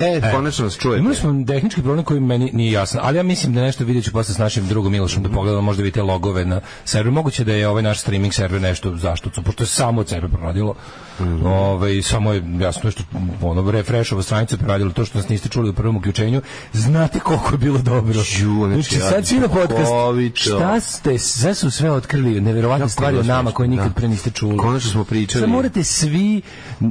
E, konačno nas čujete. Imali smo tehnički problem koji meni nije jasan, ali ja mislim da nešto vidjet ću posle s našim drugom Milošom da pogledamo, možda vidite logove na serveru. Moguće da je ovaj naš streaming server nešto zaštucu, pošto je samo od sebe proradilo. Mhm. Ovaj, samo je jasno što ono refreshova stranica proradilo to što nas niste čuli u prvom uključenju. Znate koliko je bilo dobro. Ju, znači, znači, sad svi na podcast. Antropovićo. Šta ste, sve su sve otkrili, neverovatne Jako stvari je o bilo nama smešno, koje nikad da. pre niste čuli. Konačno smo pričali. Sad morate svi,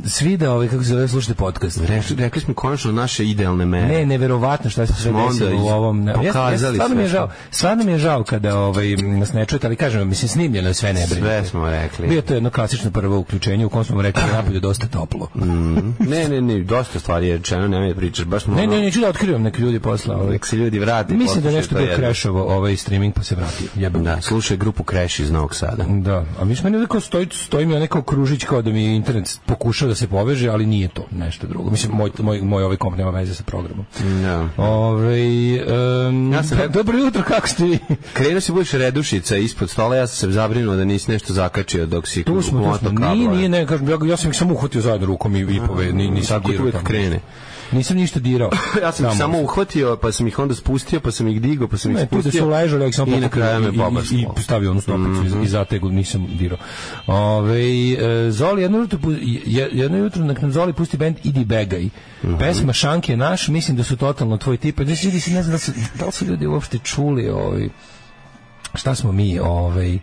svi da, ovaj, kako se zove, slušate podcast. Rekli, rekli smo konačno naše idealne mere. Ne, neverovatno šta se sve Smo onda desilo u iz- ovom. Ne, jeste, pokazali jeste, stvarno mi je sve žao. Stvarno mi je žao kada ovaj m, nas ne čujete, ali kažem vam, mislim snimljeno je sve ne brinite. Sve smo rekli. Bio je to jedno klasično prvo uključenje u kom smo rekli napolju je dosta toplo. ne, ne, ne, dosta stvari je rečeno, nemoj da pričaš, baš smo Ne, ne, ono- neću da otkrivam neki ljudi posla. Ovaj. Nek se ljudi vrate. Mislim da poslušaju je nešto to bio jedno. crashovo ovaj streaming pa se vratio. Jebem. Da, slušaj grupu Crash iz Novog Sada. Da, a mi meni neko stoji, stoji mi onaj kao kružić kao da mi internet pokušao da se poveže, ali nije to nešto drugo. Mislim, moj, moj, moj ovaj komp nema veze sa programom. Da. Ove, Mm. Ja sam rekao- dobro jutro, kako ste vi? Krenuo si budeš redušica ispod stola, ja sam se zabrinuo da nisi nešto zakačio dok si Tu smo, tu motao smo. Nije, kablove. nije, ne, kažem, ja, ja sam ih samo uhvatio zajedno rukom i, i pove, ni, nisam Tako to dirao uvek tamo. krene. Nisam ništa dirao. Ja sam ih Tamo. samo uhvatio, pa sam ih onda spustio, pa sam ih digao, pa sam ih Ne, tu da su spustio. ležali, ja ih samo I na kraju me Mhm. pokupio i, i, pobarstvalo. i stavio onu stopicu i zategu, nisam dirao. Ove, e, Zoli, jedno jutro, pu- je- jedno jutro nek nam Zoli pusti band Idi Begaj. Mhm. Pesma Šank je naš, mislim da su totalno tvoj tip. Znači, ljudi, se ne znam da, li su, da li su ljudi uopšte čuli ovaj, šta smo mi, ovaj,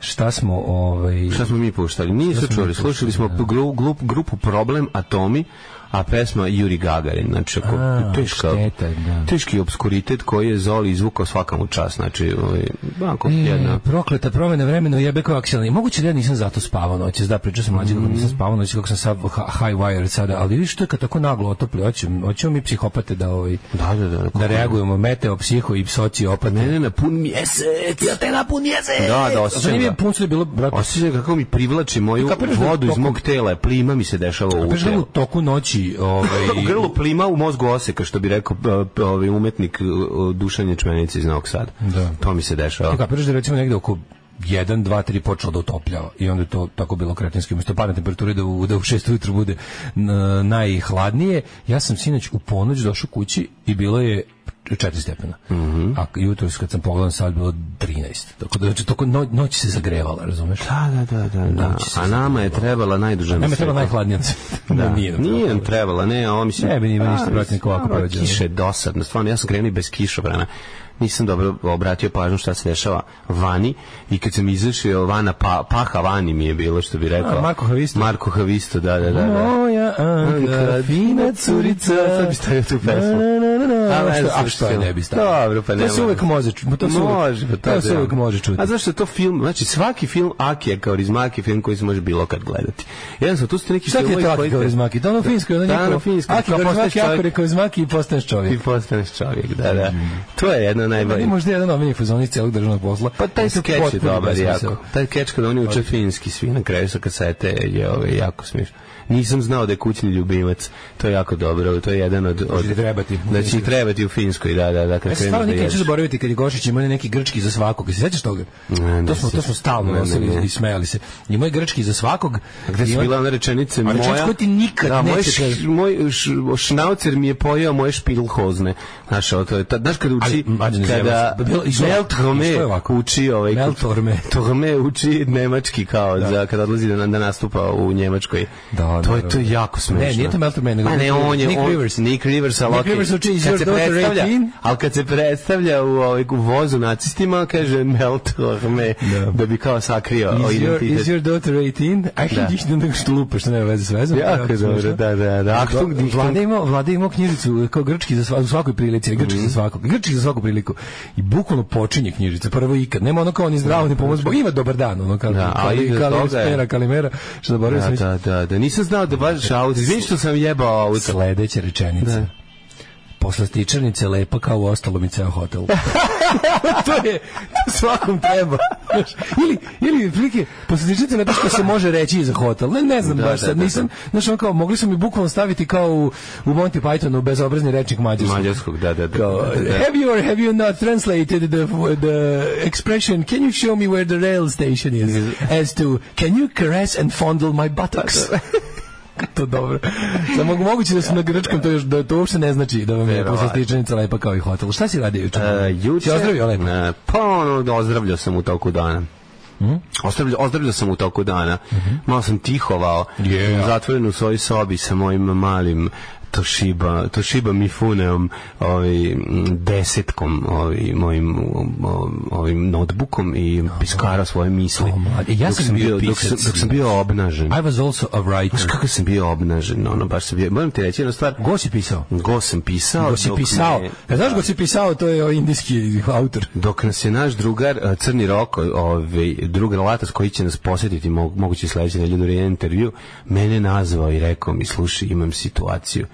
šta smo, ovaj, Šta smo mi puštali? Nisu čuli, slušali smo gru- glup- grupu Problem Atomi, a pesma Juri Gagarin, znači ako, A, teška, šteta, da. teški obskuritet koji je Zoli izvukao svakamu čas, znači ovaj, onako jedna... E, prokleta promena vremena jebe kao akselni. Moguće da ja nisam zato spavao noćas, da pričao sam mlađim, mm. nisam spavao noćas kako sam sad ha- high wire sada, ali vidiš to je kad tako naglo otopli, hoćemo, hoćemo mi psihopate da ovaj, Da, da, da. kako- da reagujemo, meteo, psiho i sociopate. Ne, ne, na pun mjesec. Ja te na pun mjesec. Da, da, Ono osjećam Zanimljivo ga. je puncu da E, je bilo, brate, Osjećam ga kako mi privlači moju Kapiraš da je vodu iz tokom- mog tela. Plima mi se dešava u Pešao u telu. toku noći, ovaj, U grlu plima, u mozgu oseka, što bi rekao e, ovaj umetnik e, e, Dušan Ječmenici iz Novog Sada. Da. To mi se dešava. E, Kapiraš da je recimo negde oko 1, 2, 3 počelo da otopljava i onda je to tako bilo kretinski. Umesto padne temperature da u, da u 6 ujutru bude n- najhladnije, ja sam sinoć u ponoć došao kući i bilo je 4 stepena. Mhm. A jutro kad sam pogledao sad bilo 13. Tako da znači toko no, noć se zagrevala, razumeš? Da, da, da, da, da. Noći se A nama je trebala najduža Nema na treba svetu. najhladnija. na svetu. Da. Nije nam Nije trebala. nam trebala, ne, a ovo mislim... Ne bi ni imao A, ništa protiv mislim, nek ovako dobro, prođe. Kiša je dosadna, stvarno, ja sam krenuo i bez kišobrana. Nisam dobro obratio pažnju šta se dešava vani i kad sam izašao vana, pa, paha vani mi je bilo, što bi rekao. A, Marko Havisto. Marko Havisto, da, da, da. da. Moja Anka, fina curica. Sad bi stavio tu pesmu. Na, na, na, na. A, A, ne što, znam a što je što. ne bi stavio? Dobro, pa ne To se moram. uvek može čuti. To se uvek- može, pa to se uvek može čuti. A zašto je to film, znači svaki film Akija Kaurismaki je film koji se može bilo kad gledati. Jedan su tu su neki Šta ti je filmovi to koji Aki te- Kaurismaki? To ono finsko, ono Da, ono njihovo. finsko, Aki kao postaješ Kaurismaki, Aki čovjek. Kaurismaki i postaneš Ti čovjek. postaneš čovjek, da, da. To je jedna Mm. Meni najbolja. možda jedan omiljenih fazon iz celog državnog posla. Pa taj Mislim, skeč je potpuno dobar besmisao. jako. Taj skeč kada oni uče finski svi na kraju sa kasete je ovaj, jako smiješno. Nisam znao da je kućni ljubimac. To je jako dobro. To je jedan od... od će Znači, ti trebati. Da će ti trebati u Finskoj, da, da, da. Kad Ja kreneš se stvarno da nikad neću jedeš. zaboraviti kad je Gošić imao onaj neki grčki za svakog. Se sećaš toga? Ne, ne to, smo, to sjećam. smo stalno Ne, ne, nosili ne. i smejali se. Imao je grčki za svakog. Gde i Znači, su on- bila ona rečenice A moja... rečenice koje ti nikad da, moj, neće š- kažeš. moj š, šnaucer mi je pojeo moje špilhozne. Znaš, ovo, to je... ta- Znaš kada uči... Ali, mlađe, ne kada zajebam se. Bilo- iz- Melthome što je ovako? uči... Ovaj, Melthome. Melthome uči nemački kao za kada odlazi da, da nastupa u Njemačkoj. Da, to je da, to da. je jako smešno. Ne, nije to Melthome, nego Ma ne, on je... Nick on- Rivers. Nick Rivers, ali Nick okej. Rivers uči Is Kad Your se Daughter predstavlja- 18? Ali kad se predstavlja u, ovaj, u vozu nacistima, kaže Melthome Da. da bi kao sakrio Is your, identitet. is your daughter 18? A Da. da. ih nego što lupa, što nema veze s vezom. Jako Jako dobro, smiješno. da, da, da. Achtung, Vla- Dichtung. Vlada imao, vlada imao knjižicu eh, kao grčki za sva, u svakoj prilici, grčki Mhm. za svakog, grčki za svaku priliku. I bukvalno počinje knjižica, prvo ikad. Nema ono kao ni zdravo, ni pomoć, Bogu. ima dobar dan, ono kao, Da, da, a kao, iza kao, toga je- kalimera, kalimera, što zaboravio sam. Da, mislim. da, da, da. Nisam znao da baš auto. Izvini što sam jebao auto. Sledeća rečenica. Da. Posle stičarnice lepa kao u ostalom i ceo hotel. to je to svakom treba. Znaš, ili ili prilike posle stičarnice lepa što se može reći i za hotel. Ne, ne znam Da, baš da, sad, da, nisam, znaš ono kao mogli su mi bukvalno staviti kao u, u Monty Pythonu bezobrazni rečnik mađarskog. Mađarskog, da, da, da. Kao, da, da. have you or have you not translated the the expression can you show me where the rail station is as to can you caress and fondle my buttocks to dobro. Samo moguće da su na grčkom to još da to uopšte ne znači da vam je poslastičanica lepa kao i hotel. Šta si radio juče? Uh, pa juče. Si ozdravio lepo? Uh, pa ono, ozdravljao sam u toku dana. Mhm. Mm ozdravljao, ozdravljao sam u toku dana. Malo sam tihovao. Yeah. Zatvoren u svojoj sobi sa mojim malim Toshiba, Toshiba Mifuneom, ovaj desetkom, ovaj mojim ovaj, ovim notebookom i piskara svoje misli. O, mlade, e, ja Dok sam bio dok sam, pisac. dok sam bio obnažen. I was also a Znaš writer. kako sam bio obnažen, ono baš sam bio. Moram ti reći jednu stvar. Go si pisao? Go sam pisao. Go si dok pisao. me- E, Znaš go si pisao, to je ovaj indijski autor. Dok nas je naš drugar eh, Crni Roko, ovaj drugar Latas koji će nas posjetiti mo- moguće sledeće nedelje u jedan intervju, mene nazvao i rekao mi slušaj, imam situaciju.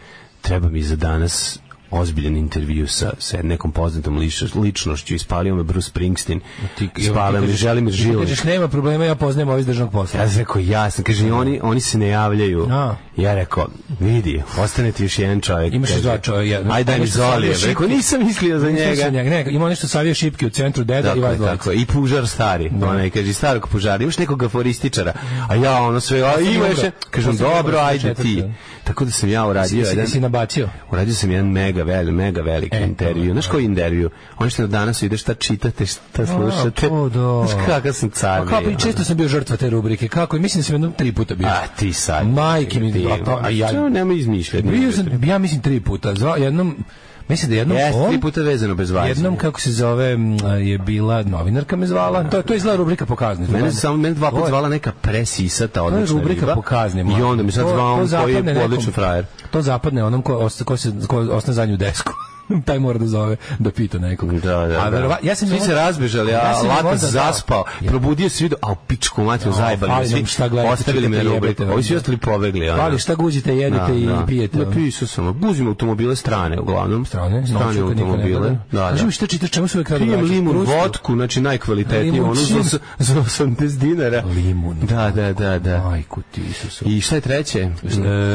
Treba mi za danas ozbiljan intervju sa, sa nekom poznatom liš- ličnošću. Ispalio me Bruce Springsteen. Ti- Ispalio me ti kažeš- Želimir ti Žile. Kažeš, nema problema, ja poznajem ovaj iz državnog posla. Ja sam rekao, jasno, kaže, i oni, oni se ne javljaju. A. Ja rekao, vidi, ostane ti još jedan čovjek. Imaš još kaže. dva čovjeka, jedan. Ajde, daj mi Ono što sam Zolije. bio Rekao, šipki. nisam mislio za Slušao njega. Dakle, sam njega, Ne, ima nešto savio šipke u centru deda i Tako vas je, dvojica. tako. je. I pužar stari. Onaj kaže starog pužara, imaš nekog aforističara. A ja ono sve, a sam ima dobro. još, kažem To sam dobro, dobro, ajde četvrti, ti. da. Tako da sam ja uradio Jesi, jedan jesi nabacio? Uradio sam jedan mega, veli, mega veliki E, intervju. Znaš koji intervju? Ono što danas ide šta čitate, šta slušate. to da. Znaš kakav sam car. A kako, bio. i često sam bio žrtva te rubrike. Kako? Mislim da sam jednom tri puta bio. A ti sad. Majke mi, ti, a pa- a a ja- ja nema izmišljati. Bio sam, ja mislim tri puta. Zva, jednom, mislim da jednom Jeste, on, tri puta vezano bez vajza. jednom kako se zove, m, je bila novinarka me zvala. To, to je izgleda rubrika po kazni. Mene su samo mene dva To puta je- zvala neka presisata odlična rubrika riba. po kazni, I mladen. onda mi sad To- to zvao on koji zapadne je nekom. odličan frajer. To zapadne onom ko, osta, ko, se, ko ostane zadnju desku. taj mora da zove, da pita nekog. Da, da, a da. verova- ja sam Svi onda- se razbežali, a Ja sam im Latas onda dao- zaspao. Probudio se vidio, a u pičku materiju zajebali me fali svi. nam šta gledate, Ostavili me na čitate, rubriku. jebete vam, Ovi svi da. ostali pobegli. ono. Pali šta guđite, jedete i pijete. ono. Napisao sam, guzim automobile strane, uglavnom. strane, strane noću kad niko ne gleda. automobile. Da, da. Kaži mi šta čitaš, čemu su uvek rado Pijem vraćaš? limun Prustu? vodku, znači najkvalitetniju, Limun onu za, čim? os- za 80 dinara. Limun. Da, da, da, da. Majku ti, Isuse. I šta je treće?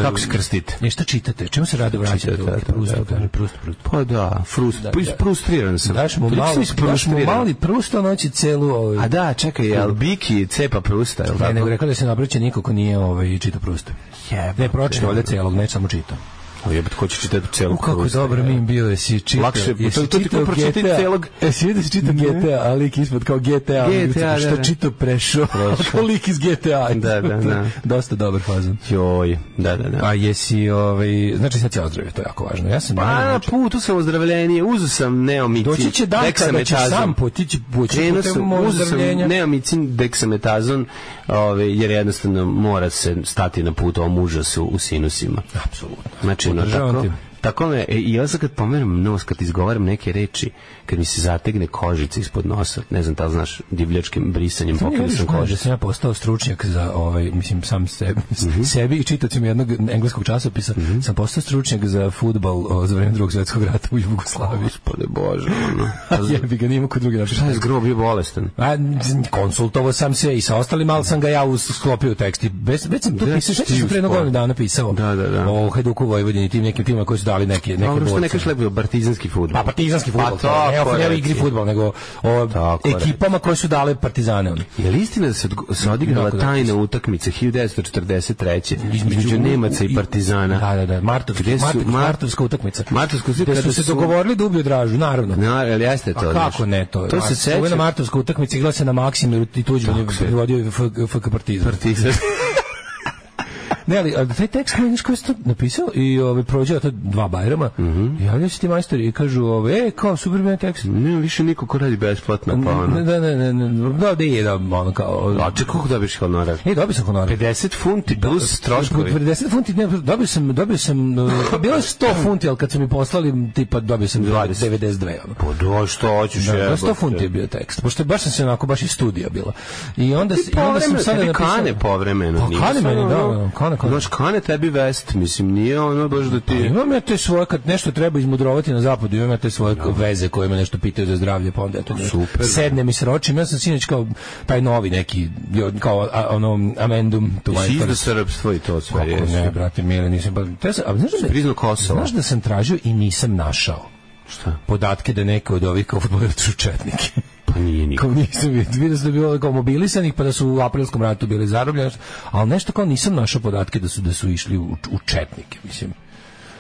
Kako se krstite? Ne, e, šta čitate? Čemu se rado vraćate? Čitate, da, da, Prust, da, da. kaže, prust, prust. Pa da, frust, Da, pa da. frustriran sam. Daš mu Toliko malo, sam daš mu isfrustriran. mali prust, on hoće celu ovaj... A da, čekaj, jel Biki cepa prusta, jel Ne, nego tako? rekao da se ne obraća niko ko nije ovaj, čita prust. Jebote. Ne, pročito, valjda celog, ne samo čitao. O jebate, ko će čitati celu U kako Prusta, dobro jel? mi im bio, jesi čitao. Lakše, to- to ti ko pročita celog- Jesi vidio si čitao GTA, a lik ispod kao GTA, ali GTA, da, što da. čitao prešao, Prešao. a lik iz GTA. Da, da, da. Dosta dobar fazon. Joj, da, da, da. A Pa jesi, ovaj, znači sad se ozdravio, to je jako važno. Ja sam znači, Pa na putu sam ozdravljenije, uzu sam neomicin, Doći će dan kada ćeš deksametazon. sam potići poći Krenuo putem sam, uzu sam ozdravljenja. neomicin, deksametazon, ove, ovaj, jer jednostavno mora se stati na put ovom užasu u sinusima. Apsolutno. Znači, no, Podržavam tako, te. tako me, e, i ja sad kad pomeram nos, kad izgovaram neke reči, kad mi se zategne kožica ispod nosa, ne znam da li znaš, divljačkim brisanjem pokrio sam Kaže kožicu. sam ja postao stručnjak za ovaj mislim sam sebi, Mhm. sebi i čitacim jednog engleskog časopisa sam postao stručnjak za fudbal o, za vreme drugog svjetskog rata u Jugoslaviji. Gospode Bože, ono. Jebi ga, nima kod druge napiše. Šta je zgrob bio bolestan? A, n- konsultovao sam se i sa ostalima, ali sam ga ja us- sklopio u tekst. i Bez, već sam to Gde pisao, si što ti sam pre jednog uspeo? godinu dana pisao. Da, da, da. O Hajduku Vojvodini i tim nekim timima koji su dali neke, neke Pa ono što borce. ne kažeš lepo je partizanski Pa futbol. partizanski fudbal. Pa tako ne, o- ne o reci. igri fudbal, nego o Tako ekipama koje su dale Partizane. ono. oni. Je li istina da se, odg- se odigrala Tako da, tajna utakmica 1943. između u- Nemaca i i- Partizana? Da, da, da, Gde Martovski, su- Martovska, Mar- Martovska utakmica. Martovska utakmica, Gde su kada se su- Pa dogovorili da ubiju Dražu, naravno. Na, jel jeste to? A znaš? kako ne to? To se Čuvena seća. Martovska utakmica igrala se na Maksimiru i Tuđmanu je Tako se- privodio i F- FK Partizan. Partizan. Ne, ali a taj tekst ne znaš ko je to napisao i ovaj prođe to dva bajrama. Mhm. I javljaju se ti majstori i kažu, ovaj, e, kao superman tekst. Nema više niko ko radi besplatno, pa ono. Da, ne, ne, ne, da, da je da, ono kao... A čekaj, koliko dobiš honorar? E, dobio sam honorar. 50 funti plus troškovi. 40 funti, ne, dobio sam, dobio sam, uh, bilo je 100 funti, ali kad su mi poslali, tipa, dobio sam 20. 92, ono. Pa do, što hoćeš Da, jebote. da, 100 funti je bio tekst, pošto baš sam se onako, baš iz studija bila. I onda, se- i onda sam Povremeno, sada tebi napisao... kane povremeno. Pa nije kane sad meni, da, ono- da, kane, kane. Znaš, kane tebi vest, mislim, nije ono baš da ti... Imam ja te svoje, kad nešto treba izmudrovati na zapadu, imam ja te svoje veze koje me nešto pitaju za zdravlje, pa onda ja to Super, da. sednem i sročim. Ja sam sinoć kao taj novi neki, kao a, ono, amendum to my Si izda first. srpstvo i to sve. Kako jesi. ne, brate, mile, nisam... Pa, te sam, a, znaš, da, priznao Kosovo. znaš da sam tražio i nisam našao Šta? podatke da neke od ovih kao fudbaleri su četnike. Pa Nije nikad. Kao nisam vidio, vidio sam da je bilo kao mobilisanih, pa da su u aprilskom ratu bili zarobljeni, ali nešto kao nisam našao podatke da su, da su išli u, u četnike, mislim.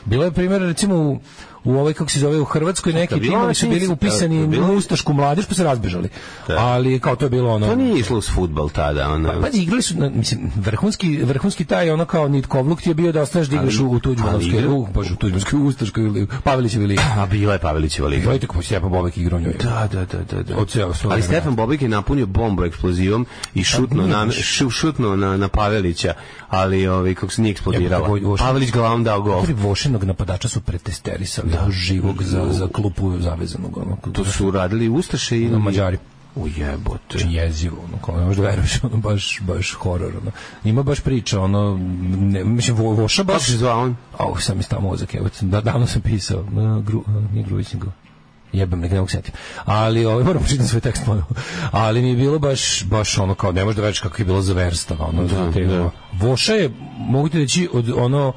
Bilo je primjer, recimo, u, u ovoj, kako se zove, u Hrvatskoj neki bilo je timovi su bili činjenica- upisani bilo je- na Ustašku mladež, pa se razbežali. Ali kao to je bilo ono... To nije išlo uz futbal tada, ono. Pa igrali su, na, mislim, vrhunski, vrhunski taj ono kao nitkovluk ti je bio da ostaneš da igraš u, u ali Tuđmanovskoj, igra- u, bože, u Tuđmanskoj, u Ustaškoj ili Pavelićevi ligi. A bila je Pavelićeva liga. Gledajte pa, kako se Stjepan Bobek igra u njoj. Da, da, da, da. da. Od cijelog svog Ali vremena. Stefan Bobik je napunio bombu eksplozivom Pa i šutno na šu- šutno na na Pavelića, ali ovaj kako se nije Ja, eksplodirala. ovo- ovo- Pavelić glavom dao gol. Tri vošenog napadača su pretesterisali da. živog za, za klupu zavezanog. Ono, To su radili Ustaše i na Mađari. U jebote. Znači, jezivo, ono, kao ne možeš da veruješ, ono, baš, baš horor, ono. Ima baš priča, ono, ne, mislim, vo, voša Kako baš... se zvao on? Au, sam mi stao mozak, evo, da, davno sam pisao, na, gru, nije gruvić, nego jebem, nek ne mogu setim. Ali, ovaj, moram pročitati svoj tekst, molim. Ali mi je bilo baš, baš ono, kao, ne možeš da veruješ kako je bilo zaverstava, ono, za te, ono. Voša je, mogu ti reći, od, ono,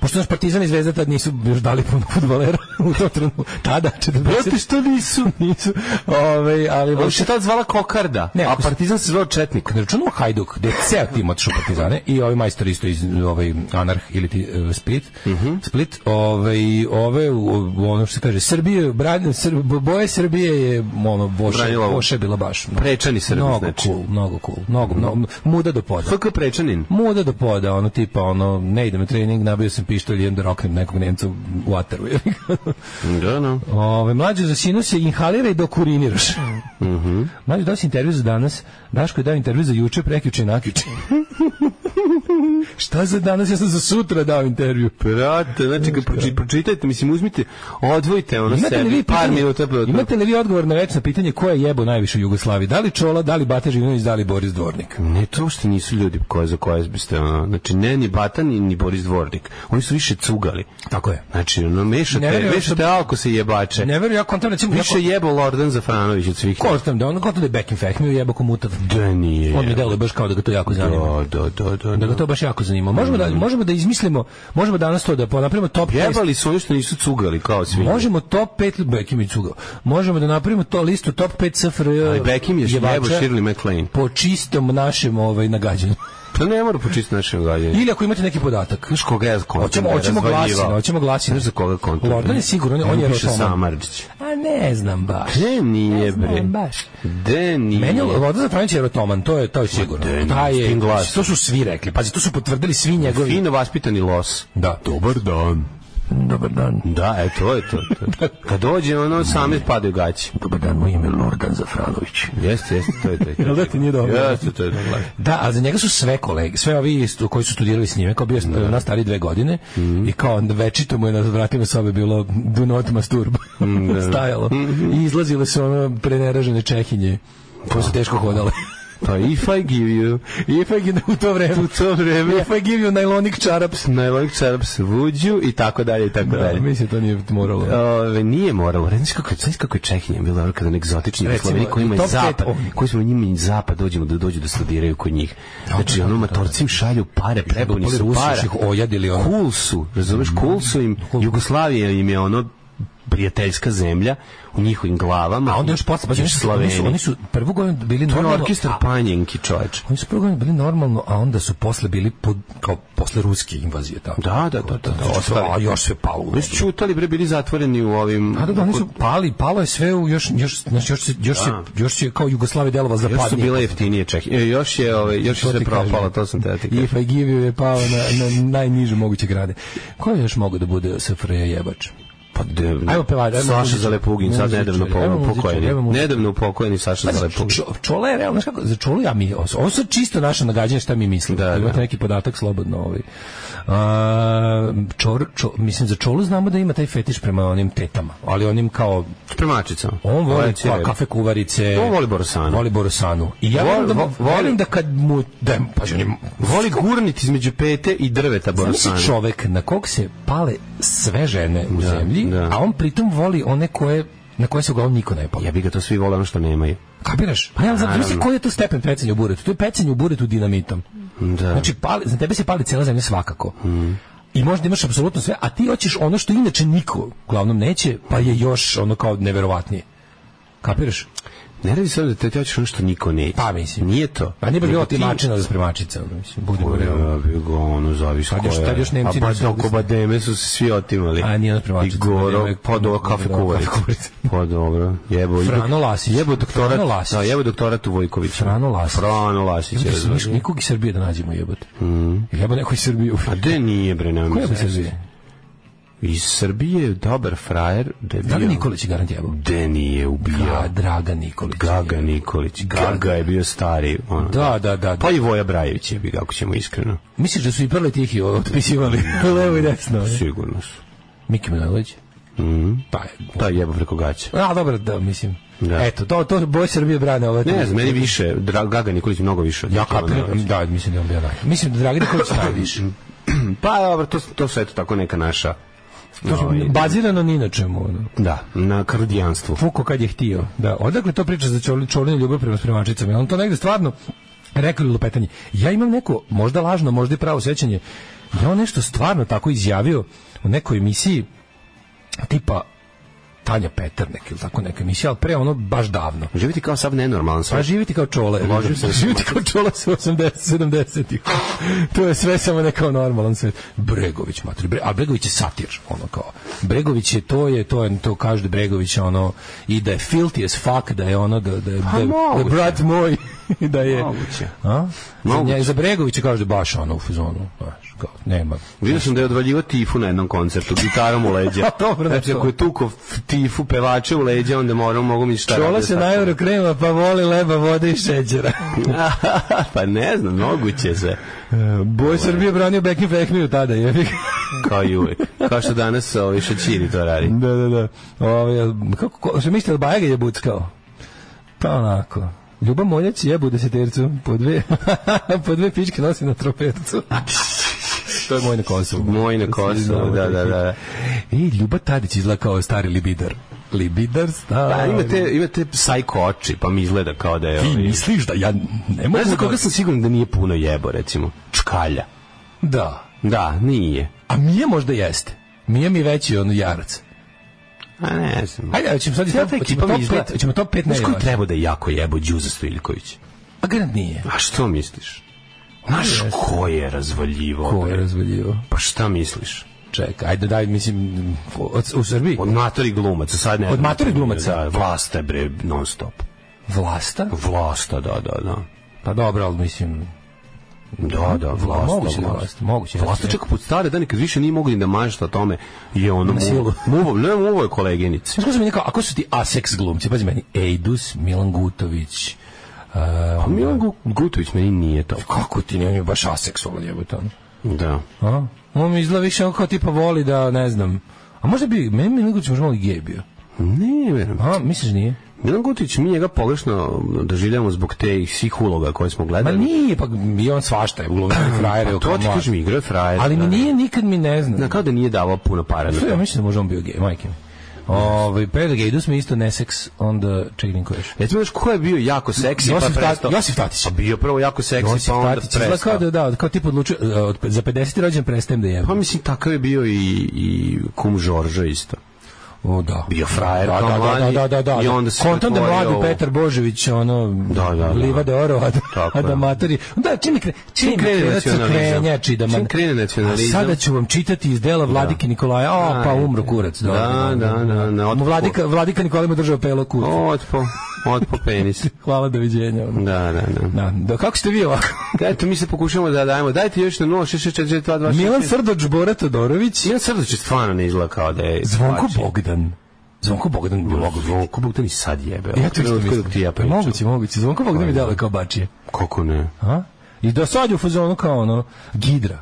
Pošto naš Partizan i Zvezda tad nisu još dali puno futbalera u tom trenutku. Tada, 40... Brate, što nisu? nisu. Ove, ali On Voša se tad zvala Kokarda, Pa- Ne, a ako se- Partizan se zvao Četnik. ne računamo Hajduk, gde je ceo tim otišao u Partizane i ovaj majstor isto iz ovaj Anarh ili ti, e, Split, Mhm. Split, ovaj ove u- u- ono što se kaže Srbije, branje Srb, boje Srbije je ono voše, Branila ovo. voše bila baš. no. Prečani Srbi, mnogo znači. cool, mnogo cool, mnogo, mnogo muda do poda. FK Prečanin. Muda do poda, ono tipa, ono, ne idem na trening, nabio sam pištolj, idem da roknem nekog Nemca u ataru. Da, no. Ove, mlađo za sinu se inhaliraj dok uriniraš. Mhm. Mlađo, dao si intervju za danas, Daško je dao intervju za juče, prekjuče i nakjuče. Šta za danas? Ja sam za sutra dao intervju. Brate, znači kad proči, pročitajte, mislim uzmite, odvojite ono Imate li, sebi, vi par pitanje, minuta. pa- imate li vi odgovor na večno pitanje ko je jebo najviše u Jugoslaviji? Da li Čola, da li Bata Živinović, da li Boris Dvornik? Ne, to uopšte nisu ljudi koje, za koje biste, ono, znači ne ni Bata, ni, ni Boris Dvornik. Oni su više cugali. Tako je. Znači, ono, mešate, Ne verujem mešate alko se jebače. Ne verujem, ja kontam recimo... ja Više jebo Lordan Zafranović od svih. Kontam da ono kontam da je Beckin Fek, mi je jebo komutav. Da nije. On mi deluje baš kao da ga to jako zanima. Da, da, da, da. Da ga da. to baš jako zanima. Možemo Mm. da, možemo da izmislimo, možemo danas to da napravimo top 10 Jebali su oni što nisu cugali kao svi. Možemo top 5 Bekim je cugao. Možemo da napravimo to listu top 5 SFRJ. Ali Beckham je jebača jebo Shirley MacLaine. po čistom našem ovaj nagađanju. Pa ne mora počistiti naše gađanje. Ili ako imate neki podatak. Znaš koga ja kontam? Hoćemo hoćemo glasino, hoćemo glasino Znaš za koga kontam? Lordan je sigurno, on, on je Piše Rotoman. Samarđić. A ne znam baš. Gde nije, bre? Znam baš. Gde nije? Meni je Lordan Zafranić je Rotoman, to je to je sigurno. Ma, de, Da s tim je, glasom. to su svi rekli. Pazi, to su potvrdili svi njegovi. Fino vaspitani los. Da. Dobar dan. Dobar dan. Da, e, to je to. to. Kad dođe, ono, same padaju gaći. Dobar dan, moje ime je Lordan Zafranović. Jeste, jeste, to je to. Jel da ti nije dobro? Jeste, to je to. Da, a za njega su sve kolege, sve ovi isto koji su studirali s njime, kao bio da. nas stari dve godine Mhm. i kao onda večito mu je na vratima sobe bilo do not masturb Mhm, stajalo i izlazile su ono preneražene čehinje koje su teško hodale. Pa if I give you, If I give u to vreme, u to vreme, if I give you najlonik čaraps. najlog čaraps vuđu i tako dalje i tako Da, dalje. pa, mislim to nije moralo. Ove, nije moralo. Reci kako, je- znaš kako je Čehinja bila ono kada egzotični Recimo, Jugoslaveni koji imaju top pet zapad, ovdje. koji smo njima iz zapad dođemo da dođu da studiraju kod njih. Znači, ono matorcim šalju pare, prepuni Upali su Rusi para. su ih ojadili ono. Cool su, razumeš, Mhm. cool su im, Jugoslavija im je ono prijateljska zemlja u njihovim glavama. A onda još posle, pa Još oni su, Slaveni. oni su prvu godinu bili To je normalno- orkestar panjenki, čoveč. Oni su prvo godine bili normalno, a onda su posle bili pod, kao posle ruske invazije. Tako. Da, da, da, da, da, ostali. a još sve palo. u Oni su čutali, bre, bili zatvoreni u ovim... A Pa da, da, oni su pali, palo je sve u još, još, znači, još, se, još, se, još se kao Jugoslavija delova Još su zapadnije. bile jeftinije Čehinje. E, Još je, ove, još je To sve ti kažem. propalo, to sam te ti kažem. If I give you je pao na, na najniže moguće grade. Ko je još mogu da bude SFRJ jebač? Pa de, Ajmo pevač, ajmo Saša muzičar. Zalepugin, sad Muzičar, nedavno po- ajmo muzičar, pokojeni. ajmo muzičar. Pa Nedavno pokojeni Saša Pazi, Zalepugin. Čo- Čola je realno, znaš kako, za Čolu ja mi, ovo su čisto naše nagađanje šta mi mislimo. Da, Da, Imate da. neki podatak slobodno ovaj. A, čor, čo, mislim, za Čolu znamo da ima taj fetiš prema onim tetama, ali onim kao, Spremačica. on voli Leći kao je. kafe kuvarice. Ovaj On voli Borosanu. Voli Borosanu. I ja Voli- volim da, mu- vo- voli- verujem da kad mu, da, pa on je, Voli gurnit između pete i drveta Borosanu. Zamisli čovek na kog se pale sve žene u zemlji, da. a on pritom voli one koje na koje se uglavnom niko ne pali. Ja bi ga to svi vole ono što nemaju. Kapiraš? Pa ja zato mislim koji je to stepen pecanja u buretu. To je pecanje u buretu dinamitom. Da. Mm. Znači, pali, za tebe se pali cela zemlja svakako. I možda imaš apsolutno sve, a ti hoćeš ono što inače niko uglavnom neće, pa je još ono kao neverovatnije. Kapiraš? Ne radi se o tome da te hoćeš ono što niko neće. Pa, mislim. Nije to. Pa nije bi Nego bilo ti- ti mačina za spremačica, ono, mislim, budimo realni. Ja bih ga ono zavis Tad još- tad još Nemci A pa nisu do bili- Kobademe su se svi otimali. A, nije ono I premačica, Goro, Kobademe- pa do kafe Dobro, kuvarice. kafe kuvarice. Pa dobro, jebo. i dok- Frano Lasić. Jebo doktorat, Frano Lasić. da, jebo doktorat u Vojkoviću. Frano Lasić. Frano Lasić. je Jebote, se razumeš. niš- Nikog iz Srbije da nađemo jebote. Mm. Jebo neko iz Srbije. A gde nije, bre, nema Ko je mi iz se. Srbije? Iz Srbije je dobar frajer. Da je Da li bio- Nikolić je garant jebo? Gde nije Ja, ubija? Draga Nikolić. Gaga Nikolić. Gaga je bio stari. Ono, Da, da, da. Pa da. i Voja Brajević je bi, ako ćemo iskreno. Misliš da su i prle tihi otpisivali levo i desno? ne? Sigurno su. Miki Manojlović? Mhm. Pa je. Pa jebo preko gaća. A, dobro, da, mislim. Da. Eto, to, to boj Srbije brane ovo. Ne znam, meni više, Dra- Gaga Nikolić mnogo više. od ono, Ja Mike Manojlovića. kapiram, da, mislim da je on bio najbolji. Mislim da Dragan Nikolić najviše. Pa dobro, to, to su eto tako neka naša... To ovaj, je bazirano ni na čemu. Ono. da, na karudijanstvu. Fuko kad je htio. Da, odakle to priča za čoli, čolinu ljubav prema spremačicama? Je li On to negde stvarno rekao ili lupetanje. Ja imam neko, možda lažno, možda i pravo sećanje, je on nešto stvarno tako izjavio u nekoj emisiji, tipa Tanja Peternek ili tako neka emisija, ali pre ono baš davno. Živiti kao sav nenormalan sam. Pa živiti kao čole. Ložim se na živiti kao čole sa 80 70 To je sve samo ne kao normalan svet. Bregović, matri. Bre, a Bregović je satir, ono kao. Bregović je to je to je to kaže da Bregović je ono i da je filthy as fuck, da je ono da da da, da, da moguće. brat moj i da je. Moguće. A? Za, Moguće. nje- za Bregovića kaže da je baš ono u fazonu, znaš, kao nema. Vidio sam da je odvaljivo tifu na jednom koncertu, gitarom u leđa. Pa Dobro, znači, nešto. ako je tuko f- tifu pevače u leđa, onda moram, mogu mi šta Čola rade se sad. najuro krema, pa voli leba, vode i šećera. pa ne znam, moguće se. Boj Srbije branio Bekim Fehmiju tada, je. Kao i uvek. Kao što danas ovi šećiri to radi. Da, da, da. Ove, kako, ko, što mislite, Bajaga je buckao? Pa onako. Ljuba Moljac jebu desetercu, po dve, po dve pičke nosi na tropetu. to je moj na Kosovu. Moj na Kosovu, da, da, da, da. I Ljuba Tadić izgleda kao stari libidar. Libidar stari. Pa imate, imate sajko oči, pa mi izgleda kao da je... Ti ovi- misliš da ja ne mogu... Znaš za da- koga sam siguran da nije puno jebo, recimo? Čkalja. Da. Da, nije. A Mija možda jeste. Mija mi je veći ono jarac. A ne znam. Ajde, hoćemo sad... Cijela ta hoćemo ekipa top mi izgleda- pet- Hoćemo top 5 Znaš koji najvažnije. treba da je jako jebo Đuza Stojljković? A garant nije. A Pa što misliš? Znaš jeste. ko je razvaljivo? Ko je razvaljivo? Pa šta misliš? Čekaj, ajde daj, mislim, od, u Srbiji? Od matori glumaca, sad ne... Od matori glumaca? Da, vlasta je bre, non stop. Vlasta? Vlasta, da, da, da. Pa dobro, ali mislim... Da, da, Vla- vlasta, moguće da je vlast, moguće. Vlasta čak pod stare dane, kad više nije mogli ni da mažeš na tome, je ono... Na silu. Muvo, ne, muvo je koleginice. Znaš ko sam mi rekao, ako su ti aseks glumci, pazi meni, Ejdus, Milan Gutović, uh, A Milan Gu- Gutović meni nije to. kako ti ne, on je baš aseksualan jebote, ono. Da. A? On mi izgleda više onako tipa voli da, ne znam, a možda bi, meni Milan Gutović možda malo i gej bio. Ne, verujem. A, misliš nije? Milan Gutović, mi njega pogrešno doživljamo zbog te svih uloga koje smo Ma gledali. nije, pa i on svašta je glumio, frajer je Pa to ti kažem, igra je frajer. Ali mi nije, nikad mi ne znam. Na, kao da nije davao puno para na Sve, ja to. mislim da možda on bio gej, majke mi. Ovaj Pedro Gaydus mi isto ne seks, onda čekaj ko još. Recimo, znaš, ko je bio jako seksi, Josif pa Tati- prestao? Josif Tatić. Pa bio prvo jako seksi, Josip pa onda Tatić, izgleda prestao. kao da, da, kao tip odlučio, e, od, za 50. rođen prestajem da jebam. Pa mislim, takav je bio i, i kum Žorža isto. O, da. Bio frajer da, kao da, da, mladi da, da, da, i onda se Kontam da pretvorio mladi u- Petar Božović, ono, Da, da, da. liva de oro, a da, Tako a da je. matori. Da, čim, kre, čim, Čim krene krene nacionalizam. crkvenjači da man- Čim krene nacionalizam. A sada ću vam čitati iz dela Vladike Nikolaja, o, pa umro kurac. dobro, Da, dobro. da, da, da, otpo. Vladika, Vladika Nikolaj mu držao pelo kurac. Otpo, otpo penis. Hvala, doviđenja. ono. Da, da, da. Da, da, kako ste vi ovako? Eto, mi se pokušamo da dajemo. Dajte još na 0664226. Milan Srdoč, Bora Todorović, Milan Srdoć je stvarno ne izgleda kao da je... Zvonko svačiji. Bogdan. Zvonko Bogdan bi mogao biti. Zvonko Bogdan i sad jebe. Ja to isto Od mislim. kojeg ti ja pričam. moguće, moguće. Zvonko Bogdan mi deluje kao bačije. Kako ne? A? I do sad je u fazonu kao ono, Gidra.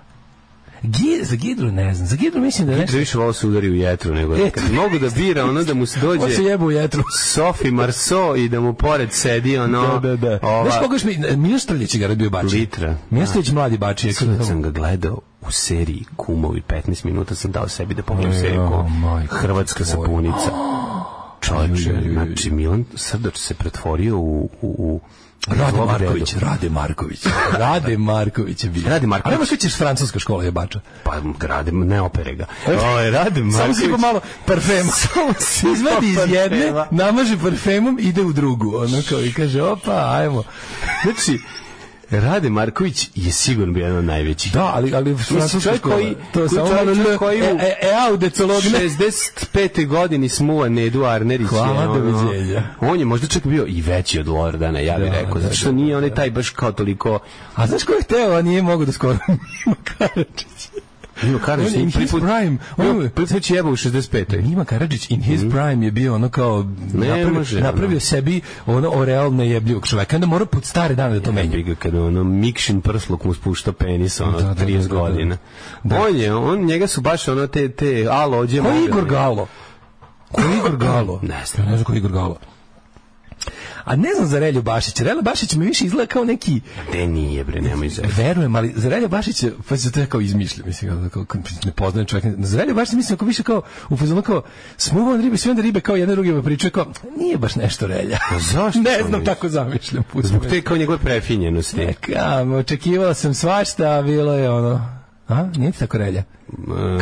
Gi, za Gidru ne znam. Za Gidru mislim da je Sve nešto... više volao se udari u jetru nego da Eto. kad mogu da bira ono da mu se dođe On se jebe u jetru. Sofi Marceau i da mu pored sedi ono Da, da, da. ova- Znaš koga još mi... Miljan Streljić je ga bio bačije. Litra, Miljan Streljić mladi bačije. Sinoć sam ga gledao u seriji Kumovi 15 minuta sam dao sebi da pogledam Jo, seriju Kumovi. majko Hrvatska tvoja. sapunica čovječe Ju, ju, ju. znači Milan Srdač se pretvorio u, u, u Rade Zlo Marković, Bredu. Rade Marković. Rade Marković je bio. Rade Marković. Rade Marković je francuska škola jebača. Pa grade, ne opere ga. O, rade Marković. Samo sipa malo parfema. Izvadi iz parfema. jedne, namaže parfemom, ide u drugu. Ono kao i kaže, opa, ajmo. Znači, Rade Marković je sigurno bio jedan od najvećih. Da, ali, ali francuska čovjek škola. koji- To koji je samo čovjek ono, koji u- e, e, e, au, decologne. 65. godini smuva Nedu Arnerić. Hvala, je, ono, doviđenja. On je možda čak bio i veći od Lordana, ja bih Da, rekao. da, Zato što da, nije onaj taj baš kao toliko... A znaš ko je hteo, a nije mogo da skoro mimo Karadžić. Milo Karnić, On je Pa in his prime. On je- ono, Prvi put je jebao u 65. Mima Karadžić in his prime je bio ono kao napravio, može, ono. napravio sebi ono oreal nejebljivog čoveka. Onda mora pod stare dane da to menja. Meni ga kada ono Mikšin prsluk mu spušta penis ono Da, da, 30 da, da, godina. da. On je, on njega su baš ono te te alo ođe. Ko je mobilni. Igor Galo? Ko je Igor Galo? Ne znam. Ja Ne znam ko je Igor Galo. A ne znam za Relju Bašića. Relja Bašić mi više izgleda kao neki Gde nije bre, nemoj zezati. E, verujem, ali Zrelja Bašić je, pa se to ja kao izmišljam, mislim, ono, kao, kao, ne poznajem čovjeka. Zrelja Bašić mislim kao više kao, u fazonu kao, smuva on ribe, sve onda ribe kao jedne drugima pričaju, kao, nije baš nešto Relja. A Pa zašto ne to znam, misliš? tako zamišljam. E, Zbog te kao njegove prefinjenosti. Kam, očekivala sam svašta, a bilo je ono... A, nije ti tako relja?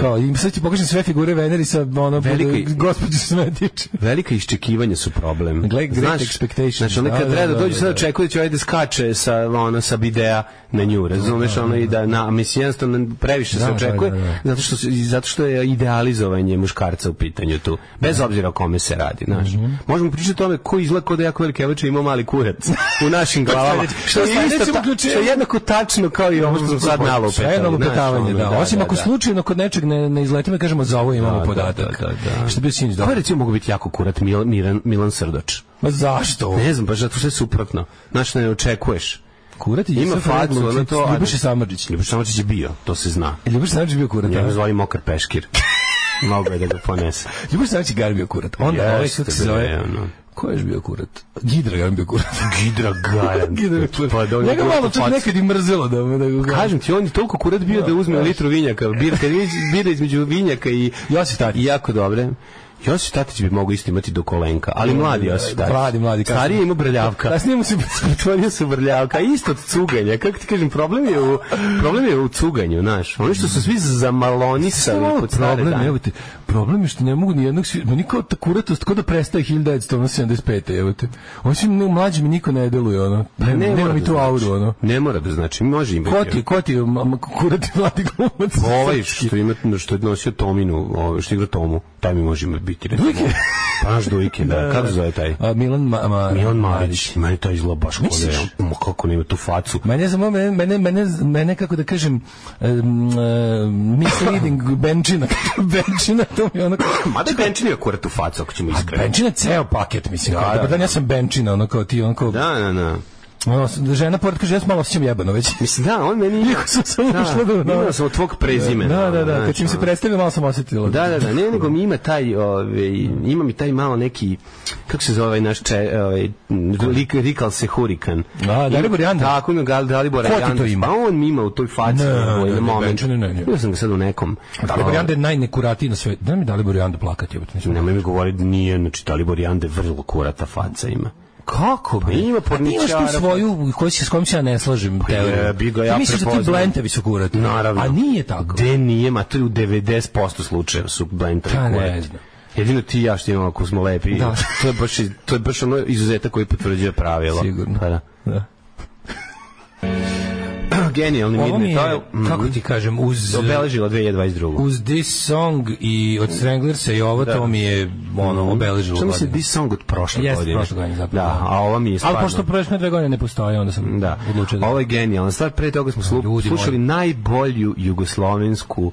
Kao, im sad ću pokažem sve figure Venerisa, ono, Veliki- bude, gospođu Smetić. Velika iščekivanja su problem. Gle- great expectations, Znači, onda da, kad da, treba da da, dođe, da, sad da. očekuje da će ovaj da skače sa, ono, sa bidea na nju, razumeš? Ono i da, na, mislim, jednostavno previše Da, se da, očekuje, da, da. zato što, su- i zato što je idealizovanje muškarca u pitanju tu. Bez obzira o kome se radi, znaš. Mhm. Možemo pričati o tome ko izgleda kao da je jako velike evače imao mali kurac u našim glavama. sledeće- što, je sledeće isto ta- uključenje? što je jednako tačno kao i ovo što smo sad nalupetali. Sve je znaš, nalupetavanje, ono, da. Osim ako slučajno kod nečeg ne, ne izletimo i kažemo za ovo imamo Da, da, podatak. da, da, da. Što bi sinić Ko je dobro. recimo mogu biti jako kurat Milan, Miran, Milan Srdoč? Ma zašto? Ne znam, baš zato što je suprotno. Znaš, ne očekuješ. Kurati Ima facu, ono to... a- znači, Ljubiša Samrđić. Ljubiša Samardžić je bio, to se zna. Ljubiša Samrđić bio kurat. Ja a? ga zvali Mokar Peškir. Mogu je da ga ponese. Ljubiša Samrđić Gar bio kurat. Onda Jeste, ovaj, kako se bre, zove... ono. Ko je još bio kurat? Gidra Gar bio kurat. Gidra Gajan. Gidra bio kurat. Pa da on je Njega kurat malo u čak facu. nekad i mrzelo da, da ga Kažem ti, on je toliko kurat bio da uzme litru vinjaka. Bira, kad vidi- bira između vinjaka i... Josip Tadić. I jako dobre. Josip Tatić bi mogao isto imati do kolenka, ali mladi Josip Tatić. Mladi, mladi, kažem. Stariji ima brljavka. Kasnije mu se... Pretvorio se u brljavka, isto od cuganja. Kako ti kažem, problem je u, problem je u cuganju, znaš. Ono što su svi Sve zamalonisali malo pod stare problem, dane. evo te, problem je što ne mogu ni jednog svi, meni kao ta kuratost, kao da prestaje 1975. evo te. Osim no, mlađi mi niko ne deluje, ono. Ne, ne, nema mora mi da tu znači. auru, ono. Ne mora da znači, može imati. Ko ti, ko ti, ma- kurati mladi glumac? Ovaj što ima što je nosio Tominu, ovaj što igra Tomu, taj mi može imati biti. recimo. Dujke? Pa naš Dujke, da. Kako se zove taj? A, Milan Ma, Ma, Milan Marić. Meni taj izgleda baš kao da je, Misliš? ma kako nema tu facu. Mene samo mene mene mene, mene kako da kažem um, uh, misleading benčina benčina to mi je ono kao- Mada je Benčin je akurat tu facu, ako ćemo iskreno. benčina je ceo paket mislim kao, Da, da, da, da, ja sam benčina ono kao ti ono kao Da, da, da. Ono, žena pored kaže, ja se malo osjećam jebano već. Mislim, da, on meni... Iako sam samo Da, ušla do- da. imao sam od tvog prezimena. Da, da, da, kad znaš, sam se ono. predstavio, malo sam osjetila. Da, da, da, ne, nego mi ima taj, ovaj, ima mi taj malo neki, kako se zove ovaj naš če, ovaj, lik, rikal se hurikan. A, Dalibor Janda? Tako, ima Gal, Dalibor Ko ti to Janda. ima? Pa on mi ima u toj faci, Ne, ovaj, ne, na ne, moment. Benčine, ne, ne. Bio sam ga sad u nekom. ovaj, Dalibor Janda je najnekuratiji na svetu. Da mi Dalibor Janda plakati, jebote, mislim. Nemoj mi govoriti, nije, znači, Dalibor Janda je vrlo kurata faca ima. Kako bi? Pa ima A ti imaš tu porničara. svoju, koji se, s kojom se ja ne slažem. teoriju. Pa jebi ga, Ti ja misliš da ti prepoznajem. blentevi su kurati. Naravno. A nije tako. Gde nije, ma to je u 90% slučajeva su blendovi Pa, ne kurati. znam. Jedino ti i ja što imamo ako smo lepi. Da. to, je baš, to je baš ono izuzetak koji potvrđuje pravilo. Sigurno. Pa da. Da. Genijalni Ovo mi je, Midnight Oil. Mm, kako ti kažem, uz... Obeležila 2022. Uz this song i Mhm. od Stranglersa i ovo, to mi je ono, obeležilo Što mi Mhm. se godinu. this song od prošle Jeste, godine? prošle godine, zapravo. Da, a ova mi je stvarno... Ali pošto prošle dve godine ne postoje, onda sam Da, odlučio da... ovo je genijalna stvar. Pre toga smo slu- Ljudi moji. slušali najbolju jugoslovensku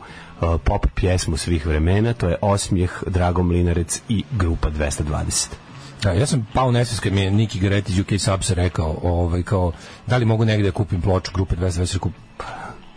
uh, pop pjesmu svih vremena, to je Osmijeh, Drago Mlinarec i grupa 220. Da, ja sam pao u nesvijest kad mi je Niki Garetić UK Subs rekao, ovaj, kao, da li mogu negde da kupim ploču grupe 220, rekao,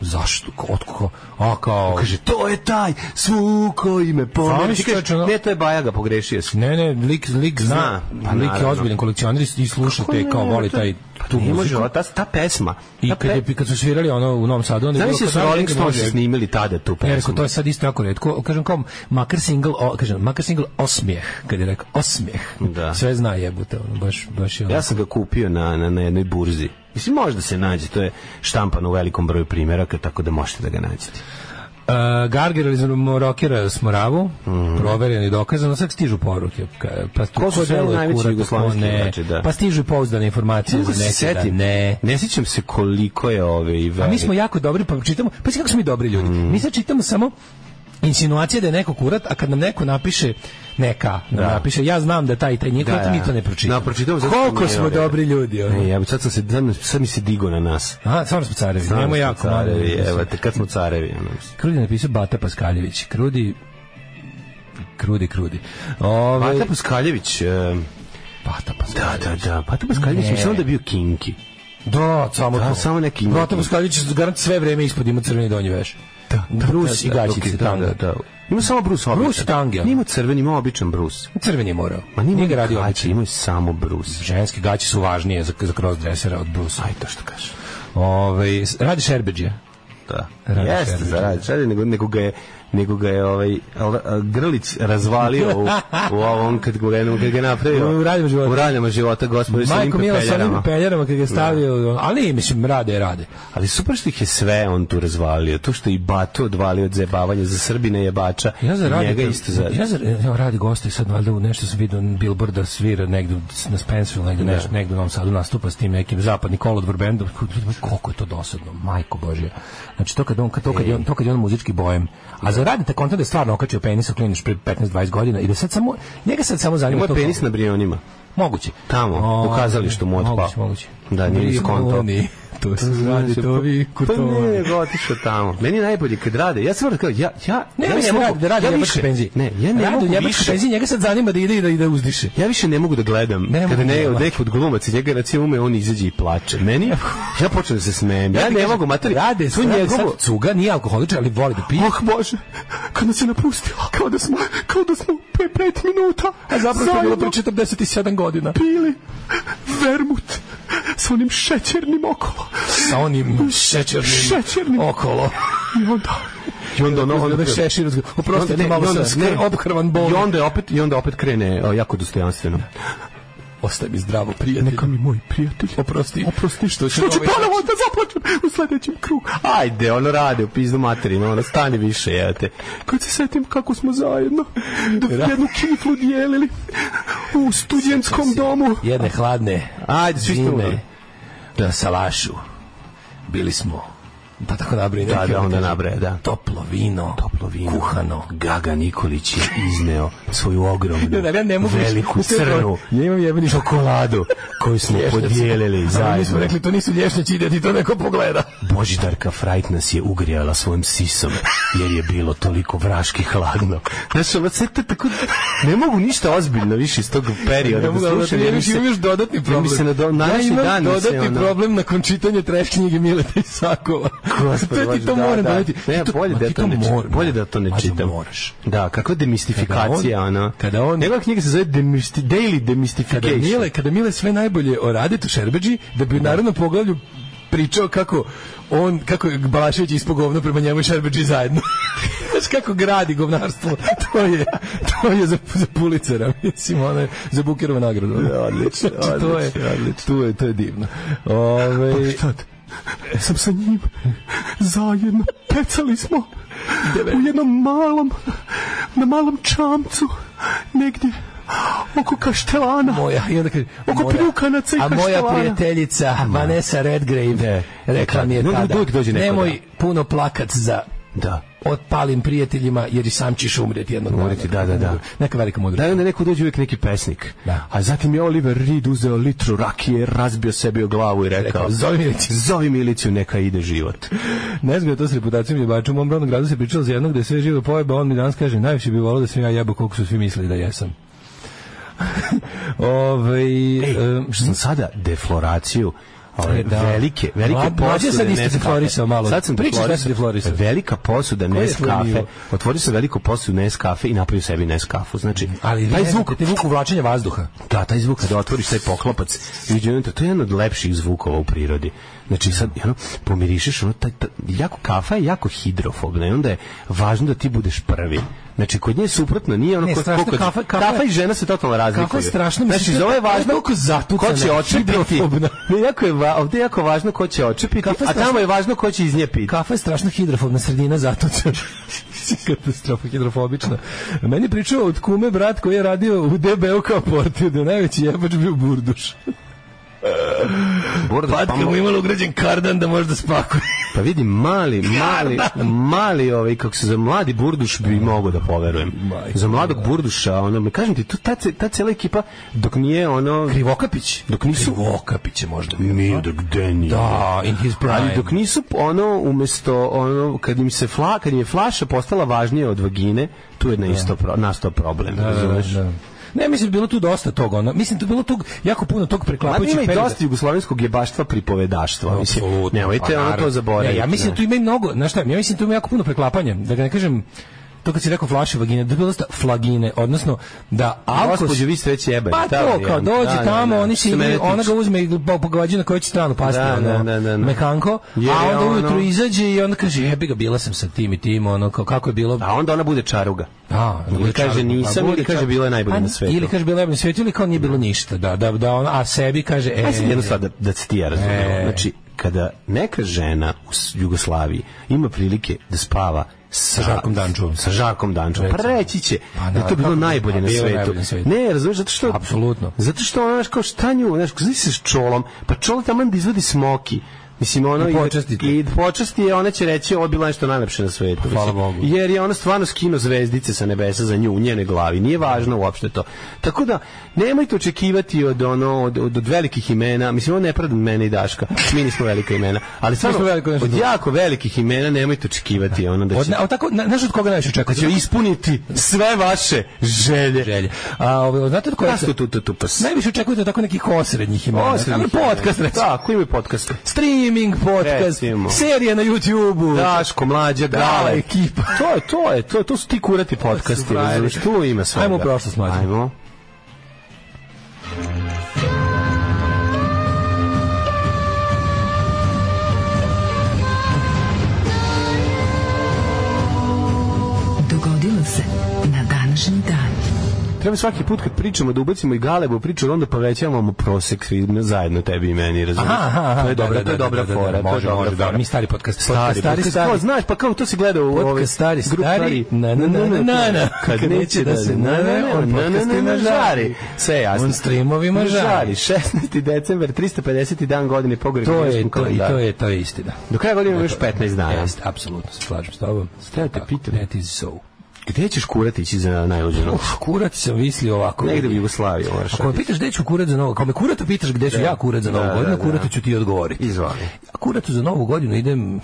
zašto, Ko- otko, a kao... Kaže, to je taj svuko ime pomeri. Zamisli, Ti kažeš, čoveče, ono- ne, to je Bajaga, pogrešio si. Ne, ne, lik, lik zna, Zna, pa lik je naravno. ozbiljan kolekcioner i sluša Kako te ne, kao voli to- taj pa tu ne može, pa muziku. a ta, ta pesma. I ta kad, je, kad su svirali ono u Novom Sadu, onda je bilo Zamisli da kao, su da, Rolling nikad Stones može- snimili tada tu Ja rekao, pesmu. to je sad isto jako redko. Kažem kao, makar single, o, kažem, makar single osmijeh, kad je rekao, osmijeh. Da. Sve zna jebute, ono, baš, baš je ono. Ja sam ga kupio na, na, na jednoj burzi. Mislim, može da se nađe, to je štampano u velikom broju primjeraka, tako da možete da ga nađete. Uh, Garger iz Rokera s Moravu, provereno i dokazano, sad stižu poruke. ka- Pa tu Mhm. Ko su ko sve deluje najveći kurat, jugoslovenski ko ne. igrači, da. Pa stižu i pouzdane informacije Kako za se neke da setim? ne. Ne sjećam se koliko je ove i A mi velik. smo jako dobri, pa čitamo, pa si kako smo mi dobri ljudi. Mm. Mi sad čitamo samo insinuacije da je neko kurat, a kad nam neko napiše neka, nam Da. napiše, ja znam da taj i taj nije kurat, Da, da. mi to ne pročitamo. Da, pročitamo zato što Koliko nije smo ovdje. dobri ljudi, ono. E, ja, sad, sam se, sad mi se digo na nas. A, stvarno smo carevi, Stvarno njemu smo jako. Carevi, mladi. evo te, kad smo carevi. ono, mislim. Krudi je napisao Bata Paskaljević. Krudi, krudi, krudi. Ove, Pata Paskaljević, e, Bata da, Paskaljević. da, da, Pata Paskaljević, Ne. mislim da je bio kinki. Da, samo Da, to. samo neki ima Bata tu. Paskaljević garant sve vreme ispod ima crveni donji veš. Da, Brus i gaćice, ok, da, tanga. da, da. Ima samo Brus običan. Brus i tange. Nije imao crveni, imao običan Brus. Crven je morao. Ma nije Nije ga imao radio gaće, imao je samo Brus. Ženske gaće su važnije za, za crossdressera od Brusa. Aj to što kažeš. Ove, radi Šerbeđe. Da. Radi Jeste, Šerbeđ. zaradi Šerbeđ, nego, nego ga je nego ga je ovaj al- a, Grlić razvalio u, u ovom kad ga je kad ga je napravio U raljama života. u raljama života gospodin sa Majko Milo sa onim peljerama kad ga je stavio, ali mislim, rade, rade. ali super što ih je sve on tu razvalio to što je i Batu odvalio od zajebavanja za Srbine jebača Ja za radi, njega isto za ja za ja radi goste sad valjda u nešto sam vidio billboard da svira negde na Spencerville negde nešto negde u Novom Sadu nastupa s tim nekim zapadni kolodvor bendom koliko je to dosadno majko božja znači to kad on kad to kad je on to kad je on muzički bojem a za radi ta konta da je stvarno okačio penis u kliniš pred 15 20 godina i da sad samo njega sad samo zanima moj to penis na brionima moguće Tamo, O, u kazalištu mu otpao. moguće moguće Da, nije Bili iskonto. oni, to se radi to vi Znači, Pa kurtovani. ne, nego otišao tamo. Meni je najbolje kad rade. Ja sam vrlo kao, ja, ja, Ne, ja ja mislim, radi, da radi ja ja više- penziji. Ne, ja ne Radi mogu jebačkoj više. penziji, njega sad zanima da ide i da, i da uzdiše. Ja više ne mogu da gledam. Ne Kada mogu ne, od gledati. nekog glumac i njega recimo ume, on izađe i plače. Meni, ja počnem da se smijem. Ja, ti ne kažem, mogu, mater, Rade, tu tu njegovo... cuga, nije alkoholičar, ali voli da pije. Oh Bože, kad nas je napustila, kao da smo, kao da smo pre pet minuta A zapravo to je zajedno bilo pre 47 godina. pili vermut sa onim šećernim okolo. Sa onim šećernim, Šećernim. okolo. I onda... I onda ono... Ono ono- da šešir, Oprosti, oprostite, malo sam skr- obhrvan bol. I onda je opet i onda opet krene o, jako dostojanstveno. Ostaj mi zdravo, prijatelj. mi moj prijatelj. Oprosti. Oprosti, što će Što ću ovaj- Znači, ponovo da zaplačem u sledećem krugu. Ajde, ono rade u pizdu materinu, ono stani više, jevate. Kad se setim kako smo zajedno da jednu kiflu dijelili u studentskom domu. Jedne hladne Ajde, svi ste umrli. zime na salašu. Bili smo pa tako nabrije Da, neki, da, ono onda kaže, nabraja, da. Toplo vino, Toplo vino. kuhano, Gaga Nikolić je izneo svoju ogromnu, Ne, ne, ja ne mogu više. veliku, crnu Ja imam jebeni šok. čokoladu koju smo podijelili Ali mi smo zajedno. rekli, to nisu lješnjaci, ide ti to neko pogleda. Božidarka Frajt nas je ugrijala svojim sisom, jer je bilo toliko vraški hladno. Znaš, ovo sve to tako... Ne mogu ništa ozbiljno više iz tog perioda da slušam. jer mi imaš, se- imaš dodatni problem. se na do- ja današnji imam dan mi se dodatni ono- problem nakon čitanja trash knjige Mileta Isakova. Gospod to ti Bože, to da, moram da. doneti. Ne, Ti to- bolje ma, da ti to ne čitam. moram. Bolje da to ne Mađo, čitam. moraš. Da, kakva demistifikacija, Kada on- ona. kada on- Njegova knjiga se zove Demisti- Daily Kada Demistification. Mile, kada Mile sve najbolje o Radetu Šerbeđi, da bi u narodnom poglavlju pričao kako on, kako je Balašević ispog govno prema njemu i Šerbeđi zajedno. Znaš kako gradi govnarstvo. To je, to je za, za pulicera, mislim, ono je za Bukerovu nagradu. Odlično, Znači, to je, odlično, odlično. Pa To je, to je divno. Ove, Tad sam sa njim zajedno pecali smo u jednom malom na malom čamcu negdje oko Kaštelana moja, i onda kaže, Oko moja- Pljukanaca i A moja Kaštevana. prijateljica, Vanessa Redgrave, rekla mi je Ne, ne, tada, uvijek dođe neko, nemoj da. puno plakat za da otpalim prijateljima jer i sam ćeš umreti jednog dana. Umreti, da, da, da. Neka velika mudrost. Da, i onda neko dođe uvijek neki pesnik. Da. A zatim je Oliver Reed uzeo litru rakije, razbio sebi o glavu i rekao, Rekao, "Zovi miliciju." zovi miliciju, neka ide život. Ne znam je to s reputacijom jebača. U mom rodnom gradu se pričalo za jednog da je sve živo pojeba, on mi danas kaže, najviše bi volao da sam ja jebao koliko su svi mislili da jesam. Ove, E, Ej, što sam sada defloraciju Ove, mm-hmm. E, da. velike, velike Mlađe posude. sad niste Nescafe. deflorisao malo. Sad sam Pričaš da si deflorisao. Velika posuda Neskafe. slenio? Otvorio sam veliku posudu Neskafe i napravio sebi Neskafu. Znači, Ali taj taj zvuk, zvuk, te zvuk uvlačenja vazduha. da, taj zvuk kada otvoriš taj poklopac i uđe unutra, to je jedan od lepših zvukova u prirodi. Znači sad ono, pomirišeš ono, taj, taj, jako kafa je jako hidrofobna i onda je važno da ti budeš prvi. Znači kod nje je suprotno, nije ono Ne, ko- strašno, ko kod- kafa- kafa- i žena se totalno razlikuju. Kako je strašno, Znači mislim, za ovo je to je važno toliko ko zatucana, će očepiti. hidrofobna. Ne, jako je va, ovde je jako važno ko će očepiti, Kafa je a tamo strašno- je važno ko će iz nje piti. Kafa je strašno hidrofobna sredina, zato sam katastrofa hidrofobična. Meni je pričao od kume brat koji je radio u DBU kao portir, da je najveći jebač bio burduš. Borda, pa, mu imalo ugrađen kardan da može da spakuje. pa vidi mali, mali, mali ovaj kako se za mladi burduš bi mogao da poverujem. Majko za mladog burduša, ono, me kažem ti, tu ta, ce- ta cela ekipa dok nije ono Krivokapić? Dok nisu- Krivokapić je možda bio. nije dok gde nije. Da, in his prime. Ali dok nisu ono umesto ono kad im se fla, kad im je flaša postala važnija od vagine, tu je na isto pro, nastao problem, Da, da, razumeš? da. Ne, mislim, bilo tu dosta toga. Ono. Mislim, tu bilo tu jako puno tog Mada preklapajućih ima i perioda. dosta jugoslovenskog jebaštva pripovedaštva. Mislim, Apsolutno, nemojte pa ono to naravno. zaboraviti. Ne, ja mislim ne. da tu ima i mnogo, znaš šta, ja mislim da tu ima jako puno preklapanja, da ga ne kažem to kad si rekao flaše vagine, da je bilo dosta flagine, odnosno da ako... Gospođo, vi ste već jebani. Pa ta to, varijanta. kao dođe Da, da, tamo, da. oni Što se se mene ona tiče. ga uzme i po- pogađa na koju će stranu pasti, Da, ono, da, da, da, da. mekanko, Jer a je onda ono- ujutru izađe i onda kaže, jebi ga, bila sam sa tim i tim, ono, kao, kako je bilo, A onda ona bude čaruga. Da, Ili bude kaže čarobno, nisam, bude ili kaže čarobno. bila je najbolja Pa, na svetu. Ili kaže bila je najbolja na svetu, ili kao nije bilo ništa, da, da, da, on, a sebi kaže, e, Ajde sad jednu stvar da, da se ti ja razumijemo. E. Znači, kada neka žena u S- Jugoslaviji ima prilike da spava sa Žarkom Dančovom. Sa Žarkom Dančovom. Pa Recimo. reći će Pa da je to naravno, bilo kako- najbolje pa na bilo je svetu. najbolje na svetu. Ne, razumiješ, zato što... Apsolutno. Zato što ona, znaš, kao šta nju, znaš, znaš se s čolom, pa čol tamo da izvodi smoki. Mislim, ono, I počasti te. i počasti je, ona će reći, ovo je bilo nešto najlepše na svetu. Pa, Hvala Mislim, Bogu. Jer je ona stvarno skino zvezdice sa nebesa za nju, u njene glavi. Nije važno uopšte to. Tako da, nemojte očekivati od, ono, od, od, od velikih imena, mislim, ovo ne pravda mene i Daška, mi nismo velika imena, ali stvarno, smo veliko nešto od drugo. jako velikih imena nemojte očekivati ono da Od, će, na, od tako, na, znaš od koga najviše da očekujete? će ispuniti sve vaše želje. želje. A ovaj, znate od koja Šta se... su tu, tu, tu, pa s- Najviše očekujete od tako nekih osrednjih imena. Osrednjih Ali podcast, imena. recimo. Tako, imaju podcaste. Streaming podcast, Recimo. serija na YouTube-u. Daško, mlađa, gale. ekipa. To je, to je, to, je- to su ti kurati podcasti, frajeri. razumiješ, tu ima svega. Ajmo u prošlost, mlađe. Ajmo. Dogodilo se na današnji dan. Treba svaki put kad pričamo da ubacimo i Galebu u priču, jer onda povećavamo mu prosek svi zajedno tebi i meni, razumiješ? Aha, aha, to je dobra, da, to je da, dobra da, da, da, fora, to je može, dobra može, da, fora. mi stari podcast, Stari, podcast, stari, podcast, stari. to znaš, pa kao to se gleda u ovaj Podcast stari, grup stari, na, na, na, na, na. kad neće da se na, na, on na, na, na, na, podcastima žari. žari. Sve je jasno. On streamovima žari. žari. 16. decembar, 350. dan godine po To je, Gregorijanskom to, i kalendaru. to je, to je istina. Do kraja godine ima još 15 dana. Jeste, apsolutno se slažem s tobom. Treba te Tako, pitam. That is so. Gde ćeš kurati ići za najluđu noć? Uf, kurac sam mislio ovako. Negde u Jugoslaviji moraš. Ako me pitaš gde ću kurat za novo, ako me kuratu pitaš gde ću ja kurat za novu da, godinu, da. kuratu ću ti odgovoriti. Izvali. A kuratu za novu godinu idem,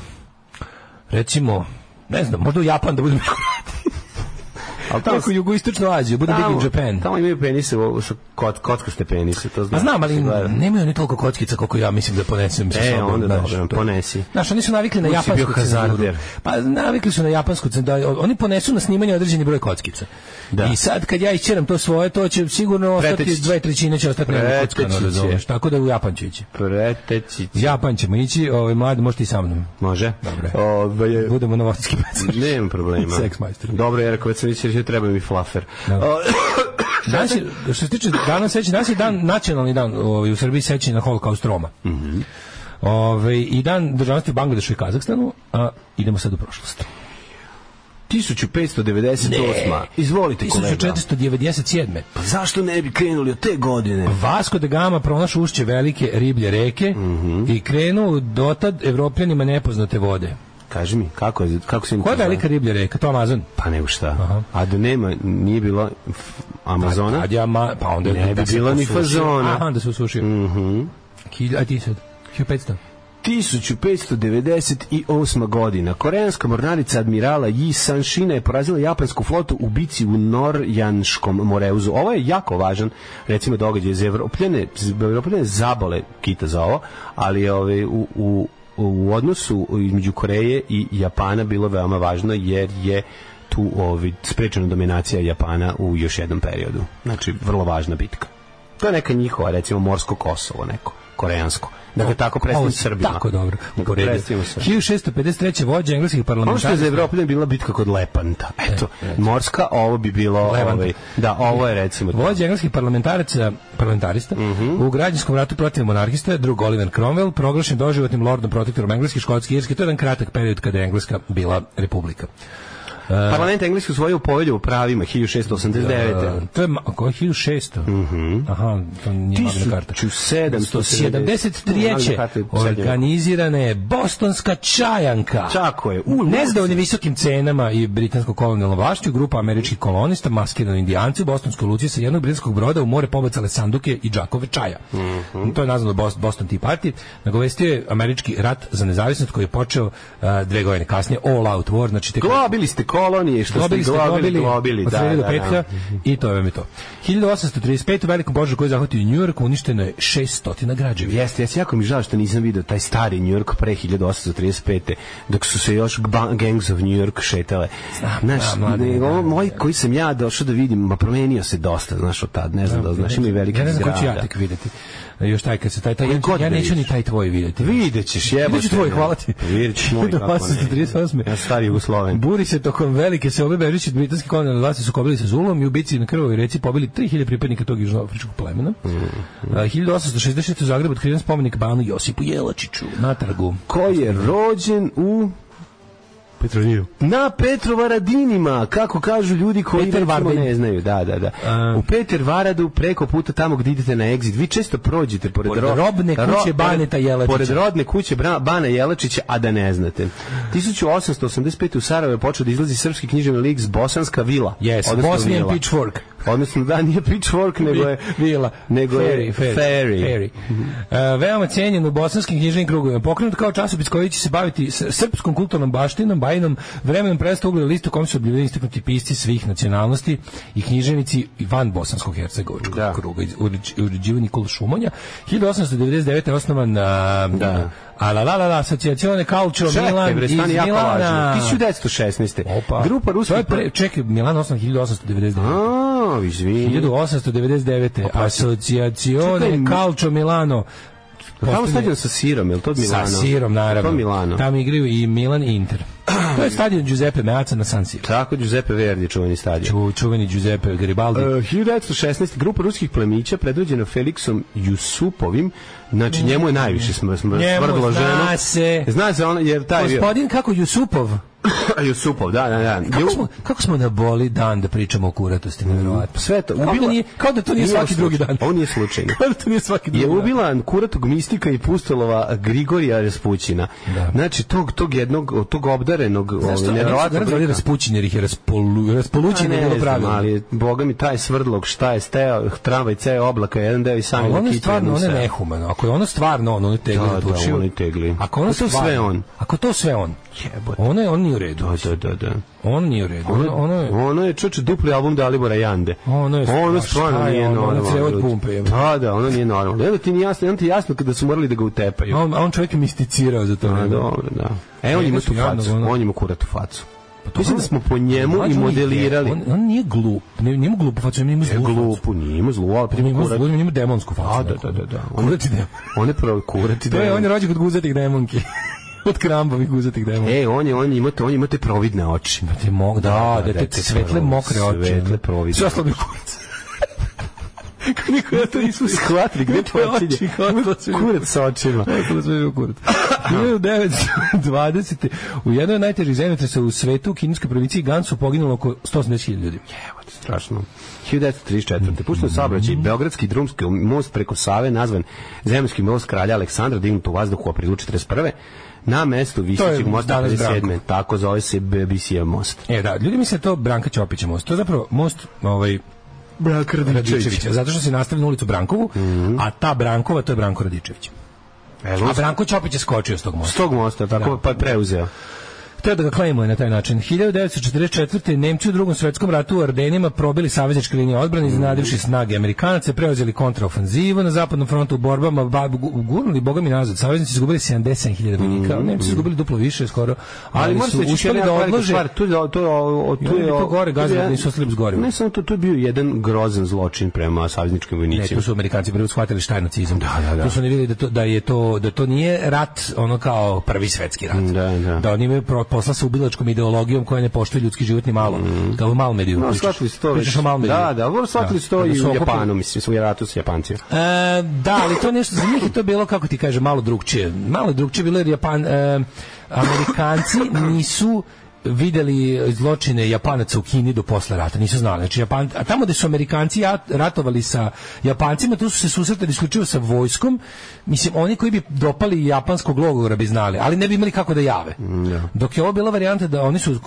recimo, ne znam, možda u Japan da budem Ali tamo, Neku jugoistočnu Aziju, budem big in Japan. Tamo imaju penise, u- su kot, kockaste penise, to Ma znam. znam, ali Se gleda. nemaju oni toliko kockica koliko ja mislim da ponesem sa E, sobom. onda znaš, dobro, to- ponesi. Znaš, oni su navikli na Uvijek si bio japansku cenzuru. hazarder. Pa navikli su na japansku cenzuru. Oni ponesu na snimanje određeni broj kockica. Da. I sad kad ja isčeram to svoje, to će sigurno ostati Preteći će. dve trećine će ostati nema Preteći kockano, će. razumeš. Tako da u Japan ću ići. Preteci. U Japan ćemo ići, ovaj, mladi, možete i sa mnom. Može? Dobre. Ove, Budemo na vodski pecar. Nemam problema. Seks majstor. Dobro, jer ako već sam već rešio, treba mi flafer. Da. O, Danas je, što se tiče danas sećanja, danas je dan, nacionalni dan ovaj, u Srbiji sećanja na holokaust Roma. Mhm. Ovaj, I dan državnosti u Bangladešu i Kazahstanu, a idemo sad u prošlost. 1598. Izvolite, kolega. 1497. Pa zašto ne bi krenuli od te Pa- godine? Vasco de Gama pronašao ušće velike riblje reke Mhm. i krenuo dotad evropljanima nepoznate vode. Kaži mi, kako, je, kako se im Koja je to zove? velika riblja reka? To je Amazon. Pa nego šta. A da nema, nije bilo f- Amazona? Kad ja ma- pa onda je- Ne bi da se bilo ni posušio. fazona. Aha, da se usušio. Mhm. a ti sad? 1500. 1598. godina koreanska mornarica admirala Yi Sanshina je porazila japansku flotu u bici u Norjanskom moreuzu. Ovo je jako važan, recimo, događaj iz Evropljene, Evropljene zabole kita za ovo, ali ove, u, u, u odnosu između Koreje i Japana bilo veoma važno jer je tu ovi, sprečena dominacija Japana u još jednom periodu. Znači, vrlo važna bitka. To je neka njihova, recimo, morsko Kosovo neko, koreansko. Dakle, tako predstavim Srbima. Tako dobro. Dakle, predstavimo Srbima. 1653. vođa engleskih Ono što je za parlamentaraca. Evropljane bila bitka kod Lepanta. E, Eto, morska, ovo bi bilo... Levant. Ovaj, da, ovo je recimo... Vođa engleskih parlamentaraca, parlamentarista, Mhm. u građanskom ratu protiv monarhista, drug Oliver Cromwell, proglašen doživotnim lordom protektorom engleske, škotske i irske. To je jedan kratak period kada je Engleska bila republika. Parlament engleski usvojio povelju o pravima 1689. Uh, to je ma- ko je 1600. Mhm. Aha, to nije magna karta. 1773. 1773. organizirana je Bostonska čajanka. Tako je. U nezadovoljnim visokim cenama i britansko kolonijalno vlašću, grupa američkih kolonista, maskirani indijanci u Bostonskoj luci sa jednog britanskog broda u more pobacale sanduke i džakove čaja. Mhm. To je nazvano Bos- Boston Tea Party. Nagovestio je američki rat za nezavisnost koji je počeo uh, dve godine kasnije, All Out War, znači tek Globili ste kolonije, što ste globili, globili, od da, srede do da, da. petka i to vam je to. 1835. u velikom požaru koji je zahvatio New York uništeno je 600 građevi. Jeste, jeste, jako mi žao što nisam video taj stari New York pre 1835. dok su se još gba- gangs of New York šetale. Znaš, da, mlade, ne, da, ovo moj koji sam ja došao da vidim, ma promenio se dosta, znaš, od tad, ne znam da, li znaš, ima i velike Ja ne znam ko ću ja zgrada. tek videti. Još taj kad se taj, taj ja, god da neću ni vidiš. taj tvoj videti. Vidjet ćeš, jebote. Vidjet ću tvoj, ne. hvala ti. Vidjet ćeš moj, kako ne. 1838. Ja sam stari Jugosloven. Buri se tokom velike se obebe Ričit britanski kolonijalni vlasti su kobili sa Zulom i u bici na krvovoj reci pobili 3000 pripadnika tog južnoafričkog plemena. A, 1866. u Zagrebu otkriven spomenik Banu Josipu Jelačiću na trgu. Ko je rođen u Petroliju. Na Petrovaradinima, kako kažu ljudi koji Peter recimo Vardin. ne znaju. Da, da, da. A. U Peter Varadu, preko puta tamo gdje idete na exit, vi često prođete pored, Pored robne kuće Baneta Jelačića. Pored rodne kuće Bra- Bana Jelačića, a da ne znate. 1885. u Sarajevo je počeo da izlazi srpski književni lik s Bosanska vila. Yes, odnosno Bosnian vila. Pitchfork. Odnosno, da, nije pitchfork, nego je... Vila. Nego je Ferry. Ferry. Ferry. E, veoma cijenjen u bosanskim knjižnim krugovima. Pokrenut kao časopis koji će se baviti s- srpskom kulturnom baštinom, bajinom, vremenom predstavlja ugled listu kom su objavljeni istaknuti pisci svih nacionalnosti i književnici van bosanskog hercegovačkog Da. kruga. iz- uređ- Uređivani kul Šumonja. 1899. je osnovan a, Da. a la la la la, Asociacione Calcio Čekaj, Milan bre, iz stani, jako Milana. važno. 1916. Opa. Grupa To je ruskih... pre- Čekaj, Milan 8, 1899. A, izvini. 1899. Čekaj, Asociazione mi- Calcio Milano. Tamo Postane- stadion sa sirom, je li to od Sa Milano? Sirom, naravno. To Milano. Tamo igraju i Milan i Inter. To je stadion Giuseppe Meazza na San Siro. Tako Giuseppe Verdi čuveni stadion. Ču- Čuveni Giuseppe Garibaldi. Uh, 1916. grupa ruskih plemića predvođena Feliksom Jusupovim, znači njemu je najviše smr smr Njemu smrdlo zna ženo. se. Zna se ona jer taj je bio Gospodin, kako Jusupov? Jusupov, da, da, da. Kako Ju- smo, kako smo da boli dan da pričamo o kuratosti, nevjerovatno. Sve to Kao da ubila. nije, kao da to nije svaki drugi dan. On je slučajno. Kao da to nije svaki drugi je dan. ubila kuratog mistika i pustolova Grigorija Raspućina. Da. Znači, tog, tog jednog, tog obdarenog, Znaš što, ovaj, nevjerovatnog nevjerovatno. lika. Raspućin jer ih je raspolu, Pa raspolućin ne je bilo znam, pravilno. ali boga mi taj svrdlog šta je steo, tramvaj ceo oblaka, jedan deo i sami Ali ono je nakitio stvarno, jednu ono je seo. nehumano. Ako je ono stvarno on, ono je tegli Da, da, tučio. ono je tegli. Ako ono Pa to je stvarno- sve on. Ako to sve on. Jebote. Ono je, on nije u redu. Da, da, da. On nije u redu. Ono, ono je... ono je čuče dupli album Dalibora Jande. Ono je ono strašno. stvarno Šta je nije ono? Ono normalno. crevo od ljudi. pumpe, jebote. Da, da, ono nije normalno. Evo ti nije jasno, jedan ti je jasno kada su morali da ga utepaju. A on, a on čovjek Ono je misticirao za to. Ono A, vreme. dobro, da. E, on Ne, ima ne su tu jadno, facu, ono. on ima kuratu facu. to Mislim da ono- smo po njemu Mlađe, i on je- modelirali. On, on nije glup. Ne, njemu glupu facu, njemu E, zlu facu. glupu, nije ima zlu, ali Njemu prima zlu, kuratu. njemu A, demonsku facu. da, neku. da, da, da. On je, Kurati demon. on je pravo kurati. To je, demon. on je rođen kod guzatih demonki. Od krambovih guzatih demonki. E, on je, on ima, te- on ima te providne oči. Te mog, da, Da, da, da, da, te te svetle provi- mokre oči. svetle providne. Sve oslabi kurac. Kako niko ja to nisu Shvatili gde Tvoje počinje. oči, kao da se vidi. Kurac sa očima. Ostalo sve u kurac. 1920. U jednoj od najtežih zemljotresa u svetu, u kineskoj provinciji Gansu, poginulo oko 180.000 ljudi. Evo te, strašno. 1934. Pušten saobraćaj, Mm. Beogradski drumski most preko Save, nazvan Zemljski most kralja Aleksandra, dignut u vazduhu u aprilu 41. Na mestu Visićeg mosta danas 57. Branko. Tako zove se BBC most. E, da, ljudi misle da je to Branka Ćopića most. To je zapravo most, ovaj, Branka Radičevića. Zato što se nastavlja na ulicu Brankovu, a ta Brankova, to je Branko Radičević. E, Lusko- A Branko Ćopić je skočio s tog mosta. S tog mosta, tako, Da. pa je preuzeo. Teo da ga klejmuje na taj način. 1944. Nemci u drugom svetskom ratu u Ardenima probili savezničke linije odbrane, iznadivši snage Amerikanaca, preuzeli kontraofanzivu na zapadnom frontu u borbama, ba, gu- gurnuli boga mi nazad. Saveznici su izgubili 77.000 vojnika, ali Nemci su izgubili duplo više skoro, Mm. ali, moram su reći, uspeli jedna da velika odlože. stvar, Tu je, o- tu je, o- o- tu I oni je, bi o- to gore tu je gazili, jedan- nisu ostali bez goriva. Ne samo to, tu je bio jedan grozan zločin prema savezničkim Ne, tu vojnicima. su Amerikanci prvo shvatili šta je nacizam. Da, da, da. Tu su oni videli da to, da je to da to nije rat ono kao prvi svetski rat. Da, da. oni imaju pro- posla sa ubilačkom ideologijom koja ne poštuje ljudski život ni malo. Kao u Malmediju. No, pričaš. Mhm. shvatili su to. Pričaš o Malmediju. Da, da, dobro, shvatili su to Kada i su u okupili- Japanu, mislim, u ratu s Japancima. E, da, ali to nešto za njih je to bilo kako ti kaže malo drugčije. Malo je drugčije bilo jer Japan e, Amerikanci nisu videli zločine Japanaca u Kini do posle rata, nisu znali. Znači, Japan, a tamo gde su Amerikanci ja- ratovali sa Japancima, tu su se susretali isključivo sa vojskom. Mislim, oni koji bi dopali japanskog logora bi znali, ali ne bi imali kako da jave. Dok je ovo bila varijanta da oni su,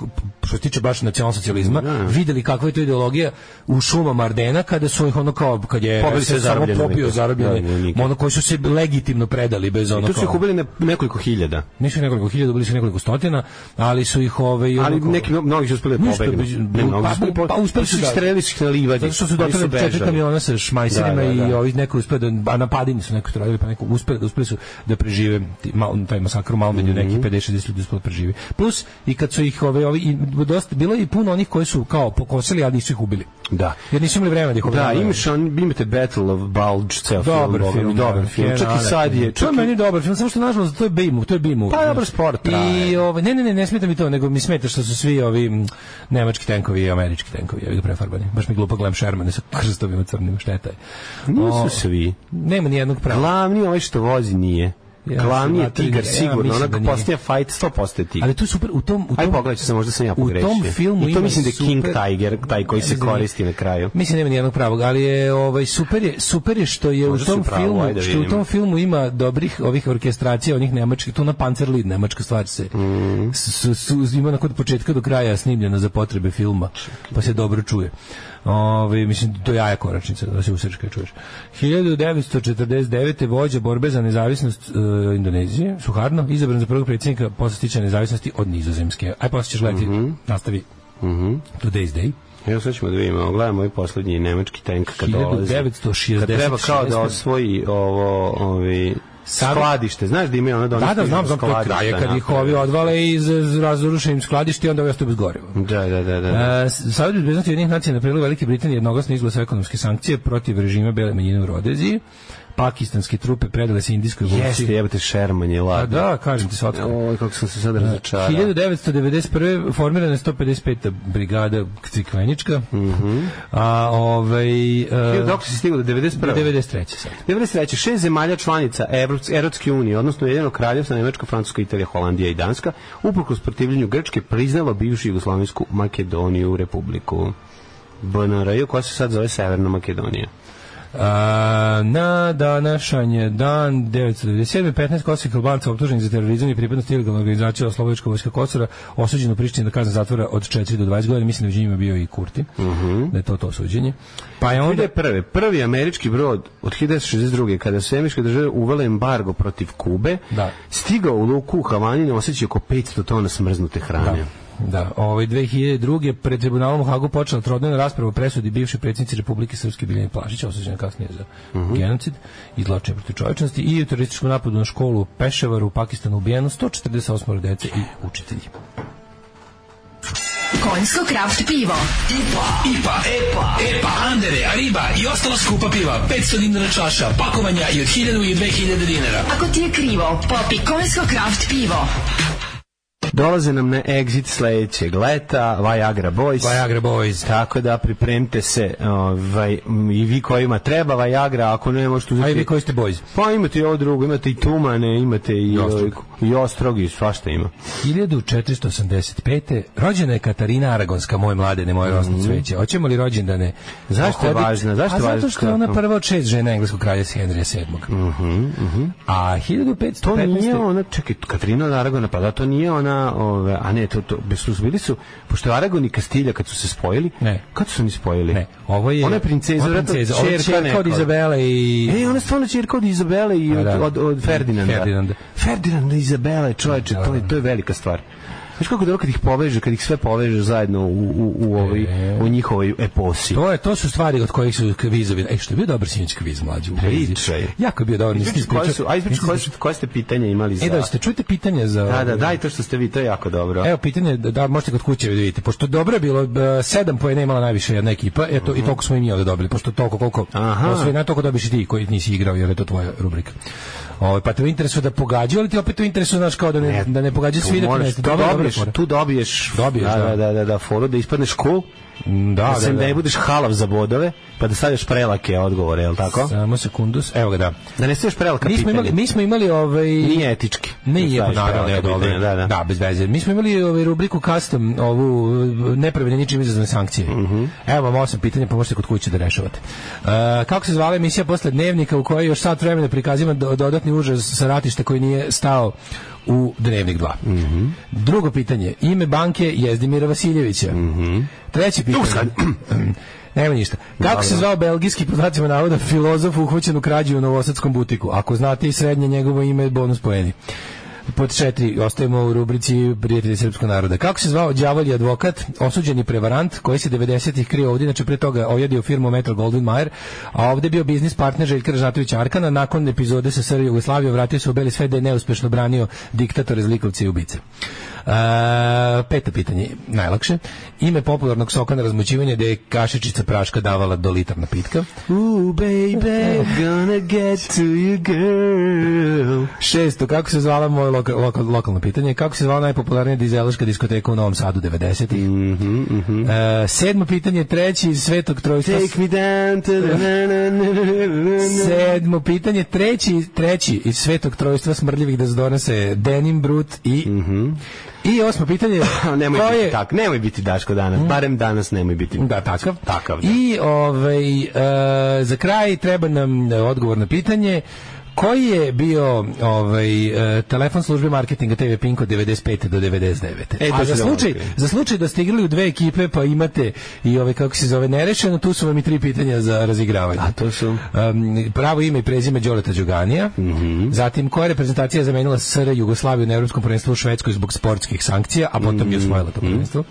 što se tiče baš nacionalsocijalizma, videli kakva je to ideologija u šumama Ardena kada su ih ono kao, kad je Pobili se sve samo zarobljene popio vojnike. Da, zarobljene, vojnike. ono koji su se legitimno predali bez ono Tu su ih kao, Ono ubili ne- nekoliko hiljada. nisu ih nekoliko hiljada, bili su nekoliko stotina, ali su ih ovaj, ono ove... Ali neki mno- mnogi su uspeli da Ništa, pobegnu. bi- Ne, mnogi pa- su uspeli pa- po- pa uspeli pa su su ih da- strelili su ih na livadi. Zato što su Oni dotrali četiri bežali. kamiona sa šmajserima Da, da, da. i ovi neko je uspeo da, a napadini su neko to radili, pa neko uspeli, uspeli su da prežive ti- mal, taj masakr u Malmediju, neki Mhm. 50-60 ljudi uspeli da preživi. Plus, i kad su ih ove, ovi, i dosta, bilo je i puno onih koji su kao pokosili, ali nisu ih ubili. Da. Jer nisu imali vremena da ih Da, obranjavaju. imaš on, imate Battle of Bulge, ceo film. Dobar Boga mi, film, Dobar film. Čak i sad je. To je čak i- meni dobar film, samo što nažalost to je B-mu, to je B-mu. Pa, dobro, sport I traje. ovaj ne ne ne ne smeta mi to, nego mi smeta što su svi ovi m, nemački tenkovi i američki tenkovi, ovi prefarbani. Baš mi je glupo Glenn Sherman sa krstovima crnim, šteta je. O, Nisu svi. Nema ni jednog prava. Glavni ovaj što vozi nije. Ja Glavni se je vatreni, tigar ja sigurno, mislim da onako nije. postaje fight, 100% je tigar. Ali tu je super u tom u tom Aj pogledaj se, možda sam ja u pogrešio. tom filmu I to ima mislim da je King super- Tiger, taj koji se znam, koristi na kraju. Mislim nema ni jednog pravog, ali je ovaj super je super je što je Možda u tom si pravo, filmu ajde što u vidim. tom filmu ima dobrih ovih orkestracija, onih nemačkih, tu na Panzerlied nemačka stvar se Mhm. s, s, s- ima na kod početka do kraja snimljena za potrebe filma, pa se dobro čuje. Ovaj mislim to je jaja koračnica da se usrčka čuješ. 1949. vođa borbe za nezavisnost e, Indonezije, Suharno, izabran za prvog predsjednika posle stiče nezavisnosti od Nizozemske. Aj posle ćeš gledati, Mhm. nastavi. Today's day. Ja sad ćemo da vidimo, gledamo i poslednji nemački tank kad dolazi. 1966. Kad treba kao da osvoji ovo, ovi, Sad- skladište. Znaš da imaju ono da Da, da, znam, znam, to je kraje kad ih ovi odvale iz iz razrušenim skladišti, onda ovi ostaju bez goriva. Da, da, da, da. E, Savjet bezbednosti jednih nacija na prijedlog Velike Britanije jednoglasno izglasa ekonomske sankcije protiv režima bele manjine u Rodeziji. Pakistanske trupe predale se indijskoj vojsci. Jeste, jebate, Sherman je A lad. da, kažem ti, sotka. Oj, kako sam se sad razočarao. 1991. formirana je 155. brigada Crikvenička. Mhm. A ovaj... e, Dok si stigao do 91. 93. sad. 93. šest zemalja članica Evrops- Evropske unije, odnosno jedino kraljevstva Nemačka, Francuska, Italija, Holandija i Danska, uprkos protivljenju Grčke priznalo bivšu Jugoslavensku Makedoniju republiku. BNRJ, koja se sad zove Severna Makedonija. A, na današanje dan 997. 15 kosovih albanca optuženih za terorizam i pripadnost ilegalne organizacije Oslobodačka vojska Kosora osuđeno u Prištini na kaznu zatvora od 4 do 20 godina. Mislim da je među njima bio i Kurti. Da je to to suđenje. Pa je onda... Ovdje je prve. Prvi američki brod od 1962. kada su američke države uvele embargo protiv Kube, Da. stigao u luku u Havani ne osjeća oko 500 tona smrznute hrane. Da, ovaj 2002. pred tribunalom u Hagu počela trodnevna rasprava o presudi bivše predsjednici Republike Srpske Biljane Plašić, osuđena kasnije za genocid i zločine protiv čovječnosti i u terorističkom napadu na školu u Peševaru u Pakistanu ubijeno 148 dece i učitelji. Konjsko kraft pivo. IPA, EPA, EPA, Andere, Ariba i ostala skupa piva. 500 dinara čaša, pakovanja i od 1000 i 2000 dinara. Ako ti je krivo, popi konjsko kraft pivo. Dolaze nam na exit sledećeg leta, Viagra Boys. Viagra Pa Boys. Tako da pripremite se ovaj, m, i vi kojima treba Viagra, ako ne možete uzeti... A i vi koji ste boys. Pa imate i ovo drugo, imate i tumane, imate i, ostrog. ovaj, i ostrogi, svašta ima. 1485. Rođena je Katarina Aragonska, moje mladene, moje rosno cveće. Hoćemo li rođendane? Zašto Mhm. je pohoditi? važna? Zašto A je zato važna? što je ona prva od šest žena engleskog kralja s Henrya VII. Mhm, A 1515. To nije ona, čekaj, Katarina od Aragona, pa da, to nije ona godina, ove, a ne, to, to, bez tu su bili su, pošto je Aragon i Kastilja kad su se spojili, Ne. kad su se oni spojili? Ne, ovo je... Ona je princeza, ona je vjerojatno princeza, ovo je čerka čerka od neka. Izabele i... E, ona je stvarno čirka od Izabele i Pa od, da. od, od Ferdinanda. Ferdinanda. Ferdinanda i Izabele, čovječe, to je, to je velika stvar. Znaš kako je dobro kad ih poveže, kad ih sve poveže zajedno u, u, u, ovoj, u njihovoj eposi. E. To, je, to su stvari od kojih su kvizovi. E, što je bio dobar sinoć kviz, mlađi? u vezi. Pričaj. Jako je bio dobar. nisi Ispričaj ispričao- koje su, a ispričaj nisi koje, su, koje ste pitanja imali za... E, da, ste čujete pitanje za... Da, da, daj to što ste vi, to je jako dobro. Evo pitanje da, da možete kod kuće da vidite. Pošto dobro je bilo, b- sedam poena je imala najviše jedna ekipa, eto i toliko smo i mi ovde dobili, pošto toliko koliko Aha. osvojena toliko dobiš i ti koji nisi igrao jer je to tvoja rubrika. Ovaj pa te u interesu da pogađaju, ali ti opet u interesu znaš kao da ne, da ne pogađa Tu svi da ti moraš- ne- tu Dobro, dobro, dobiješ, fora. tu dobiješ, Dobiješ, da, da, da. da, da, da, foru, da ispadneš cool, da, da, da, sem da da. ne budeš halav za bodove, pa da stavljaš prelake odgovore, jel tako? Samo sekundus. Evo ga, da. Da ne stavljaš prelaka Mi smo pitanja. imali mi smo imali ovaj Nije etički. Da Nije, staviš naravno, prelaka je dobro. pitanja, Da, da. bez veze. Mi smo imali ovaj rubriku custom, ovu eh, nepravedne ničim izazvane sankcije. Evo vam osam pitanja, pa možete kod kuće da rešavate. E, kako se zvala emisija posle dnevnika u kojoj još sat vremena prikazivan do- dodatni užas sa ratišta koji nije stao u Dnevnik 2. Drugo pitanje, ime banke Jezdimira Vasiljevića. Treće pitanje. Nema ništa. Kako se zvao belgijski po znacima navoda filozof uhvaćen u krađi u novosadskom butiku? Ako znate i srednje njegovo ime, bonus poeni. Pod četiri, ostajemo u rubrici Prijatelji srpskog naroda. Kako se zvao đavolji advokat, osuđeni prevarant, koji se 90-ih krio ovdje, znači pre toga ojadio firmu Metro Goldwyn Mayer, a ovdje bio biznis partner Željka Ražnatovića Arkana, nakon epizode sa SR Jugoslavijom vratio se u Beli sve da je neuspešno branio diktatore, zlikovce i ubice. E, peto pitanje, najlakše. Ime popularnog soka na razmućivanje da je kašičica praška davala do litar napitka. Ooh, baby, gonna get to you, girl. Šesto, kako se zvala moje loka- loka- lokalno pitanje? Kako se zvala najpopularnija dizelaška diskoteka u Novom Sadu 90-ih? Mhm, E, sedmo pitanje, treći iz Svetog Trojstva. Take me down to the... Na, na, na, na, na, na. Sedmo pitanje, treći, treći iz Svetog Trojstva smrdljivih dezodornasa je Denim Brut i... Mhm. I osmo pitanje, Nemoj ko biti je... Mm. tako, nemoj biti Daško danas, barem danas nemoj biti. Da, takav. Takav, da. I ovaj, e, za kraj treba nam e, odgovor na pitanje koji je bio ovaj, e, telefon službe marketinga TV Pink od 95. do 99. E, to A ću za da slučaj, otkrijem. za slučaj da ste igrali u dve ekipe pa imate i ove kako se zove nerešeno, tu su vam i tri pitanja za razigravanje. A to su? Um, pravo ime i prezime Đoleta Đoganija. Mhm. Zatim, koja reprezentacija je zamenila SR Jugoslaviju na Evropskom prvenstvu u Švedskoj zbog sportskih sankcija, a potom Mhm. je osvojila to prvenstvo.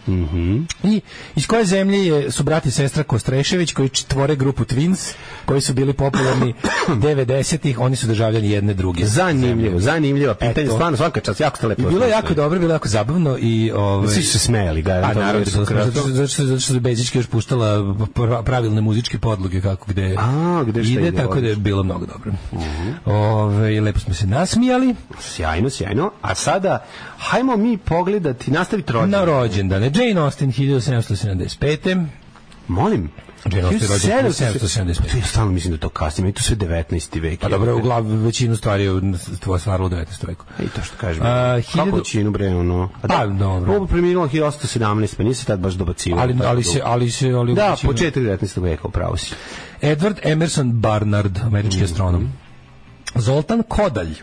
I iz koje zemlje je, su brat i sestra Kostrešević koji č- tvore grupu Twins, koji su bili popularni 90-ih, oni su državljani jedne druge. Zanimljivo, zanimljivo pitanje, Eto. stvarno svaka čast, jako ste lepo. I bilo je jako osmislili. dobro, bilo je jako zabavno i... Ovaj, Svi su se smejali, da. A Pa to naravno, je zato što, kratko. Pa zato što- zato što- zato što je Bezićki još puštala pra- pravilne muzičke podloge kako gde, A, gde šta ide, ide, Mhm. tako da je bilo mnogo dobro. Ove, i lepo smo se nasmijali Sjajno, sjajno. A sada, hajmo mi pogledati, nastaviti rođendan. na rođendane. Jane Austen 1775. Molim. Jane Austen je rođena 1700. 1775. To ja stalno mislim da je to kasnije, meni to sve 19. vek. Pa dobro, uglavnom većinu stvari je tvoja stvarala u 19. veku. E, I to što kažem. A, Kako hiljadu- većinu, bre, ono? A Pa, dobro. Ovo preminulo 1817, pa nisi tad baš dobacivo. Ali, ali se, ali se, ali Da, većinu- početak 19. veka, upravo si. Edward Emerson Barnard, Mhm. američki astronom. Zoltan Kodalj.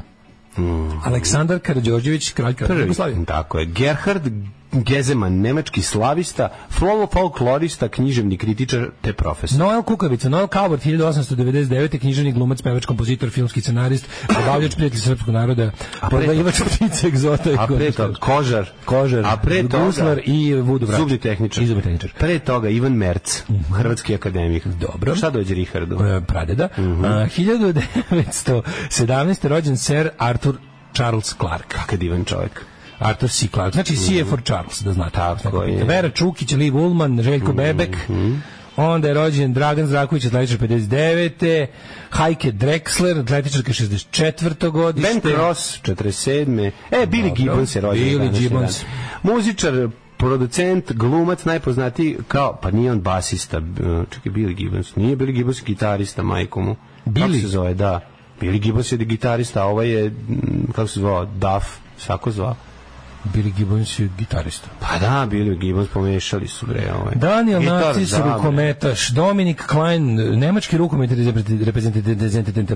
Aleksandar Karađorđević, kralj Kraljevine Jugoslavije. Mhm. Prvi, tako je. Gerhard Gezeman, nemački slavista, flolo folklorista, književni kritičar te profesor. Noel Kukavica, Noel Calvert, 1899. književni glumac, pevač, kompozitor, filmski scenarist, zabavljač, prijatelj srpskog naroda, pre to- podvajivač ptice, egzota i A pre kožar. toga, kožar, Kožar, a pre toga, guslar i vudobrač. zubni tehničar. I zubni tehničar. Pre toga, Ivan Merc, hrvatski akademik. Dobro. Šta dođe Richardu? E, pradeda. Mhm. A, 1917. rođen Sir Arthur Charles Clark. Kakav divan čovjek. Arthur C. Clarke. Znači C je for Charles, da znate. Mhm. Tako je. Mhm. Vera Čukić, Liv Ullman, Željko Bebek. Onda je rođen Dragan Zraković, atletičar 59. Hajke Drexler, atletičarka 64. godište. Ben Cross, 47. E, Billy Dobro. Gibbons je rođen. Billy današnji Gibbons. dan. Muzičar, producent, glumac, najpoznatiji kao, pa nije on basista, b- čekaj, Billy Gibbons, nije Billy Gibbons gitarista, majko mu. Kako Billy? se zove, da. Billy Gibbons je gitarista, a ovaj je, mm, kako se zvao, Duff, sako zvao. Billy Gibbons je gitarista. Pa da, Billy Gibbons pomešali su bre ovaj. Daniel Gitar, Nacis, da, bre. rukometaš, Dominik Klein, nemački rukometar iz reprezentativne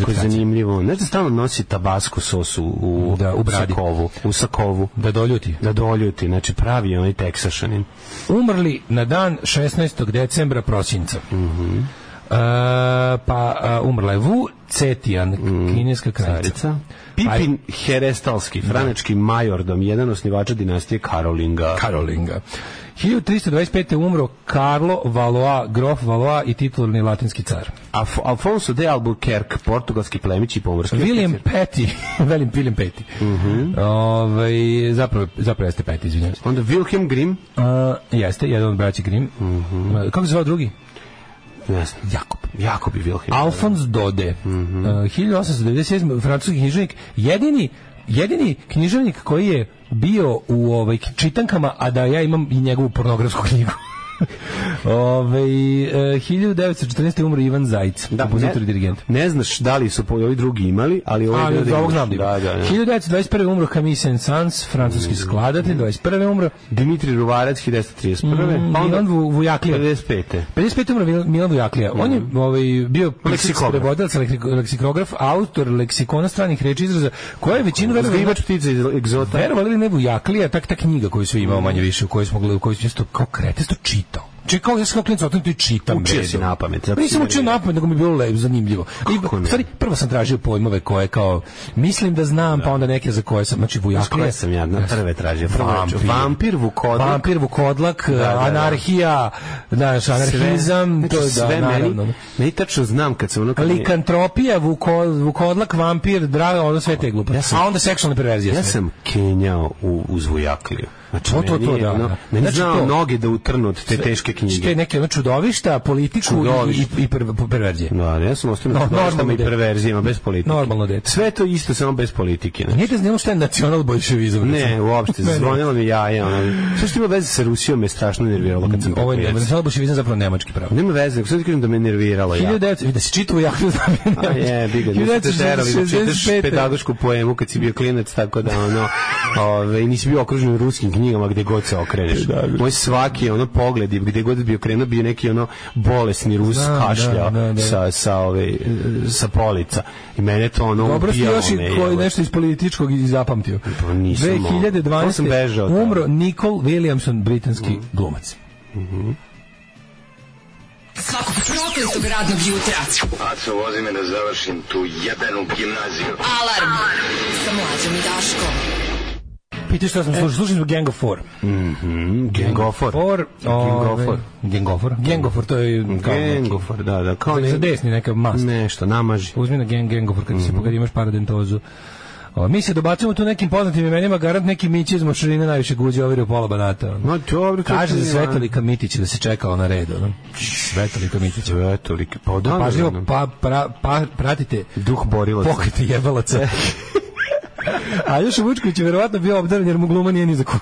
Kako je zanimljivo. Znaš da stalno nosi tabasku sos u, u, Da, u u bradi. sakovu. U sakovu. Da doljuti. Da doljuti, znači pravi je onaj teksašanin. Umrli na dan 16. decembra prosinca. Mhm. E, pa a, umrla je Wu Cetian, kineska kraljica. Mhm. Carica. Pipin Herestalski, franečki majordom, jedan osnivača dinastije Karolinga. Karolinga. 1325. umro Karlo Valois, grof Valois i titularni latinski car. Af Alfonso de Albuquerque, portugalski plemić i pomorski William oficir. Petty, velim William Petty. Mhm. Ovaj, zapravo, zapravo jeste Petty, izvinjavam se. Onda Wilhelm Grimm, A, jeste, jedan od braća Grimm. Mhm. Ma, Kako se zvao drugi? ne znam, Jakob. Jakob i Wilhelm. Alfons Dode. Mhm. A, 1897. francuski književnik, jedini jedini književnik koji je bio u ovaj čitankama, a da ja imam i njegovu pornografsku knjigu. Ovaj, e, Ove, 1914. umro Ivan Zajic, da, kompozitor i dirigent. Ne znaš da li su po- ovi drugi imali, ali ovaj Ali bio od da ovog imaš. znam da ima. da, da, da. 1921. umro Camille Saint-Saëns, francuski skladatelj, 21. umro Dimitri Ruvarac 1931. Mm, pa onda Milan Vu- Vujaklija. 55. 55. umro Mil- Milan Vujaklija. On je Mhm. ovaj, bio Leksikograf. prevodilac, leksik- leksikograf, autor leksikona stranih reči i izraza, koja je većinu verovali Uzgajivač ptica iz egzota. verovali ili ne Vujaklija, tak ta knjiga koju su Mhm. imao manje više, u kojoj smo gledali, u kojoj sam isto kao kretesto čitao. Čekao, ja sam kao klinac otim to i čitam. Učio bre, si ono. na pamet, zato Nisam si učio nervira. na pamet, nego mi je bilo lepo, zanimljivo. Kako I, ne? u stvari, prvo sam tražio pojmove koje kao, mislim da znam, pa onda neke za koje sam, znači Znaš koje Vujaklija. sam ja na prve tražio? Prvo vampir. Vampir. Vampir, vukodak. Vampir, vukodlak, da, da. anarhija, znaš, anarhizam, sve, to je da, sve naravno. meni, meni tačno znam kad sam ono... Kad mi- Likantropija, vuko, vukodlak, vampir, draga, ono sve te glupe. Ja sam- A onda seksualne perverzije. ja sve. sam kenjao u, uz vujakliju. Znači, To, to, meni je to, da, ono- da. Meni Znači, znači, to. znao noge da utrnu od te teške Te knjige. neke ono čudovišta, politiku Čudovišta. i, i, per- perverzije. Da, ja sam ostao na No, normalno no, i dete. perverzijama, bez politike. Normalno dete. Sve to isto, samo bez politike. znači. Nije te znamo šta je nacional bolševizam. Ne, uopšte, Ne, ne. zvonilo mi jaja. Ono. Sve što ima veze sa Rusijom me strašno nerviralo kad sam Ovo je bio klinac. nacional bolševizam zapravo nemački pravo. Nema veze, nego sad ti kažem da me nerviralo ja. 1900, da se čitavu jaknu znam. A Pa je, bi ga, nisu te terali da čitaš 1965. pedagošku poemu kad si bio klinac, tako da ono, ove, i nisi bio okružen ruskim knjigama gde god se okreneš. Moj svaki ono pogled, i gde god bi okrenuo, bio neki ono bolesni rus Znam, kašljao da, da, da. Sa, sa, ove, e, sa polica. I mene to ono Dobro si ubijalo još i me, koji jebote. nešto iz političkog i zapamtio. Pa nisam, ono. Samo sam bežao 2012. tamo. Mm. umro Nicole Williamson, britanski glumac. Svakog prokletog radnog jutra. Aco, vozi me da završim tu jebenu gimnaziju. Alarm sa mlađom i Daškom. Pitaš šta smo E. slušali? Slušali smo Gang of Four. Mm, Gengofor. Four, Gengofor. ove- Gengofor. Gengofor, to je kao neki- Gengofor, da, da. Kao za ne, Mhm. desni neka mast. nešto, namaži. Uzmi na Gang Gengofor kad se pogadi imaš paradentozu. O, mi se dobacujemo tu nekim poznatim imenima, garant neki Mići iz Mošarine najviše guđe ovire u pola banata. ono. No, dobro, to Kaže ti za je, Svetolika Mitića da se čekalo na red. Ono. Svetolika Mitića. Sve tolike, pa da, Pažljivo, naravno. pa, pra, pa, pratite duh borilaca. pokrete jebalaca. A Joša Vučković je verovatno bio obdaren jer mu gluma nije ni za kurac.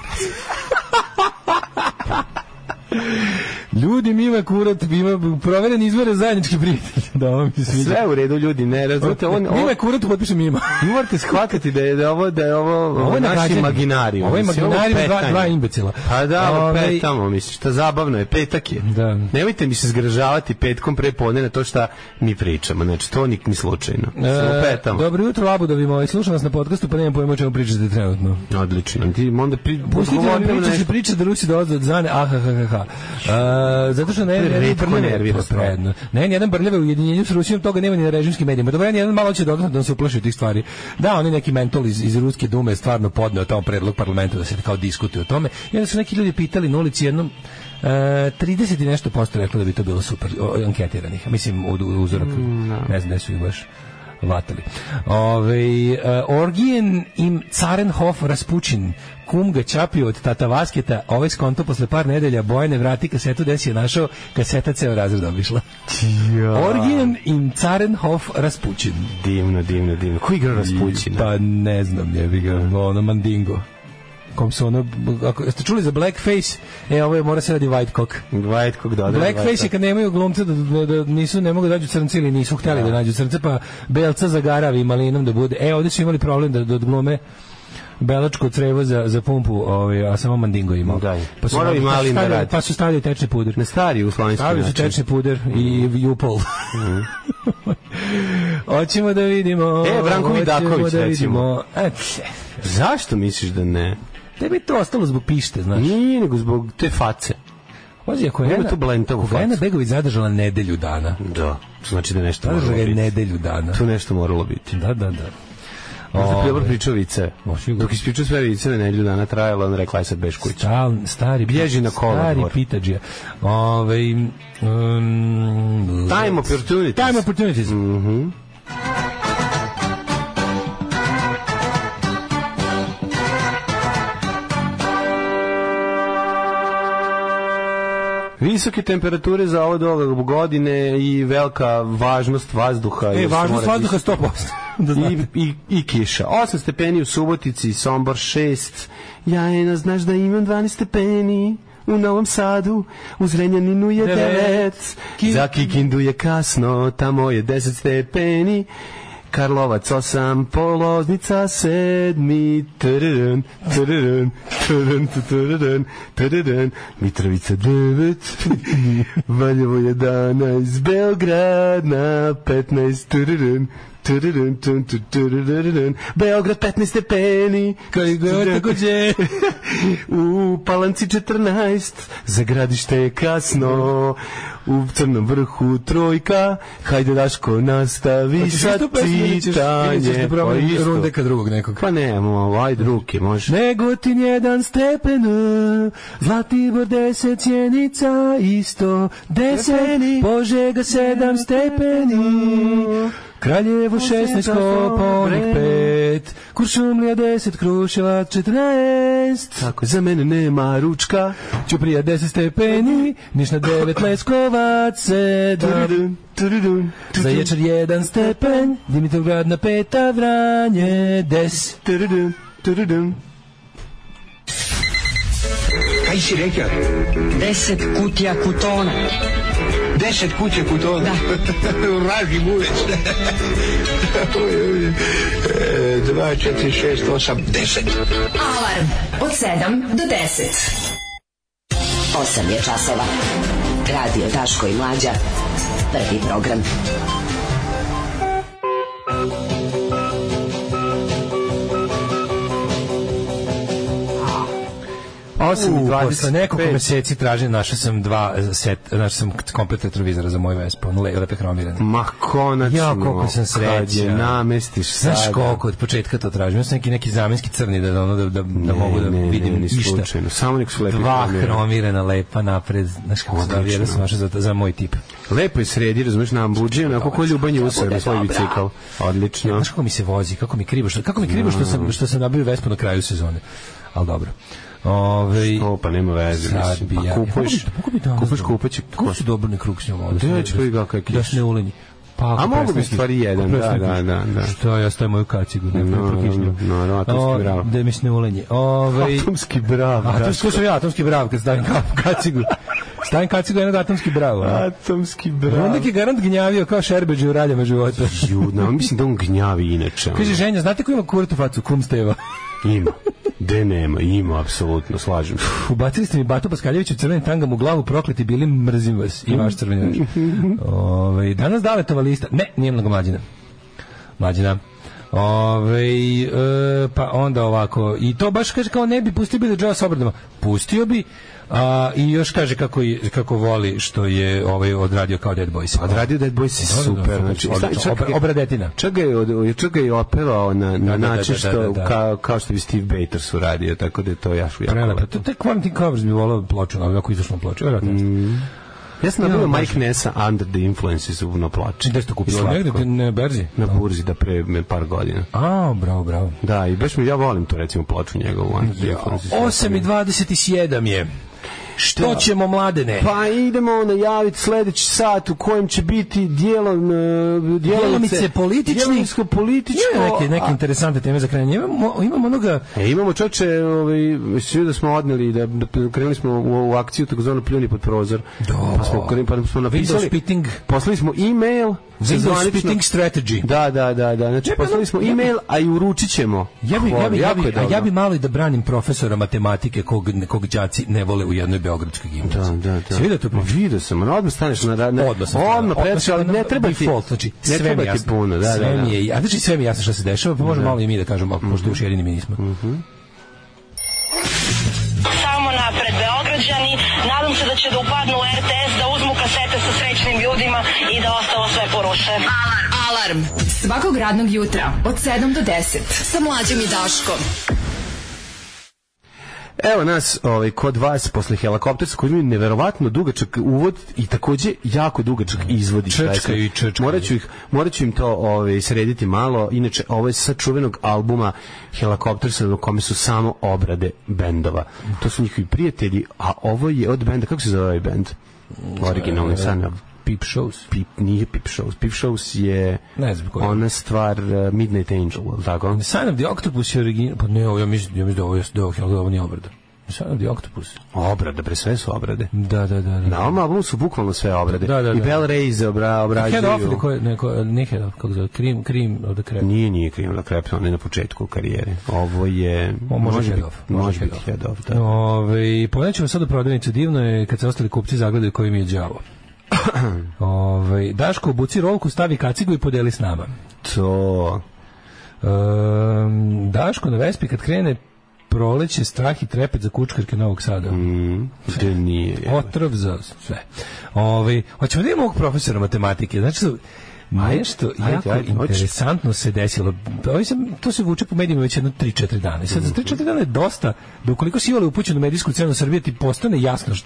Ljudi, mi ima kurat, mi ima proveren izvore zajednički prijatelj. Da, ovo mi se sviđa. Sve u redu ljudi, ne razumete, on, Mima je on kurat, potpišem mima. vi morate shvatiti da je da je ovo da je ovo, ovo je naš nagađanje. imaginarijum. Ovo je mislim, imaginarium dva, petanje. dva imbecila. Pa da, ovo Ovaj, petamo, misliš, šta zabavno je, petak je. Da. Nemojte mi se zgražavati petkom pre podne na to šta mi pričamo, znači to nik ni slučajno. Samo e, petamo. Dobro jutro, abudovi moji. Slušam vas na podcastu, pa nemam pojma o čemu pričate trenutno. Odlično. Ti onda pri, Pustite nam govorimo priče, se nešto. priče da Rusi dolaze od zane, aha, ha, ha, ha. E, zato što ne, To je ne, retko nervira stvar. predno. Ne, nijedan brljave u ujedinjenju s Rusijom, toga nema ni na režimskim medijima. Dobro, nijedan malo će dodatno da se uplaši od tih stvari. Da, oni neki mentol iz, iz Ruske dume je stvarno podneo tamo predlog parlamenta da se kao diskutuje o tome. I onda su neki ljudi pitali na ulici jednom, e, 30 i nešto posto reklo da bi to bilo super o, anketiranih. Mislim, u, u uzorak, Mm, ne znam gde su ih baš vatali. Ove, e, Orgijen im Carenhof Raspućin, kum ga čapio od Tata Vasketa, ovaj skonto posle par nedelja Bojane vrati kasetu gde si je našao, kaseta ceo razred obišla. Orgijen im Carenhof Raspućin. Divno, divno, divno. Ko igra Raspućina? Pa ne znam, je bi ga, ono mandingo. Kom su ono, ako, jeste čuli za blackface? E, ovo je, mora se radi white cock. White kog dodaje. Blackface je kad nemaju glumca da, da, da nisu, ne mogu da nađu crnci ili nisu hteli da nađu crnce, pa belca zagaravi malinom da bude. E, ovdje su imali problem da, da odglume belačko crevo za, za pumpu, ovaj, a samo mandingo imao. Pa Da. su- Morao i su malim da stavljali- radi. Znači, Pa su stavljali tečni puder. Na stari uslovenski Stavili su način. tečni puder i Mhm. jupol. Hoćemo da vidimo. E, Branko hoćemo Vidaković, da recimo. vidimo. E, pff, Zašto misliš da ne? tebi je to ostalo zbog pište, znaš. Nije, nego zbog te face. Pazi, ako je Ima Ana- tu blentavu ako je Ana facu. Begović zadržala nedelju dana. Da. To znači da je nešto Zadržala moralo je biti. nedelju dana. Tu nešto moralo biti. Da, da, da. Možda Ove. je dobro pričao vice. Ma, sigurno. Dok ispričao sve vice na nedelju dana trajalo, on rekla je sad beš kuća. Stal, stari Bježi na Stari kolodvor. pitađija. Ovaj um, Time Mhm. opportunities. Time opportunities. Visoke temperature za ovo doba godine i velika važnost vazduha. E, jer se važno mora sladka disati. 100%. da znate. I, i, I kiša. 8 stepeni u Subotici, Sombor 6. Jajena, znaš da imam 12 stepeni. U Novom Sadu, u Zrenjaninu je Devet. 9. Ki- Za Kikindu je kasno, tamo je 10 stepeni. Karlovac 8, Poloznica 7, trrrn, trrrn, trrrn, trrrn, trrrn, Mitrovica 9, Valjevo 11, Beograd na 15, trrrn, trrrn, trrrn, trrrn, Beograd 15 stepeni, Koji god takođe. u Palanci 14, za gradište je kasno, u Crnom vrhu trojka, hajde Daško nastavi Hoćeš sa istu pesmu ili ćeš- ili ćeš čitanje. da probam Pa isto. runde ka drugog nekog? Pa ne, mo- ajde ruke, može. Negotin jedan stepen, Zlatibor deset, Sjenica isto deset, Požega sedam stepeni, Kraljevo šestnaest, Koponik pa pet, Kuršumlija deset, Kruševac četrnaest, Tako, za mene nema ručka. Ćuprija deset stepeni, Nišna devet, Leskovac sedam, Tududun, tududun, Za ječar jedan stepen, Dimitrovgrad na peta, Vranje des. tududun, tududun. Kaj si rekao? 10 kutija kutona. Deset kuće kutona. Da. Raži gulec. Uj, uj. E, Dva, četiri, šest, osam, deset. Alarm od 7 do 10. 8 je časova. Radio Daško i Mlađa. Prvi program. U, posle 8 nekoliko meseci tražim, našao sam dva eh, set, našao sam k- komplet retrovizora za moj Vespa, on le, lepe hromirane. Ma konačno. Ja, koliko sam kad je srećan. namestiš sada. Znaš koliko od početka to tražim? Ja sam neki, neki zamenski crni da, ono, da, da, da mogu da ne, ne, vidim ne, ni ništa. slučajno. Samo nek su lepi Dva hromirani. hromirana lepa napred, znaš kako se dobije, da sam našao za, za moj tip. Lepo je sredi, razumeš, na ambuđe, onako ko ljubanje usar na svoj bicikl. Odlično. Znaš kako mi se vozi, kako mi krivo, što, kako mi krivo što sam, što sam nabio Vespu na kraju sezone. Ali dobro. Ove, O, pa nema veze, mislim. Zabija. Pa kupuješ, Kako bi danas kupuješ dao? kupaće. Kako su dobro ne kruk s njom ovo? Da, ja ću prvi ga kakav Da kiš. se ne ulenji. Pa, ako A mogu bi prestane- stvari jedan, ako prestane da, da, kiš. da, da. Što ja stavim moju kacigu, ne No, no, prokišnju. no, no, atomski O, brav. Da mi se ne ulenji. Ove, Atomski brav. a to Daško. slušam ja, atomski brav, kad stavim ka- kacigu. Stavim kacigu jednog atomski brav. a? Atomski Onda je garant gnjavio kao šerbeđe u raljama života. Judno, mislim da on gnjavi inače. ono. Kaže, ženja, znate ko ima kurtu facu? Kum Steva. Ima. De nema, ima, apsolutno, slažem se. Ubacili ste mi Batu Paskaljeviću crvenim tangam u glavu, prokleti bili, mrzim vas. I vaš crveni veš. Ove, danas daletova lista. Ne, nije mnogo mlađina. Mlađina. Ove, e, pa onda ovako. I to baš kaže kao ne bi pustio Billy Joe s obradama. Pustio bi, a, i još kaže kako, i- kako voli što je ovaj odradio kao Dead Boys. Odradio Dead Boys je Pa, super. Znači, odlično. čak- Obra- obradetina. Čak ga je, od- čak ga je opevao na, na Da, da, način da, što, da, da, da. Kao, kao što bi Steve Bators uradio, tako da je to jaš jako Prelepo. lepo. To, te Quantum Covers bi volao ploču, ali ovako izašlo ploču. Vjerojatno. Mm. Ja sam nabavio Ja, baš. Mike Nessa Under the Influences u na plači. Gde ste to I kupili? slatko. Negde na berzi? Na burzi da pre me par godina. A, bravo, bravo. Da, i baš mi, ja volim tu recimo ploču njegovu. Under the Influences. 8 i 27 je. Što ćemo, mladene? Pa idemo najaviti sledeći sat u kojem će biti dijelom, Djelomice politični. Djelomičko političko. Imaju neke, neke interesante teme za krajanje. Imamo, imamo onoga... E, imamo čoče, ovaj, svi da smo odneli, da, da krenuli smo u, u akciju takozvano pljuni pod prozor. Do. Pa smo, pa smo Window napisali, spitting. poslali smo e-mail. sa Window zvanično- spitting strategy. Da, da, da, da. Znači, Ja bi- poslali smo ja bi- e-mail, a i uručit ćemo. Ja bi, ja, bi, ja, Jako bi, je a ja dobro. bi malo i da branim profesora matematike kog, kog đaci ne vole u jednoj beogradskoj Da, gimnaziji. da, da. Si vidio tu Ma, priču? Vidio sam, ono, odmah staneš na... na na- Odmah sam Odmah preći, ali ne treba ti... default, znači ne sve mi treba je ti jasno. puno, da, sve da, Mhm. da. mi je, a znači sve mi je jasno šta se dešava, pa možemo malo i mi da kažemo, ako pošto još jedini mi nismo. Samo napred Beograđani. Nadam se da će da upadnu u RTS, da uzmu kasete sa srećnim ljudima i da ostalo sve poruše. Alarm. Alarm. Svakog radnog jutra od 7 do 10. Sa Mlađom i Daškom. Evo nas ovaj, kod vas posle helikopterskog koji imaju neverovatno dugačak uvod i takođe jako dugačak izvod. iz pesme. Čečkaju i čečkaju. Morat ću, ih, morat ću im to ovaj, srediti malo. Inače, ovo je sa čuvenog albuma Helikoptersa na kome su samo obrade bendova. To su njihovi prijatelji, a ovo je od benda. Kako se zove ovaj bend? Originalni san. Peep shows. Pip, nije Pip Shows. Pip Shows je Ne znam koji. ona stvar eh, Midnight Angel, je li tako? Sign of the Octopus je original, pa ne, ja mislim, ja mislim da ovo je da ovo je- da ovo nije obrada. Sign of the Octopus. Obrade, pre sve su obrade. Da, da, da. da. Na ovom albumu su bukvalno sve obrade. Da, da, I da. Bell Reyes obra, obrađuju. Head off ili ko je, neko, nije head off, kako zove, krim, krim od krema. Nije, nije Krim da Krepton, ne na početku karijere. Ovo je... O, može biti- Head Off, može Može Head biti Off. Head Off, da. Ove, pomenuću vas sad u prodavnicu, divno je kad se ostali kupci zagledaju koji mi je đavo. Ove, Daško, obuci rolku, stavi kacigu i podeli s nama. To... Um, Daško na Vespi kad krene proleće, strah i trepet za kučkarke Novog Sada. Mm, da nije. Otrov za sve. Ove, hoćemo da imamo ovog profesora matematike. Znači, su- nešto ajde, jako ajde, hoćeš? interesantno se desilo. Ovi sam, to se vuče po medijima već jedno 3-4 dana. I Sad, za 3-4 dana je dosta, da ukoliko si uvali upućen u medijsku cenu Srbije, ti postane jasno št-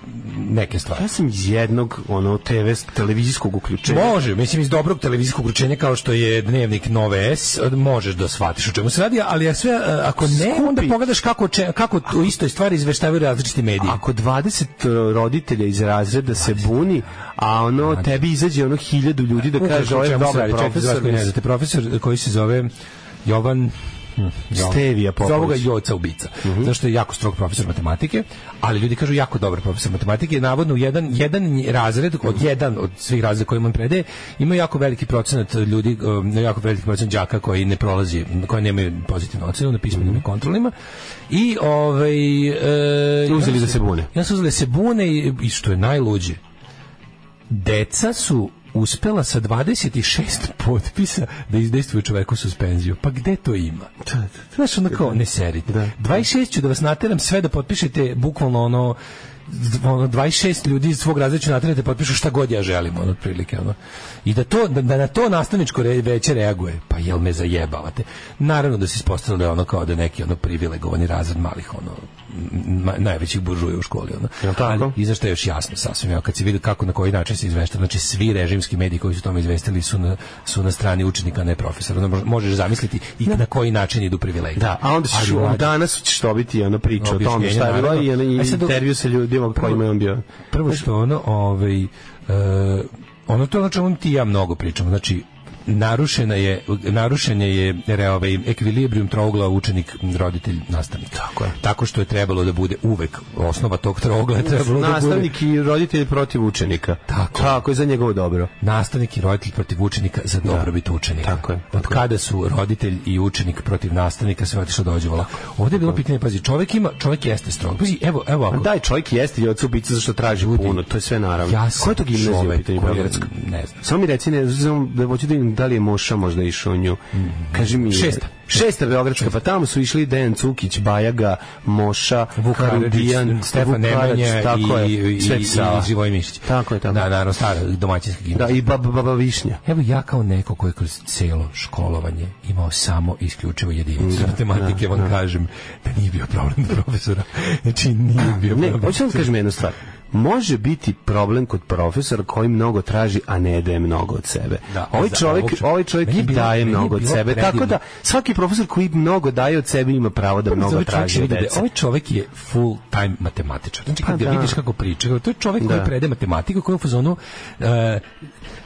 neke stvari. Ja sam iz jednog, ono, TV, televizijskog uključenja. Može, mislim iz dobrog televizijskog uručenja kao što je dnevnik Nove S, možeš da shvatiš o čemu se radi, ali ja sve e, ako ne, onda pogledaš kako če- kako o istoj stvari izveštavaju različiti mediji. Ako 20 roditelja iz razreda se buni, a ono, tebi izađe ono hiljadu ljudi da kaže, ovo je Čemu se dobar radi? Čekajte, za vas profesor. koji ne znate, profesor koji se zove Jovan hm, Jovan. Stevija Popović. Mhm. Zovu ga Joca ubica. Zašto je jako strog profesor matematike, ali ljudi kažu jako dobar profesor matematike, navodno u jedan, jedan razred, od jedan od svih razreda koje on predaje, ima jako veliki procenat ljudi, um, jako veliki procenat đaka koji ne prolazi, koji nemaju pozitivnu ocenu na pismenim Mhm. i kontrolima. I ovaj e, Uzeli da se bune. ja su uzeli da se bune i, i što je najluđe. Deca su uspela sa 26 potpisa da izdejstvuju čoveku suspenziju. Pa gde to ima? Znaš, onda kao, ne serite. 26 ću da vas nateram sve da potpišete bukvalno ono d- ono 26 ljudi iz svog razreda ću naterati da potpišu šta god ja želim ono otprilike ono. I da to da, da na to nastavničko re, veće reaguje. Pa jel me zajebavate? Naravno da se ispostavilo da je ono kao da je neki ono privilegovani razred malih ono m- ma- najvećih buržuja u školi ono. Jel tako? Ali, I zašto je još jasno sasvim, evo, kad se vidi kako na koji način se izveštava, znači svi režimski mediji koji su o tome izvestili su na, su na strani učenika, a ne profesora. Onda mož- možeš zamisliti i na koji način idu privilegije. Da, a onda ćeš, Ali mlađe, danas ćeš dobiti ono priču o tome Objašnjenje, šta je bilo i, naravno. i E sad, intervju sa ljudima kojima je on bio. Prvo što ono, ovaj, e, ono to je ono čemu ti i ja mnogo pričamo, znači narušena je narušen je re, ovaj, ekvilibrium trougla učenik roditelj nastavnik tako je tako što je trebalo da bude uvek osnova tog trougla je trebalo da bude Nastavnik i roditelj protiv učenika. Tako. Tako je za njegovo dobro. nastavnik i roditelj protiv učenika za dobrobit učenika. tako je, Od kada su roditelj i učenik protiv nastavnika sve otišlo dođe volako. Ovdje je bilo pitanje, pazi, čovjek ima, čovjek jeste strog. Pazi, evo, evo A ako... daj, čovjek jeste i ocu bica zašto traži puno, to je sve naravno. Ja sam Koja je to gimnazija u čovjek pitanju koji je- Beogradska? ne znam. Samo mi reci, ne, znam, da hoću da vidim da li je Moša možda išao u nju. Kaži mi... Mhm. Šesta. Šesta Beogradska, pa tamo su išli Dejan Cukić, Bajaga, Moša, Vuk Karudijan, Karadžić, Stefan Vuk Karadžić, Nemanja tako i, je, i, Sveti i, Sava. i Živoj Mišić. Tako je, tako. Da, naravno, stara domaćinska gimnazija. Da, i Baba, baba Višnja. Evo ja kao neko koji je kroz celo školovanje imao samo i isključivo jedinicu matematike, vam kažem da nije bio problem do profesora. Znači, nije bio Ne, problem. hoću da vam kažem jednu stvar. može biti problem kod profesora koji mnogo traži, a ne daje mnogo od sebe. Da, ovaj za- čovjek, uopće. ovaj čovjek Meni i je bilo- daje meni je mnogo od bilo sebe, tako predivno. da svaki profesor koji mnogo daje od sebe ima pravo da mnogo Ovaj čovjek se traži od vidi da je- dece. Ovaj čovjek je full time matematičar. Znači, Pa kad ga da. vidiš kako priča, to je čovjek Da. koji prede matematiku, koji je u fazonu, uh,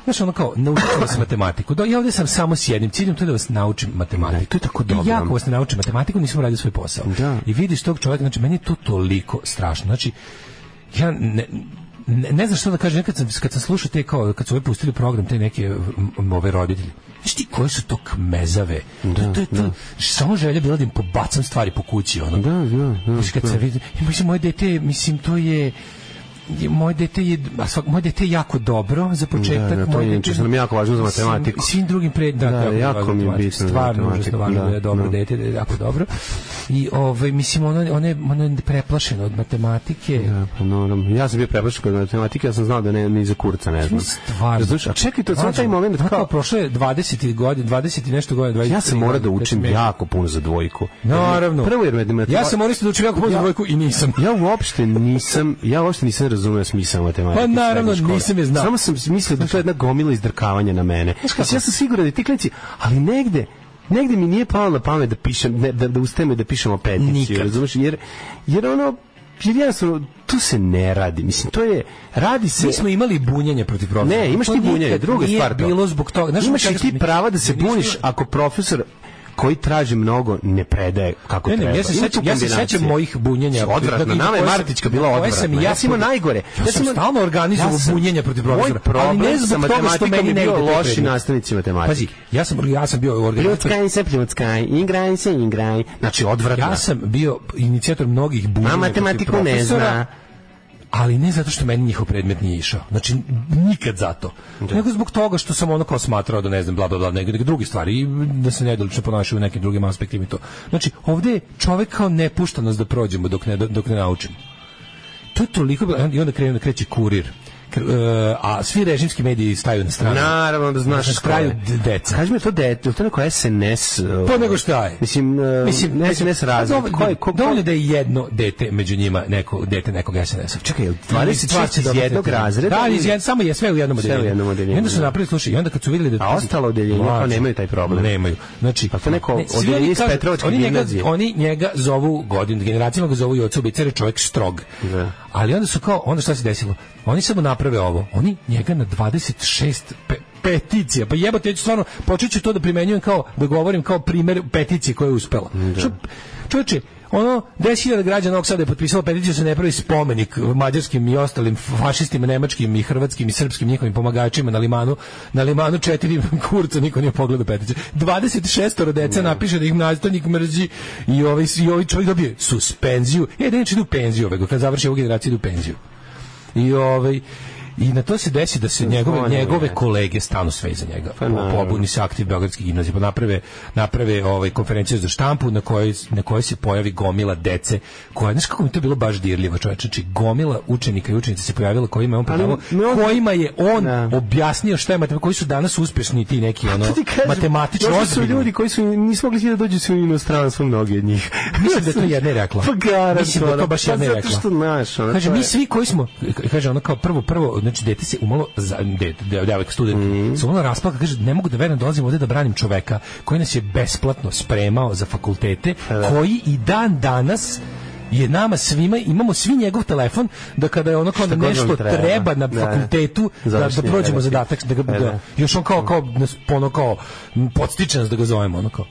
znaš, ono kao, naučit ću vas matematiku. Da, ja ovdje sam samo s jednim ciljem, to je da vas naučim matematiku. Da, to je tako dobro. Ja ako vas ne naučim matematiku, nisam radio svoj posao. Da. I vidiš tog čovjeka, znači, meni je to toliko strašno. Znači, ja ne, ne, ne znam što da kažem, ja kad sam, kad sam slušao te kao, kad su ovi pustili program, te neke m, m, ove roditelji, znaš ti koje su to kmezave, to, to je to, samo želja bila da im pobacam stvari po kući, ono. Da, da, da. Znaš, kad sam vidio, ja, mislim, moje dete, mislim, to je, je- moje dete je a svak, moje dete je jako dobro za početak Da, da, to moje je dete- inače što nam je jako važno za svim- matematiku. svim, drugim pred da, Da, to je jako važno mi je za matematiku. bitno za stvarno matematiku, užasno važno da, da, je dobro da. dete da je jako dobro i ovaj mislim ona ona je, ona je preplašena od matematike Da, pa normalno. Ja sam bio preplašen kod matematike, ja sam znao da ne, ni za kurca ne znam. stvarno Znaš, a čekaj, to je samo Mlađo, taj moment ono kao... prošlo je 20 godina 20 i nešto godina 23 Ja sam morao da godine, učim kad sam ja- jako puno za dvojku. Naravno. Prvo jer me... Ja sam morao isto da učim jako puno Ja- za dvojku i nisam. Ja uopšte nisam, ja uopšte nisam razumeo smisao matematike. Pa u srednjoj naravno, školi. nisam je znao. Samo sam mislio da je to jedna gomila izdrkavanja na mene. Znači, ja sam siguran da ti klinci, ali negde, negde mi nije palo na pamet da pišem, ne, da, da ustajem i da pišemo peticiju, Nikad. razumeš? Jer, jer ono, jer jednostavno, tu se ne radi. Mislim, to je, radi se... Mi smo imali bunjenje protiv profesora. Ne, imaš To ti bunjenje, nikad druga nije stvar. to. bilo zbog toga. Znaš, imaš i čega ti smo mi- prava da se Mi nismo- buniš ako profesor koji traži mnogo ne predaje kako Ne, ne, treba. ja se Ima sećam- tu ja se kombinacije. sećam mojih bunjenja. Odvratno, Dakle, nama je koje sam- Martićka bila koje sam odvratna. i ja ja sam imao pod- najgore. Ja sam stalno organizovao sam- bunjenje protiv profesora, Moj problem ali ne zbog sa toga što matematikom meni je bio negde to loši treba. nastavnici matematike. Pazi, ja sam, ja sam bio organizator. Pljuckaj se, pljuckaj, igraj se, igraj. Znači, odvratno. Ja sam bio inicijator mnogih bunjenja A protiv matematiku ne profesora, zna. ali ne zato što meni njihov predmet nije išao. Znači, nikad zato. Nego zbog toga što sam ono kao smatrao da ne znam, bla, bla, bla, nego, nego druge stvari i da se nedolično ponašaju u nekim drugim aspektima i to. Znači, ovdje je čovek kao ne pušta nas da prođemo dok ne, dok ne naučimo. To je toliko... bilo- I onda krenu, kreće kurir. Kr- e, a svi režimski mediji staju na stranu. Naravno da znaš Na škole. kraju d- deca. Kaži mi, je to dete, je to neko SNS... uh, Pa nego šta je? pa Mislim, uh, SNS razred. dovoljno- Ko je, ko, ko, dovoljno da je jedno dete među njima neko dete nekog SNS-a. Čekaj, jel 26 iz jednog razreda Da, ili- iz jed, samo je sve u jednom Sve u odeljenju. jednom odeljenju, I onda su da. napravili, slušaj, i onda kad su vidjeli da... A ostala odeljenja Mlađo, kao nemaju taj problem. Nemaju. Znači, Pa to neko svi odeljenje oni iz kažu- Petrovačke oni njega, gimnazije. oni njega zovu godinu, generacijama ga zovu i ocu ubice, jer je čovjek strog. Da. Ali onda su kao, onda šta se desilo? Oni samo naprave ovo. Oni njega na 26 pe, peticija. Pa jebote, ja ću stvarno, počet ću to da primenjujem kao, da govorim kao primjer peticije koja je uspela. Što, čovječe, ono, 10.000 građana ovog sada je potpisalo peticiju da se ne pravi spomenik mađarskim i ostalim fašistima, nemačkim i hrvatskim i srpskim njihovim pomagačima na limanu. Na limanu četiri kurca niko nije pogledao peticiju. 26 dece napiše da ih nastavnik mrzi i ovaj, i ovaj čovjek dobije suspenziju. E, da neće idu u penziju ovego, kad završi ovu generaciju idu u penziju. I ovaj I na to se desi da se njegove, Zvonimir. njegove kolege stanu sve iza njega. Pa Po- Pobuni se aktiv Beogradski gimnazije, pa naprave, naprave ovaj, konferenciju za štampu na kojoj, na kojoj se pojavi gomila dece. Koja, znaš kako mi je to bilo baš dirljivo, čovječe? Znači, gomila učenika i učenica se pojavila kojima je on predavao, mi Pa on- kojima je on Da. Pa objasnio šta je matematika, koji su danas uspješni ti neki ono, To ti kažem, matematično došli su ozbiljni. ljudi koji su nisu mogli da dođu su u inostranstvo mnogi od njih. Mislim da je to jedna i rekla. Pa garant, Mislim da je ono, to baš pa jedna i zato rekla. što, znaš, ono, Kaže, to mi je- svi koji smo, kaže ona kao prvo, prvo, znači dete se umalo, za, dete, de- devojka, student, Mhm. se umalo rasplaka, kaže, ne mogu da verujem, dolazim ovde da branim čoveka koji nas je besplatno spremao za fakultete, E. koji i dan danas je nama svima, imamo svi njegov telefon da kada je ono kao god nešto nam treba. treba, na Da. fakultetu da, da, Završni prođemo rad. zadatak da, ga, Da, da, da. još on kao, kao, nas, ono kao m, podstiče nas da ga zovemo ono kao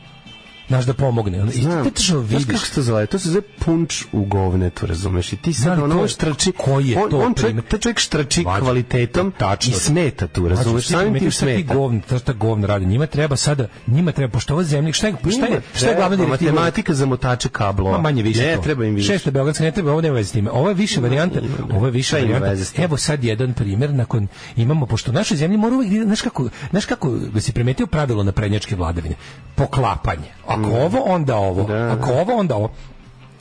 naš da pomogne ono, i Znam. ti tačno Znaš vidiš kako se to zove? To se zove punč u govnetu, razumeš? I ti sad Ali ono, to on je- štrači... koji je on, to on čovjek, primer? taj čovjek štrači Mlađo, kvalitetom tačno. i smeta tu, razumeš? Znači, Samim tim primetiš šta ti smeta. govn, to šta govn radi. Njima treba sada, njima treba pošto ovo zemlja, šta je, šta je, šta je glavna Treba direktiva? pa Matematika za motače kablova. Ma manje više Ne, to. treba im više. Šesto je beogradska, ne treba, ovo nema veze s time. Ovo je više varijanta, ovo je više Sve ima varijanta. veze s tim. Evo sad jedan primjer nakon imamo pošto u našoj zemlji mora uvek, znaš kako, znaš kako da si primetio pravilo Mm. na prednjačke vladavine. Poklapanje. Ako ovo onda ovo, ako ovo onda ovo.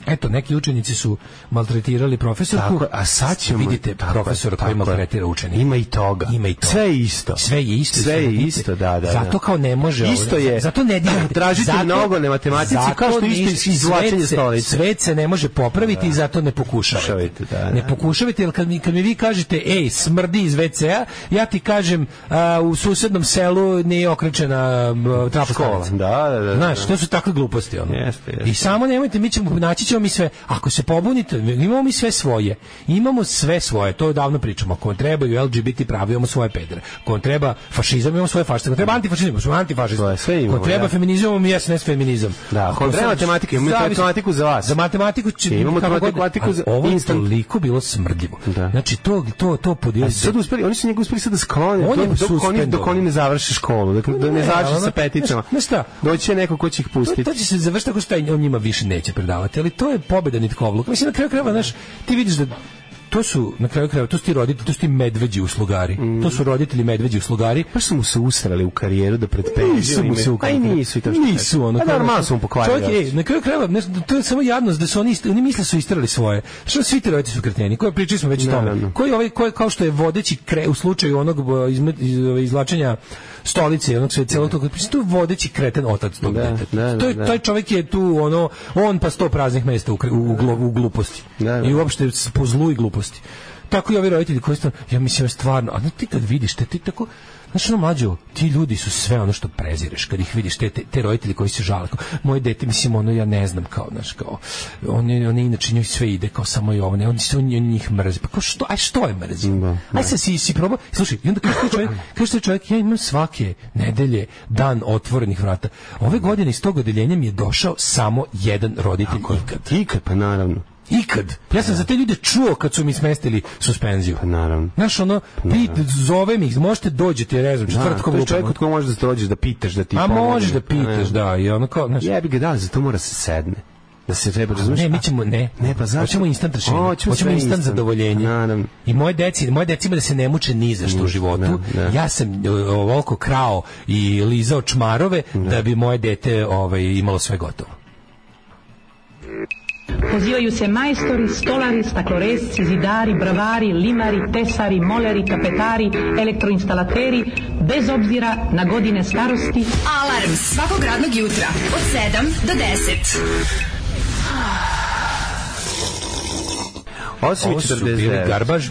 Eto, neki učenici su maltretirali profesorku. Tako je, a sad ćemo- Vidite tako je, profesora tako koji je. maltretira učenika. Ima i toga. Ima i toga. Sve je isto. Sve je isto. Sve je Vidite, isto, da, da, da. Zato kao ne može. ovo- Isto je. Zato ne dirajte. Tražite mnogo na matematici, zato kao što isto ništa- izvlačenje svet se- stolice. Svet se ne može popraviti i zato ne pokušavajte. Pokušavajte, da, da. Ne pokušavajte, jer kad mi, kad mi vi kažete, ej, smrdi iz WC-a, ja ti kažem, a, u susednom selu nije okrečena trapostanica. Škola. Da, da, da. Znaš, to su takve gluposti. Ono. Jeste, jeste. I samo nemojte, mi ćemo, naći ćemo mi sve, ako se pobunite, imamo mi sve svoje. Imamo sve svoje, to odavno pričamo. Ako vam trebaju LGBT pravi, imamo svoje pedere. Ako vam treba fašizam, imamo svoje fašiste. Ako vam treba antifašizam, imamo svoje antifašiste. To je, sve imamo, Ako vam treba da. feminizam, imamo i SNS feminizam. Da, ako vam treba sad- matematika, imamo zavisi- matematiku za vas. E, Za matematiku će... Imamo kako god- matematiku za Ali Ovo je instant. toliko bilo smrdljivo. Da. Znači, to, to, to A podijeli... sad uspeli, oni su njega uspeli sad da sklone, On je dok, dok, oni, dok suspendovan. oni ne završe školu, dok ne, ne ne, završe ali sa ono- peticama. znaš- znaš šta? Doći će neko ko će ih To, pustiti. to će se završiti tako što taj- on njima više neće predavati, ali to je pobeda nitkovluk. Mislim, na kraju krajeva, znaš, ti vidiš da to su, na kraju krajeva, to su ti roditelji, to su ti medveđi uslugari. To su roditelji medveđi uslugari. Pa su mu se usrali u karijeru da pretpenziju Pa Nisu mu se Aj ukrili. nisu Pa i to što Nisu ono. A kao- normalno su mu pokvarili. Čovjek, ej, na kraju krajeva, ne, to je samo jadnost da su oni ist- oni misle su isterali svoje. Što svi ti roditelji su kreteni? Koje pričali smo već o tome. Naravno. Koji ovaj koji kao što je vodeći kre, u slučaju onog bo, izme- iz, ove, izvlačenja stolice, i onog sve celog tog, mislim, to je vodeći kreten otac tog Da, deteta. da, da, to je, da. taj čovjek je tu ono on pa sto praznih mesta u, kre- u, glo- u gluposti. Da, da. I uopšte s- po zlu i gluposti. Tako i ovi roditelji koji su, ja mislim stvarno, a ne, ti kad vidiš te, ti tako, znaš ono mlađo, ti ljudi su sve ono što prezireš, kad ih vidiš, te, te, te roditelji koji se žale, kao, moje dete, mislim, ono, ja ne znam, kao, znaš, kao, on, je- on je inače njoj sve ide, kao samo i ovo, ne, on, se- on, je- on njih mrzi, pa kao, što, aj, što je mrzi? Da, Aj sad si, si probao, slušaj, i onda kaže taj čovjek, kaže taj čovjek, ja imam svake nedelje dan otvorenih vrata. Ove godine iz tog odeljenja mi je došao samo jedan roditelj ikad. Ikad, pa naravno. Ikad. Ja sam za te ljude čuo kad su mi smestili suspenziju. Pa naravno. Znaš, ono, vi zovem ih, možete dođete, ja ne znam, Da, četvrtkom to je čovjek lupam. od koga možeš da se dođeš da pitaš, da ti A pomogne. možeš da Pa ne. pitaš, da, i ono kao, znaš, Jebi ga, da, ali za to mora se sedne. Da se treba, razumiješ? Ne, mi ćemo ne. Ne, pa zašto? Hoćemo instant rešenje. Hoćemo Hoćemo, sve instant, instant. zadovoljenje. Naravno. I moje deci, moje deci ima da se ne muče ni za što u životu. da, da. Ja sam e, ovoliko krao i lizao čmarove da, bi moje dete ovaj imalo sve gotovo. Pozivaju se majstori, stolari, stakloresci, zidari, bravari, limari, tesari, moleri, tapetari, elektroinstalateri, bez obzira na godine starosti Alarm svakog radnog jutra od 7 do 10. Osim Ovo su bili 49. garbaž.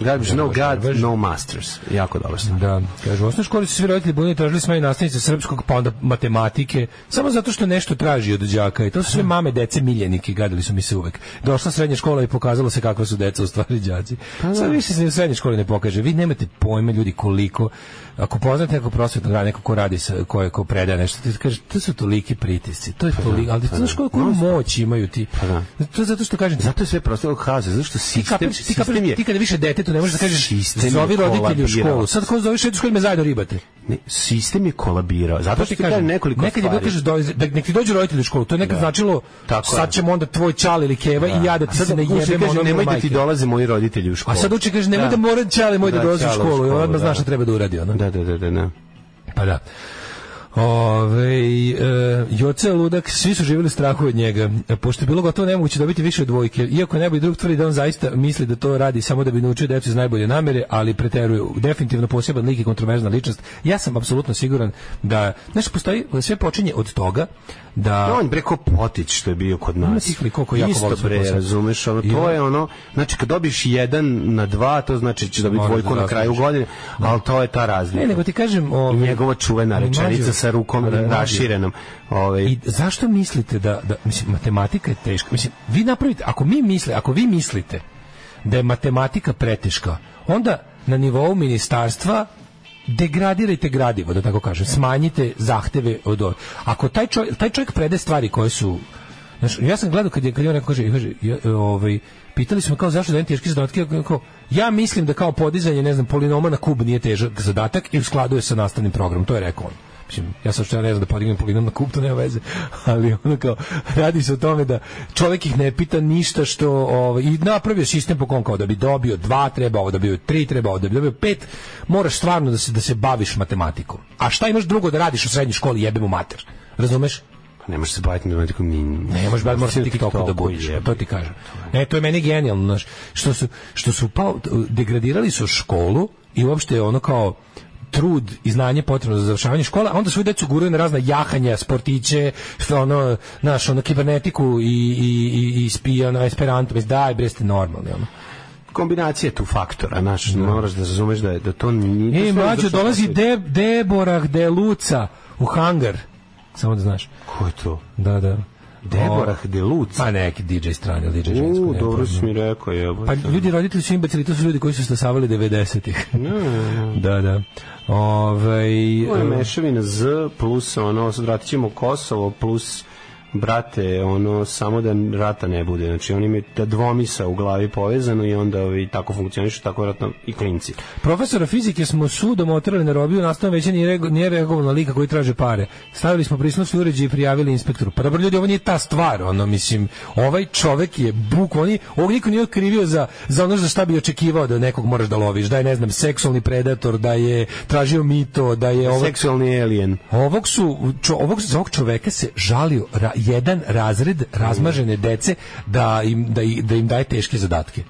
Garbiš, no God, no masters. Jako dobro sam. Da, kaže, u osnovnoj školi su svi roditelji bunili, tražili smo i nastavnice srpskog, pa onda matematike, samo zato što nešto traži od đaka i to su sve mame, dece, miljenike, gadili su mi se uvek. Došla srednja škola i pokazalo se kakva su deca u stvari đaci. Pa Sad više se u srednjoj školi ne pokaže. Vi nemate pojma ljudi koliko, ako poznate nekog prosvetnog rada, neko ko radi, sa, ko, je, ko predaje nešto, ti kaže, to su toliki pritisci, to je Pa toliko, ali ti znaš koliko moć imaju ti. To je zato što kažem, Zato je sve prosto haze, zato što ti sistem, kapiraš, ti kapiraš, sistem je... ti kada više detetu ne možeš da kažeš Sistem je zovi roditelju u kolabirao. školu. Sad ko zoveš roditelju u školu me zajedno ribate. Ne, sistem je kolabirao. Zato što ti kažem nekoliko nekad je bilo stvari. kažeš do, da nek ti dođu roditelji u školu, to je nekad značilo Tako je. sad ćemo onda tvoj čal ili keva i ja da ti Sad se ne uče, jebem kaže, ono nemoj da majke. ti dolaze moji roditelji u školu. A sad uči kaže nemoj da, mora čale moj da, Da, dolazi u ćale u školu, i školu, odmah da. znaš šta treba da uradi ono. Da, da, da, da, da. Pa da. Ove, e, Joce je Ludak, svi su živjeli u strahu od njega. E, Pošto je bilo gotovo nemoguće dobiti više od dvojke, iako nebo i drug tvrdi da on zaista misli da to radi samo da bi naučio decu iz najbolje namere, ali preteruje definitivno poseban lik i kontroverzna ličnost. Ja sam apsolutno siguran da, znaš, postoji, sve počinje od toga da... A on preko potić što je bio kod nas. Ima tih likova koji jako Isto vole svoj bre, posao. razumeš, ono, to Ima. je ono, znači kad dobiš jedan na dva, to znači ćeš dobiti Moraš dvojku da na kraju razmišljaš. godine, ali to je ta razlika. Ne, nego ti kažem... I Ove, njegova čuvena Mlađo, rečenica sa rukom mlađo. raširenom. Ovaj I zašto mislite da, da mislim, matematika je teška? Mislim, vi napravite, ako mi misle, ako vi mislite da je matematika preteška, onda na nivou ministarstva degradirajte gradivo, da tako kažem. Smanjite zahteve od... od- Ako taj čovjek, taj čovjek prede stvari koje su... Znaš, ja sam gledao kad je, kad je on rekao, kaže, kaže ja, e, ovaj, pitali smo kao zašto dajem teški zadatke, ja kao, ja mislim da kao podizanje, ne znam, polinoma na kub nije težak zadatak i u skladu je sa nastavnim programom, to je rekao on. Mislim, ja sam što ja ne znam da podignem polinom na kup, to nema veze, ali ono kao, radi se o tome da čovjek ih ne pita ništa što, ovaj, i napravio sistem po kom kao da bi dobio dva, treba ovo, da bi dobio tri, treba ovo, da bi dobio pet, moraš stvarno da se, da se baviš matematikom. A šta imaš drugo da radiš u srednjoj školi, jebem u mater, razumeš? pa Ne možeš se baviti matematikom ni... Ne, možeš bar moraš na TikToku da budeš, to ti kažem. Ne, to je meni genijalno, znaš, što su, što su pao, degradirali su školu i uopšte je ono kao trud i znanje potrebno za završavanje škole, a onda svoju decu guraju na razna jahanja, sportiće, što ono, znaš, ono, kibernetiku i, i, i, i spija, ono, esperanto, mislim, daj, bre, ste normalni, ono. kombinacije tu faktora, znaš, moraš da razumeš da, je- da to nije... to E, sve mlađo, došlo dolazi kasnije. de, Deborah de Luca u hangar. Samo da znaš. Ko je to? Da, da. Deborah de Luc. Pa neki DJ strani, ali DJ žensko. U, nema dobro pojma. si mi rekao, jebote. Pa ljudi roditelji su imbecili, to su ljudi koji su stasavali 90-ih. E, da, da. Ovaj Ovo je e, mešavina Z plus ono, sad vratit ćemo Kosovo plus brate, ono, samo da rata ne bude. Znači, oni imaju ta dvomisa u glavi povezano i onda ovi, tako funkcionišu, tako vratno i klinci. profesora fizike smo sudom otrali na robiju, nastavno veće nije, rego- nije reagovao na lika koji traže pare. Stavili smo prisnosti uređaj i prijavili inspektoru. Pa dobro ljudi, ovo nije ta stvar, ono, mislim, ovaj čovek je buk, oni, ovog niko nije okrivio za, za ono za šta bi očekivao da nekog moraš da loviš, da je, ne znam, seksualni predator, da je tražio mito, da je ovaj- ovo... Seksualni alien. Ovog su čo, ovog za ovog čoveka se žalio ra, jedan razred razmažene dece da im da, i- da im daje teške zadatke.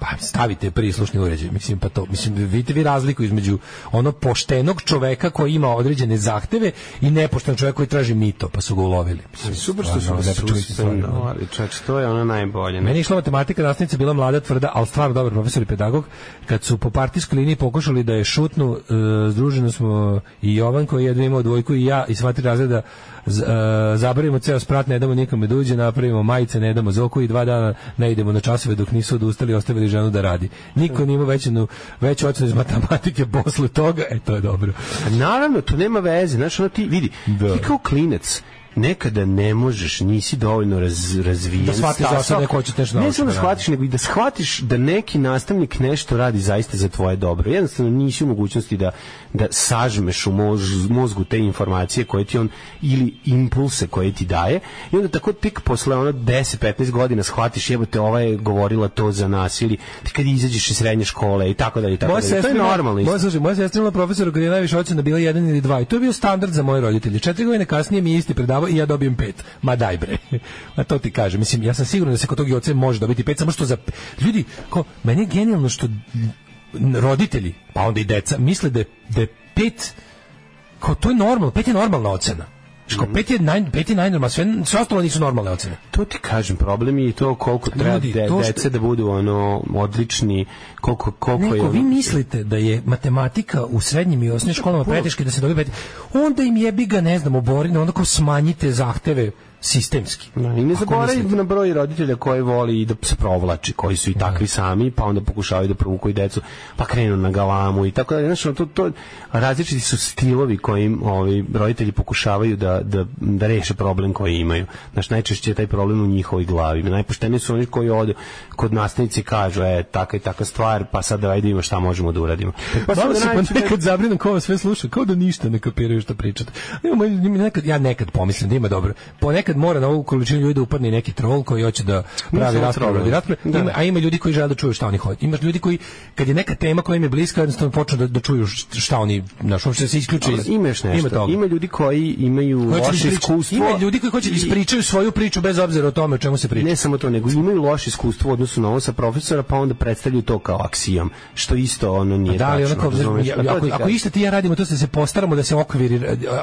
Pa stavite prislušni uređaj, mislim pa to, mislim vidite vi razliku između ono poštenog čoveka koji ima određene zahteve i nepošten čovek koji traži mito, pa su ga ulovili. Mislim, Super što su stvarno, ga lepo čujem se, stvarno. suspendovali, čak to je ono najbolje. Meni je išla matematika, nastavnica bila mlada, tvrda, ali stvarno dobar profesor i pedagog. Kad su po partijskoj liniji pokušali da je šutnu, e, združeno smo i Jovan koji je jedva imao dvojku i ja i sva tri razreda z- e, zabavimo ceo sprat, ne damo nikome da uđe, napravimo majice, ne damo zoku i dva dana ne idemo na časove dok nisu odustali i ostavili ženu da radi. Niko nije imao većenu, veću ocenu iz matematike posle toga, e to je dobro. A Pa Naravno, to nema veze, znaš, ono ti, vidi, Da. ti kao klinac, nekada ne možeš, nisi dovoljno raz, razvijen. Da shvatiš stasao. zašto neko hoće nešto Ne naučiti samo da da shvatiš, nego i da shvatiš da neki nastavnik nešto radi zaista za tvoje dobro. Jednostavno nisi u mogućnosti da, da sažmeš u mož, mozgu te informacije koje ti on, ili impulse koje ti daje. I onda tako tek posle ono 10-15 godina shvatiš, jebote, ova je govorila to za nas, ili ti kad izađeš iz srednje škole i tako dalje, i tako Moja dalje. To sestra, je ima- normalno. Moja, slušaj, moja sestra imala profesora koji je najviše ocena bila jedan ili dva i to je bio standard za moje roditelje. Četiri godine kasnije mi je isti predavao i ja dobijem pet. Ma daj bre. Ma to ti kažem. Mislim, ja sam siguran da se kod tog i oce može dobiti pet, samo što za... Ljudi, ko, meni je genijalno što n- roditelji, pa onda i deca, misle da, je- da je pet kao to je normalno, pet je normalna ocena. Ško, Mhm. pet je, naj, pet je najnormalna, sve, sve ostalo nisu normalne ocene. To ti kažem, problem je i to koliko treba Ljudi, de, to što- dece da budu ono odlični, koliko, koliko je... Neko, vi ono- mislite da je matematika u srednjim i osnovnim školama preteška i da se dobije pet, onda im jebi ga, ne znam, oborine, onda kao smanjite zahteve sistemski. Da, I ne Ako zaboravi mislite. na broj roditelja koji voli i da se provlači, koji su i takvi sami, pa onda pokušavaju da provuku i decu, pa krenu na galamu i tako dalje. Znaš, ono, to, to, različiti su stilovi kojim ovi roditelji pokušavaju da, da, da reše problem koji imaju. Znaš, najčešće je taj problem u njihovoj glavi. Najpošteniji su oni koji odu kod nastavnici i kažu, e, taka i taka stvar, pa sad da ajde vidimo šta možemo da uradimo. Pa sad Malo se nađu pa neki- nekad zabrinem ko ovo sve sluša, kao da ništa ne kapiraju što pričate. Ima, ima nekad, ja nekad pomislim da ima dobro. Ponekad mora na ovu količinu ljudi da upadne i neki trol koji hoće da pravi samo raspravu. trolovi. radi rasprave. Da. Ima- a ima ljudi koji žele da čuju šta oni hoće. Imaš ljudi koji, kad je neka tema koja im je bliska, jednostavno počnu da, da čuju šta oni, znaš, uopšte se isključe. iz- Ima još Ima nešto. toga. Ima, ljudi koji imaju Hoće da loše ispriča- iskustvo. Ima ljudi koji hoće da i- ispričaju svoju priču bez obzira o tome o čemu se priča. Ne samo to, nego imaju loše iskustvo u odnosu na ovo sa profesora, pa onda predstavljaju to kao aksijom, što isto ono nije da li tačno. onako, razumeš? Pa to ako, ti ako kažem. išta ti i ja radimo, to se se postaramo da se okviri,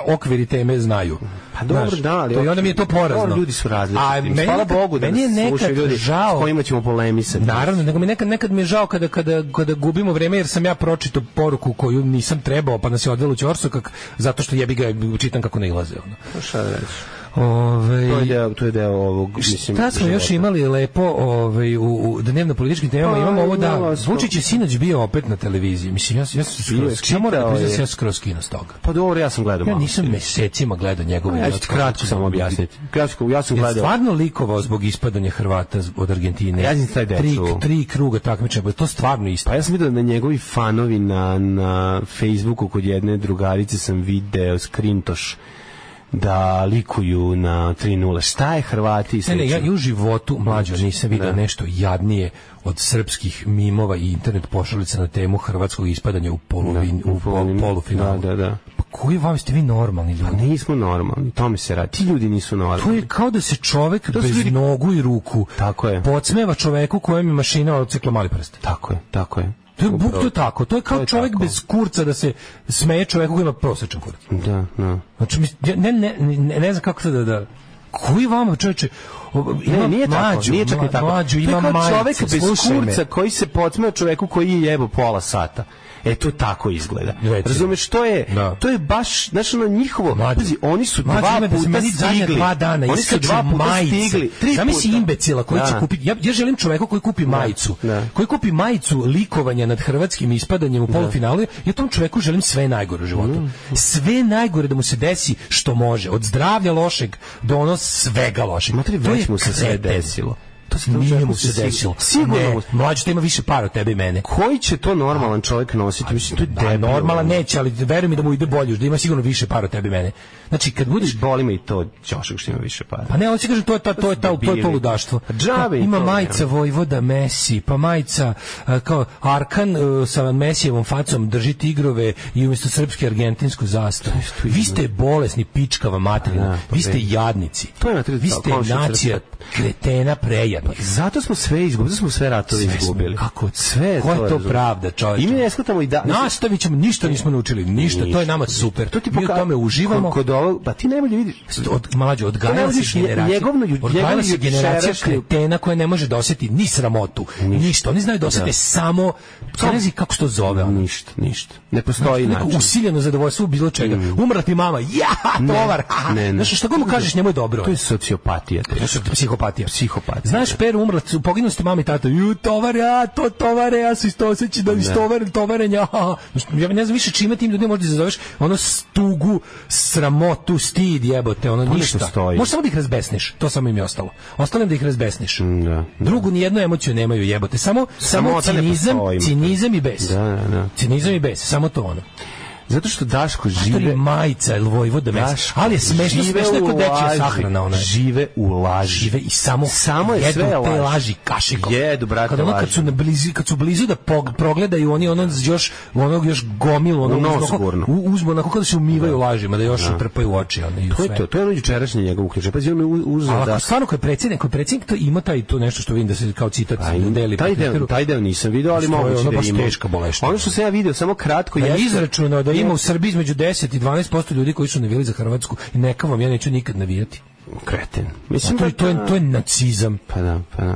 okviri teme znaju. Pa dobro, Znaš, da, ali... to, i onda mi je to porazno. Dobro, ljudi su različiti. A meni, Hvala nekad- Bogu da meni je nas nekad slušaju ljudi s žao, kojima ćemo polemisati. Naravno, nego mi nekad, nekad mi je žao kada, kada, kada gubimo vreme jer sam ja pročitao poruku koju nisam trebao pa nas je odvelo u Ćorsokak zato što jebi ga čitam kako ne ilaze. Ono. Pa Ovaj- Šta da reći? Ove, To je deo, to je deo ovog, mislim, Šta smo još života. imali lepo ovaj, u, u dnevno političkim temama? Pa, Imamo ovo da imala smo- Vučić je sinoć bio opet na televiziji. Mislim, ja, ja sam se Bio je, skroz... Ja moram da čitao priznam je. da se ja skroz kino s toga. Pa dobro, ja sam gledao Ja malo. nisam mesecima gledao njegove... Ja ću ti kratko samo objasniti. Kratko, ja sam Ja gledao... stvarno likovao zbog ispadanja Hrvata z- od Argentine. Ja nisam taj deo tri, čuo. tri kruga takmičenja, pa je to stvarno isto. Pa ja sam vidio da njegovi fanovi na, na Facebooku kod jedne drugarice sam video skrintoš da likuju na 3-0. Šta je Hrvati i Ne, ne, slično? ja, ja u životu mlađo nisam video nešto jadnije od srpskih mimova i internet pošalica na temu hrvatskog ispadanja u, polovin, u pol- polufinalu. Da, Pa da, da. Pa koji vam ste vi normalni ljudi? Nismo normalni, tome se radi. Ti ljudi nisu To normalni. je kao da se čovek su bez ljudi- nogu i ruku Tako je. podsmeva čoveku kojem je mašina odcikla mali prst. Tako je, tako je. To je buk Upravo. to je tako. To je kao To je čovek tako. bez kurca da se smeje čoveku koji ima prosečan kurac. Da, da. Znači, mis- ja ne, ne, ne, ne znam kako to da... da koji vama čoveče o, ima Ne, nije mlađu, tako, nije čak mla- ni tako. mlađu, To je ima kao majicu, čovek bez slušaj me. kurca koji se podsmeo čoveku koji je jebo pola sata. E to tako izgleda. Recimo. Razumeš to je Da. to je baš znači ono njihovo. Mlađe. Pazi, oni su Mlađe, dva ima da se puta meni zadnja stigli. Dva dana oni su dva puta majice. stigli. Tri Zamisli puta. imbecila koji će Da. kupiti ja, ja želim čoveka koji kupi majicu. da. Koji kupi majicu likovanja nad hrvatskim ispadanjem u polufinalu. Ja tom čoveku želim sve najgore u životu. Mm. Sve najgore da mu se desi što može. Od zdravlja lošeg do ono svega lošeg. Matri To već je mu se sve kreten. desilo. To se tom Nije čoveku mu se sig- desilo. Sigurno Ne, mu Mlađe, te ima više para od tebe i mene. koji će to normalan čovjek nositi? Mislim, to je Da, debilno. normalan neće, ali veruj mi da mu ide bolje, da ima sigurno više para od tebe i mene. Znači, kad budeš Boli me i to ćošak što ima više para. Pa ne, hoće kažem to je ta to je ta to je to Debili. ludaštvo. Pa džabe i ima to, majica Vojvoda Messi, pa majica e, kao Arkan e, sa Mesijevom facom drži tigrove i umjesto srpske argentinsku zastavu. Vi ste bolesni pičkava materina. Da, pa Vi ste vidi. jadnici. To je na tri- Vi ste komšija nacija kretena prejadnih. Zato smo sve izgubili, zato smo Pa sve ratove Sve smo- izgubili. kako- sve je koja je to razumeš. pravda, čoveče? I mi ne shvatamo i da Nastavit ćemo, ništa nismo naučili, ništa, to je nama super. To ti Mi u poka- tome uživamo. Kod, kod ovog, pa ti najbolje vidiš. od mlađe To ne odgajala se vidiš, generacija njegovno ju- odgajala njegovno se generacija jučerašnju- kretena koja ne može da osjeti ni sramotu ništa oni znaju da osjete samo to ne znam kako se to zove ono. Ništa, ništa. Ne postoji neko način. Mm. usiljeno zadovoljstvo u bilo čega umrla ti mama ja tovar ha, ne, ne. znaš šta god mu kažeš njemu je dobro To je sociopatija. To je Znaš, psihopatija. psihopatija. Znaš, Per umrla, su- poginuli ste mama i tata. Ju, tovare, a, to tovare, ja se isto osjeći da istovare, tovarenja. Ja ne znam više čime tim ljudima možda izazoveš ono stugu, sramotu, stid, jebote, ono Pa ne ništa. postoji. Možeš samo da ih razbesniš, to samo im je ostalo. Ostalo im da ih razbesniš. Mm, da, Drugu nijednu emociju nemaju, jebote. Samo, samo Samota ne cinizam, postoji. cinizam i bes. Da, da, da. Cinizam i bes, samo to ono. Zato što Daško Ili žive... majica, ili vojvoda, mes. Daško Ali je smešno, žive smešno je kod u dečija laži. sahrana ona Žive u laži. žive i samo Samo je jedu sve te laž. laži kašikom. Jedu, brate, kad ono kad laži. su na blizu kad su blizu da pog- progledaju oni ono još onog još gomilu ono U nos uzmu onako- gurnu. u- uzmu onako kao da se umivaju lažima da još utrpaju oči ono i u To je sve. to, to je ono jučerašnje njegovo uključenje. Pazi, on je u- uzeo Ali da... ako stvarno koji predsjednik, koji predsjednik to ima taj to nešto što vidim da se kao citat Taj, deli po taj, deo, Twitteru. taj deo nisam video, ali Što je moguće ono da baš ima. teška boleština. Ono što sam ja video, samo kratko, Da je jeste- izračunao da ima u Srbiji između 10 i 12% ljudi koji su navijali za Hrvatsku i neka vam ja neću nikad navijati. Kreten. A Mislim to, je, to, je, to je nacizam. Pa da, pa da.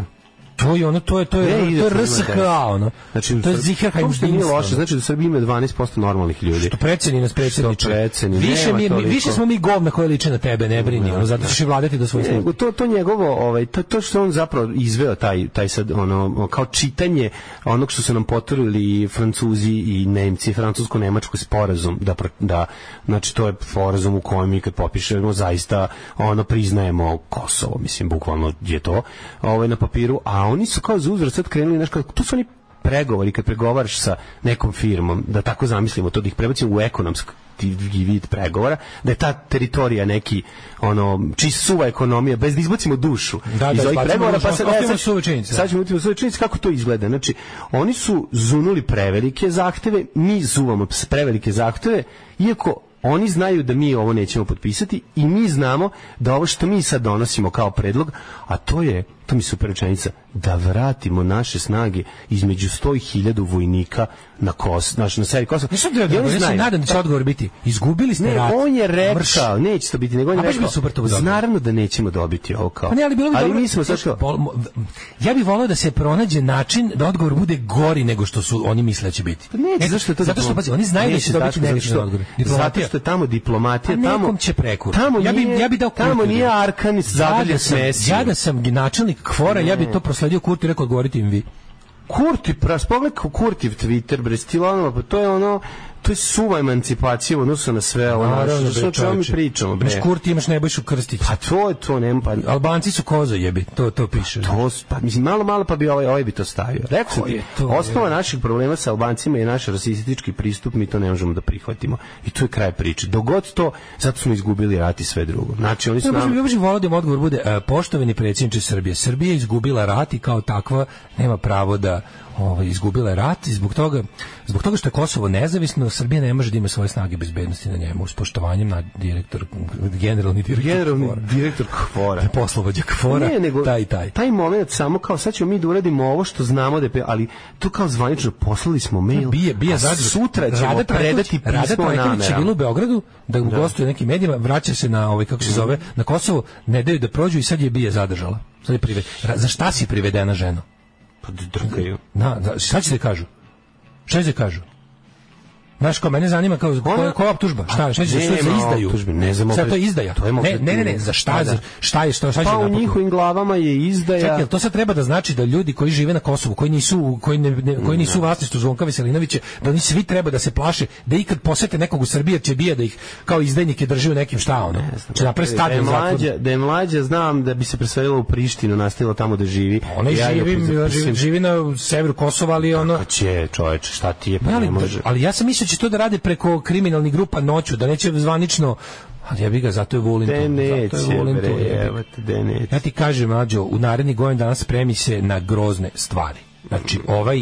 To je ono, to je, to je, Ne, ono, to izračunao je je RSK, 10. ono. Znači, to je To Ziherheim uopšte nije Dinstrom. loše, znači da u Srbiji ima 12% normalnih ljudi. Što preceni nas predsjedniče. Što preceni, više, nema mi, mi, toliko. više smo mi govna koje liče na tebe, ne brini. ono, zato ćeš i vladati do svojih Nego službi. to to njegovo ovaj to, to što on zapravo izveo taj taj sad ono kao čitanje onog što su nam poturili Francuzi i Nemci francusko-nemački sporazum da pro- da znači to je sporazum u kojem mi kad popišemo zaista ono priznajemo Kosovo mislim bukvalno je to ovaj na papiru a oni su kao za uzvrat sad krenuli nešto kao- tu su oni pregovori kad pregovaraš sa nekom firmom da tako zamislimo to da ih prebacimo u ekonomsku ti vid pregovora, da je ta teritorija neki ono čist suva ekonomija bez da izbacimo dušu Da, da, iz ovih izbacimo pregovora dušu, pa se ostavimo sad- suve činjenice. Sad ćemo utim suve činjenice kako to izgleda. Znači oni su zunuli prevelike zahteve, mi zuvamo s- prevelike zahteve iako oni znaju da mi ovo nećemo potpisati i mi znamo da ovo što mi sad donosimo kao predlog, a to je, to mi je super rečenica, da vratimo naše snage između 100 i 1000 vojnika na Kos, znači na sebi Kosova. Nisam teo da I oni ja se znaju. nadam da će odgovor biti. Izgubili ste Ne, rat. on je Mrš. rekao, neće to biti, nego on A je baš bi rekao, super to bilo. naravno da nećemo dobiti ovo kao. Pa ne, ali bilo bi dobro. mi smo sad Znaš, kao, bol- mo- Ja bih volio da se pronađe način da odgovor bude gori nego što su oni misle da će biti. Pa neće, Ne, zašto je to Zato što, diploma- pazi, oni znaju da Neće, će dobiti Daško, zato negativan što- odgovor. Zato Diplomatija. što je tamo diplomatija, Pa tamo... nekom će prekur. Tamo Ja bi- nije, ja bi dao tamo Kurtu nije da- Arkan Ja zagrljen da s sam- Mesijom. Ja da sam načelnik kvora, ja bih to prosledio Kurtu i rekao odgovorite im vi. Kurti, pras, pogledaj kako Kurti Twitter, bre, Stilanova, pa to je ono, to je suva emancipacija u odnosu na sve ovo naše. Naravno, Što bre, o čemu mi čoveče. pričamo, bre? Imaš Kurti, imaš Nebojšu Krstića. Pa to je to, nema pa... Albanci su kozo jebi, to to piše. To, s- pa, mislim, malo, malo pa bi ovaj, ovaj bi to stavio. Rekao sam Ko ti, je to, osnova naših problema sa Albancima je naš rasistički pristup, mi to ne možemo da prihvatimo. I tu je kraj priče. Dogod to, zato smo izgubili rat i sve drugo. Znači, oni Ja su baš nam... ja baš bih volao da im odgovor bude e, poštovani predsjedniče Srbije. Srbija je izgubila rat i kao takva nema pravo da ovaj izgubila je rat i zbog toga zbog toga što je Kosovo nezavisno Srbija ne može da ima svoje snage bezbednosti na njemu, s poštovanjem na direktor, generalni direktor Generalni KFOR-a. direktor Kvora. Da poslovođa KFOR-a, Ne, nego taj i taj. Taj moment samo kao sad ćemo mi da uradimo ovo što znamo da je, pe- ali to kao zvanično poslali smo mail. Bije, bije a zadruga. sutra ćemo Rada Trajković- predati Rada pismo o Trajković je namerama. bila u Beogradu da mu gostuje u nekim medijima, vraća se na ovaj Mhm. kako se zove, na Kosovo, ne daju da prođu i sad je bije zadržala. Sad je prive... Ra- za šta si privedena ženo? Pa drkaju. Na, da, šta će da kažu? Šta će da kažu? Znaš, kao mene zanima kao koja koja optužba? Šta, šta će da Nema su za izdaju? optužbe, ne znam, Sad opet- to je izdaja. to je ne, opet- ne, ne, ne, za šta, Da, za, da. šta je, šta, šta će Pa da u napadnu? njihovim glavama je izdaja. Čekaj, jel to sad treba da znači da ljudi koji žive na Kosovu, koji nisu u- koji ne, ne- koji nisu u vlasništvu Zvonka Veselinovića, da oni svi treba da se plaše da ikad posete nekog u Srbiji jer će bija da ih kao izdajnike drži u nekim šta ono. Će napravi da je stadion zatvor. mlađa, da je mlađa, znam da bi se preselila u Prištinu, nastavila tamo da živi. Pa Ona i joj živi, prizapisim- živi, živi na severu Kosova, ali ono... Pa će, čoveče, šta ti je, pa Ne, ali, ne može. ali ja sam mislio da će to da rade preko kriminalnih grupa noću, da neće zvanično... Ali ja bi ga, zato je volim De to. Zato je neće, volim bre, to. jebi ga. evo te, de neće. Ja ti kažem, mlađo, u naredni godin danas spremi se na grozne stvari. Znači, ovaj,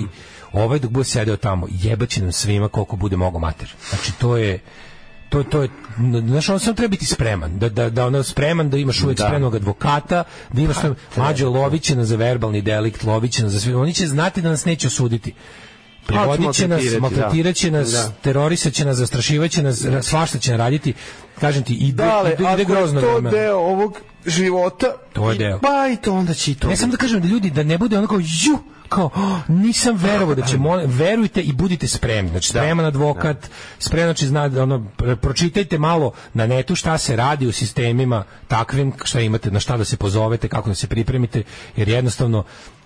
ovaj dok bude sedeo tamo, jebaće nam svima koliko bude mogo mater. Znači, to je to to je znaš on sam treba biti spreman da da da ono spreman da imaš uvek spremnog advokata da Pa, imaš sprem... mlađe loviće na za verbalni delikt loviće na za sve oni će znati da nas neće osuditi Privodit će nas, maltretirati, da. maltretirat će nas, Da. terorisat će nas, zastrašivat će nas, ra- svašta će raditi. Kažem ti, ide, Dale, ide, ide ako je grozno to vreme. deo ovog života, To je i- deo. pa i to onda će i to. Ne sam da kažem da ljudi da ne bude onako ju kao "Oh, nisam verovao da će mole, verujte i budite spremni. Znači spreman advokat, spreman znači zna da ono pr- pročitajte malo na netu šta se radi u sistemima takvim šta imate na šta da se pozovete, kako da se pripremite jer jednostavno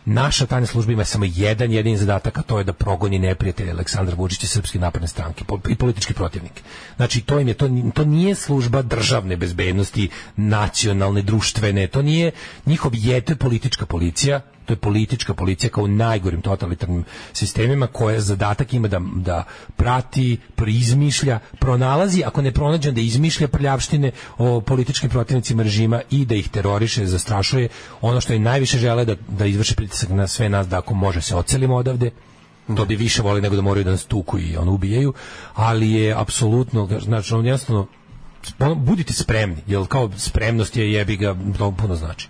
Naša tajna služba ima samo jedan jedini zadatak, a to je da progoni neprijatelje Aleksandra Vučića i Srpske napredne stranke po- i politički protivnike. Znači, to im je, to, ni- to nije služba državne bezbednosti, nacionalne, društvene, to nije njihov je, to je politička policija, to je politička policija kao u najgorim totalitarnim sistemima koja zadatak ima da, da prati, izmišlja, pronalazi, ako ne pronađe da izmišlja prljavštine o političkim protivnicima režima i da ih teroriše, zastrašuje. Ono što i najviše žele da, da izvrše pritisak na sve nas da ako može se ocelimo odavde, to bi više voli nego da moraju da nas tuku i ono ubijaju, ali je apsolutno, znači on jednostavno ono, budite spremni, jer kao spremnost je jebi ga, to puno znači.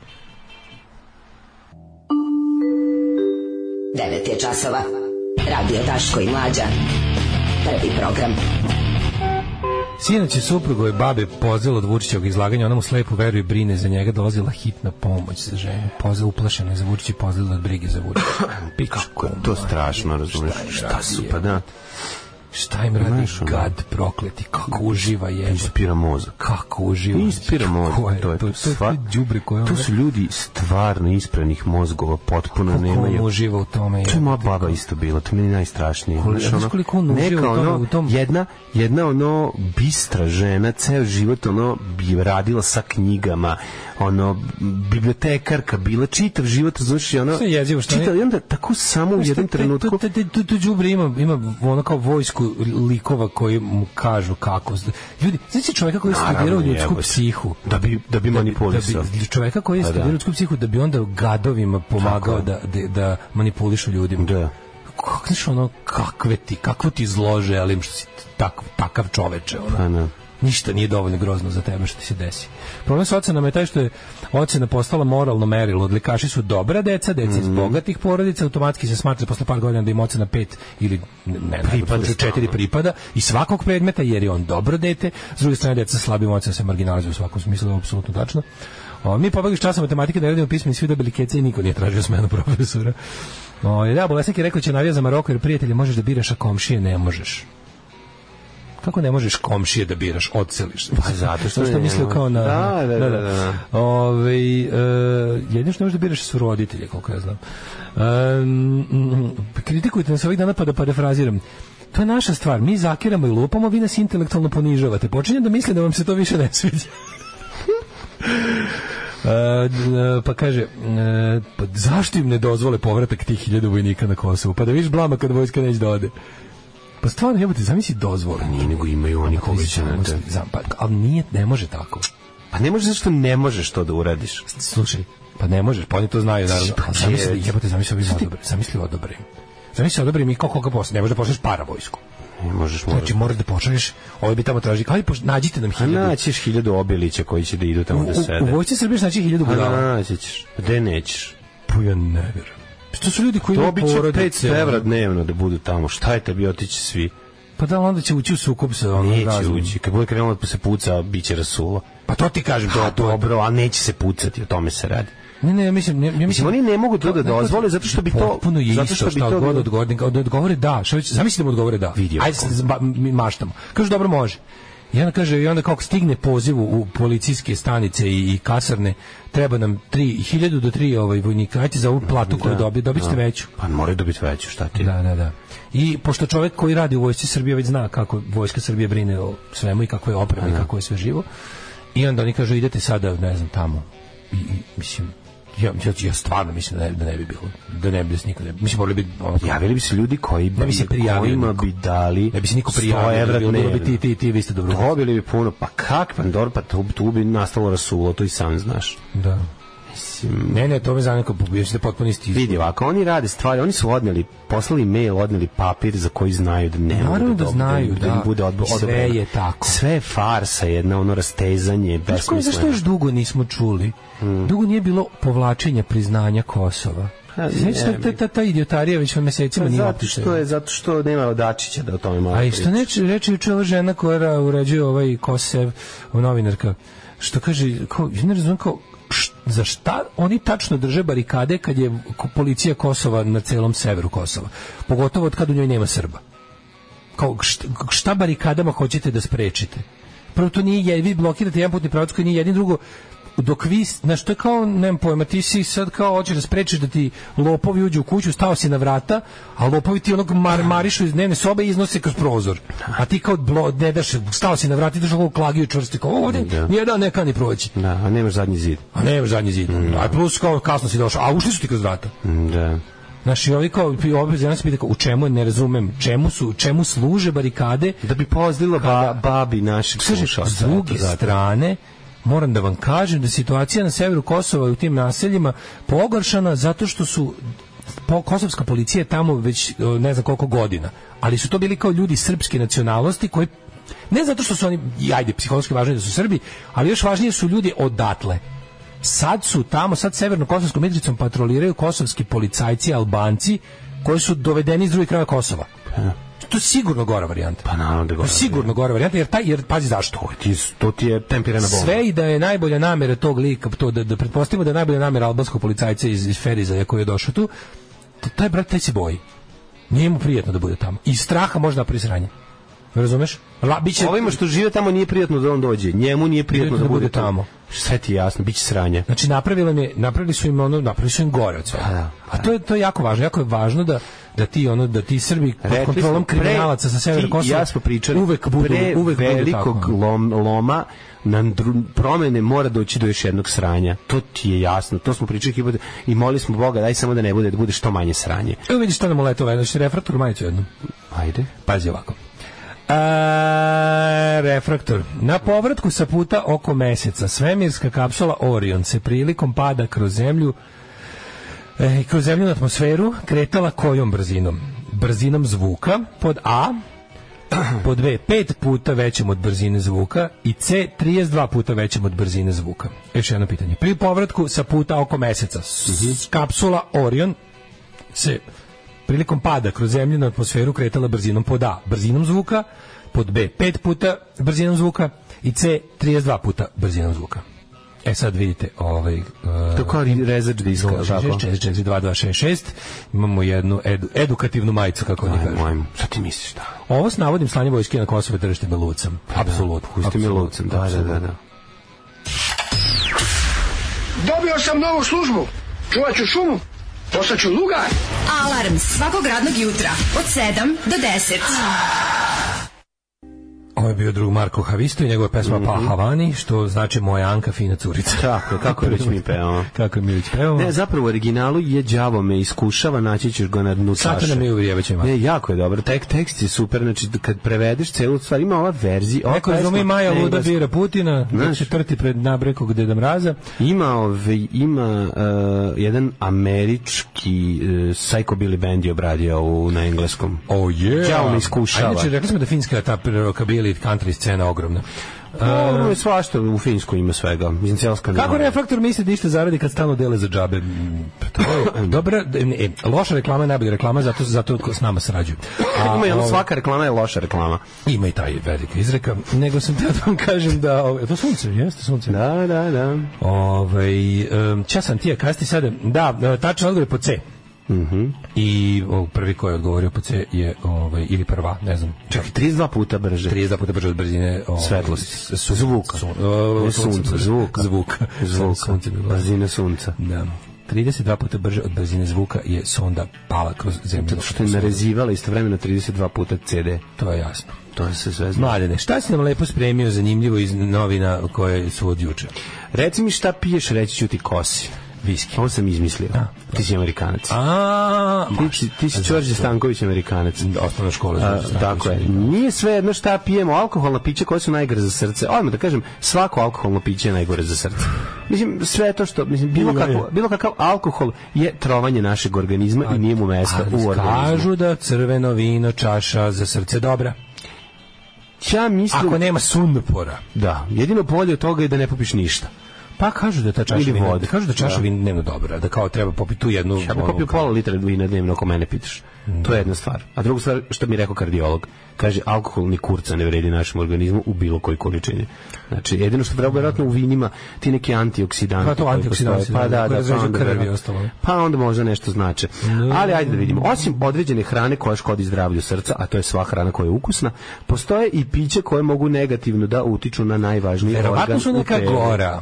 9 je časova. Radio Daško i Mlađa. Prvi program. Sinoć je suprugove babe pozela od Vučićevog izlaganja, ona mu slepo veruje i brine za njega, dolazila hitna pomoć za ženu. Poza uplašena je za Vučića i pozela od brige za Vučića. Kako je to strašno, razumiješ? Šta je Šta radio? su, pa da, Šta im radi Znaš, ono- gad prokleti, kako uživa je. inspira mozak. Kako uživa. Inspira mozak, Kako to je to, to, to je sva- đubre koje To ona- su ljudi stvarno ispravnih mozgova, potpuno Kako on nemaju. uživa u tome. To je moja jebote. baba isto bila, to mi je najstrašnije. Koliko- Znaš, znaš ono, koliko on uživa neka u tome, ono, u tom- Jedna, jedna ono bistra žena, ceo život ono bi radila sa knjigama, ono bibliotekarka bila, čitav život, razumiješ, i ono... Sve je jezivo što ne- čitav, I onda tako samo u jednom trenutku... Tu, tu, tu đubre ima, ima ono kao vojsku likova koji mu kažu kako. Ljudi, znači čovjeka koji je Naravno, studirao ljudsku jebote. psihu. Da bi, da bi manipulisao. Da bi, čovjeka koji je Pa da. studirao ljudsku psihu da bi onda gadovima pomagao da, da, da manipulišu ljudima. Da. Kako, znaš, ono, kakve ti, kakvo ti zlo želim što si tak, takav čoveče, ono. Pa da. Ništa nije dovoljno grozno za tebe što ti se desi. Problem sa ocenama je taj što je ocena postala moralno merilo. Odlikaši su dobra deca, deca Mhm. iz bogatih porodica, automatski se smatra posle par godina da im ocena pet ili ne, ne, Pripada pripada, četiri pripada i svakog predmeta jer je on dobro dete. S druge strane, deca sa slabim ocenama se marginalizuju u svakom smislu, ovo je apsolutno tačno. O, mi pobegli s časa matematike da radimo pismo i svi dobili kece i niko nije tražio smenu profesora. O, da, Ovaj, Bolesnik je rekao će navija za Maroko jer prijatelje možeš da biraš, a komšije ne možeš. Kako ne možeš komšije da biraš, odseliš? Pa zato što što ne mislio kao na... može. Da, da, da, da. Ove, e, jedino što ne možeš da biraš su roditelje, koliko ja znam. Um, mm, kritikujte nas ovih dana pa da parafraziram. To je naša stvar. Mi zakiramo i lupamo, vi nas intelektualno ponižavate. Počinjem da mislim da vam se to više ne sviđa. E, d- e, pa kaže, e, pa zašto im ne dozvole povratak tih hiljada vojnika na Kosovu? Pa da vidiš blama kad vojska neće da ode. Pa stvarno, jebote, zamisli Pa dozvole. Pa Nije, nego imaju oni koga će na te- Znam, pa, ali nije, ne može tako. Pa ne možeš zašto ne možeš to da uradiš. Slušaj, pa ne možeš, pa oni to znaju, naravno. Pa A Zamisli, je. jebote, zamisli ovi odobrim. Zamisli odobrim. Zamisli odobrim i kako koga posle, ne može da pošleš paravojsku. Ne možeš moraš. Znači, moraš da počneš, ovaj bi tamo traži, hajde, poš- nađite nam A hiljadu. naćiš hiljadu obilića koji će da idu U, tamo da sede. u, u vojci Srbije znači hiljadu A budala. naći ćeš. Gde nećeš? Pa ja ne vjerujem. Što su ljudi koji imaju Dobit će porodice? 500 evra dnevno da budu tamo. Šta je tebi otići svi? Pa da, onda će ući u sukob sa onom Neće razumom. ući. Kad bude krenulo da se puca, bit će rasula. Pa to ti kažem, to, Pa to je dobro, a neće se pucati, o tome se radi. pa, Ne, ne, ja mislim, ne, ja mislim, Mislim, oni ne mogu to da Neko- dozvole zato što bi to- Potpuno je zato što isto bi šta to god bilo- odgovorim, da odgovore da, šta već, zamisli da mu odgovore da. Vidio Ajde, sam. se zba- mi maštamo. Kaže, dobro, može. I onda kaže, i onda kako stigne poziv u policijske stanice i, i kasarne, treba nam 3000 do 3 ovaj vojnika, ajte za ovu platu koju dobije, dobit ćete veću. Pa moraju dobiti veću, šta ti? Da, da, da. I pošto čovjek koji radi u vojsci Srbije već zna kako vojska Srbije brine o svemu i kako je oprema i kako je sve živo. I onda oni kažu idete sada, ne znam, tamo. I, i, mislim, ja, ja, ja stvarno mislim da ne, da ne bi bilo, da ne bi se niko ne bi, mislim, morali bi, ono, Javili bi se ljudi koji bi, Ne bi se prijavio kojima niko. bi dali ne bi se niko 100 prijavio, da evra bi, bilo bi dnevno. ti, ti, ti, vi ste dobro. Dobili bi puno, pa kak, pa dobro, pa tu, tu bi nastalo rasulo, to i sam znaš. Da. Mislim, Ne, ne, to me zanima, kao pobiješ se potpuno isti. izvor. vidi, ako oni rade stvari, oni su odneli, poslali mail, odneli papir za koji znaju da ne mogu Naravno da dobe- znaju, da, im da. bude odbo, I sve odobreno. je tako. Sve je farsa, jedna ono rastezanje, Znaš koji- zašto besmisleno. još dugo nismo čuli? Hmm. Dugo nije bilo povlačenja priznanja Kosova. Ha, Znači, ne ta, bi. ta, ta idiotarija već mesecima nije Pa Zato otišla. što je, zato što nema Dačića da o tome malo A i priča. što neče, reče juče ova žena koja ra- uređuje ovaj Kosev, ova novinarka, što kaže, kao, ja ne razumem kao, š- za šta oni tačno drže barikade kad je ko- policija Kosova na celom severu Kosova. Pogotovo od kad u njoj nema Srba. Kao, šta, šta barikadama hoćete da sprečite? Prvo to nije, jed- vi blokirate jedan putni pravac koji nije jedin, drugo, dok vi, znaš, to je kao, nemam pojma, ti si sad kao hoćeš da sprečiš da ti lopovi uđu u kuću, stao si na vrata, a lopovi ti onog mar, marišu iz dnevne sobe i iznose kroz prozor. A ti kao blo, ne daš, stao si na vrata i daš ovog klagiju čvrsti, kao ovdje, Da. nijedan neka ni proći. Da, a nemaš zadnji zid. A ne, zadnji zid. A plus kao kasno si došao, a ušli su ti kroz vrata. Mm, Da. Znaš, i ovi kao, i ovi žena se pita kao, u čemu, je, ne razumem, čemu su, čemu služe barikade, Da bi pozdila ba, babi naših Kaže, slušalca. s druge eto, zato. strane, moram da vam kažem da je situacija na severu Kosova i u tim naseljima pogoršana zato što su po, kosovska policija je tamo već e, ne znam koliko godina, ali su to bili kao ljudi srpske nacionalnosti koji ne zato što su oni, i ajde, psihološki važni da su Srbi, ali još važnije su ljudi odatle. Sad su tamo, sad severno-kosovskom Mitricom patroliraju kosovski policajci, albanci, koji su dovedeni iz drugih kraja Kosova. To je sigurno gora varijanta. Pa naravno da je To je gora sigurno gora varijanta, jer, taj, jer pazi zašto. Ti, to ti je tempirana bomba. Sve i da je najbolja namera tog lika, to da, da pretpostavimo da je najbolja namera albanskog policajca iz, iz Feriza koji je došao tu, t- taj brat taj se boji. Nije mu prijetno da bude tamo. I straha možda prisranje. Razumeš? La, biće, Ovima što žive tamo nije prijatno da on dođe. Njemu nije prijatno da, bude tamo. Sve ti je jasno, bit će sranje. Znači napravili, mi, napravili su im ono, napravili su im gore od Pa svega. da, A to je to je jako važno, jako je važno da da ti ono da ti Srbi pod Rekli kontrolom smo, pre- kriminalaca sa severa ti i Kosova ja smo pričali, uvek budu pre uvek budu velikog tako. lom, loma na dru- promene mora doći do još jednog sranja. To ti je jasno. To smo pričali hipote- i molili smo Boga daj samo da ne bude, da bude što manje sranje. Evo vidiš šta nam leto ovaj, znači refraktor majicu jednu. Ajde. Pazi ovako. A, refraktor. Na povratku sa puta oko meseca svemirska kapsula Orion se prilikom pada kroz zemlju e, kroz zemljenu atmosferu kretala kojom brzinom? Brzinom zvuka pod A pod B pet puta većom od brzine zvuka i C 32 puta većom od brzine zvuka. Još jedno pitanje. Pri povratku sa puta oko meseca s- kapsula Orion se prilikom pada kroz zemlju na atmosferu kretala brzinom pod A, brzinom zvuka, pod B, 5 puta brzinom zvuka i C, 32 puta brzinom zvuka. E sad vidite, ovaj... e, To kao rezač diska, tako? 44266 imamo jednu edu, edukativnu majicu, kako oni kažu. Ajmo, ajmo. Šta ti misliš da? Ovo s navodim slanje vojske na Kosovo i držite me lucem. Apsolutno. Pusti me apsolutno, lovcem, da, da, apsolutno. da, da. Dobio sam novu službu. Čuvat ću šumu. Postaću lugar. Alarm svakog radnog jutra od 7 do 10. Tamo je bio drug Marko Havisto i njegova pesma mm -hmm. Pa Havani, što znači moja Anka fina curica. Mhm. Tako je, kako je već mi pevamo. Kako je mi već pevamo. Ne, zapravo u originalu je đavo me iskušava, naći ćeš ga na dnu Sad čaše. nam je uvrijevaće Ne, jako je dobro. Tek, tekst je super, znači kad prevedeš celu stvar, ima ova verzija. ova Neko pesma- razume Maja Ne, Luda da- bira Putina, da Znaš- se trti pred nabrekog Deda Mraza. Ima, ovaj, ima eh, jedan američki uh, Psycho Billy Band je obradio u, na engleskom. Oh yeah. Đavo me iskušava. A inače, rekli smo da finska ta rockabilly country scena ogromna. Ovo je svašta, u Finjskoj ima svega. Mislim, cijela Kako Skandinavija. reflektor misli da išta zaradi kad stalno dele za džabe? ono- Mm, To je dobra, e, loša reklama je najbolja reklama, zato, zato ko s nama srađuju. A, Ima, i ono, ovo- svaka reklama je loša reklama. Ima i taj velika izreka. Nego sam te da vam kažem da... Ovo, je to sunce, jeste sunce. Da, da, da. Ovaj um, ča sam ti je kasti sada. Da, e, tačan odgovor je po C. Mhm. I o, prvi koji je odgovorio po C je ovaj ili prva, ne znam. Čekaj, 32 puta brže. 32 puta brže od brzine ovaj, Svetlosti. s- su- Zvuka. Su, o, Ne sunca, sunca, zvuka. Zvuka. Zvuka. Sunce bi bilo. Brzina sunca. Da. 32 puta brže od brzine zvuka je sonda pala kroz zemlju. Zato što je narezivala istovremeno 32 puta CD. To je jasno. To se sve zna. Mladene, šta si nam lepo spremio zanimljivo iz novina koje su od juče? Reci mi šta piješ, reći ću ti kosi. Viski. Ovo sam izmislio. Ti si Amerikanac. A, ma, Ti, si- ti si Đorđe Stanković Amerikanac. osnovna škola. Mm. A, znači, tako je. znači, Nije sve jedno šta pijemo, alkoholna pića koja su najgore za srce. Odmah da kažem, svako alkoholno piće je najgore za srce. Mislim, sve to što, mislim, bilo, Ima, kako, je. bilo kakav alkohol je trovanje našeg organizma i nije mu mesta Ali u organizmu. Kažu da crveno vino čaša za srce dobra. Ja mislim, Ako nema sumpora. da, jedino bolje od toga je da ne popiš ništa. Pa kažu da ta čaša Ili vina, vode. kažu da čaša Da. vina dnevno dobra, da kao treba popiti tu jednu. Ja bih ono, popio kao- pola litra vina dnevno ako mene pitaš. To je jedna stvar. A druga stvar, što mi je rekao kardiolog, kaže alkohol ni kurca ne vredi našem organizmu u bilo kojoj količini. Znači, jedino što treba vjerojatno u vinima ti neki antioksidanti. Pa to koji antioksidansi, postoje. Pa da, da, da, pa koji razređuju onda, krv i verovatno- ostalo. Mm. pa onda možda nešto znače. Ali ajde da vidimo. Osim određene hrane koja škodi zdravlju srca, a to je sva hrana koja je ukusna, postoje i piće koje mogu negativno da utiču na najvažniji organ. Verovatno su u neka telu. gora.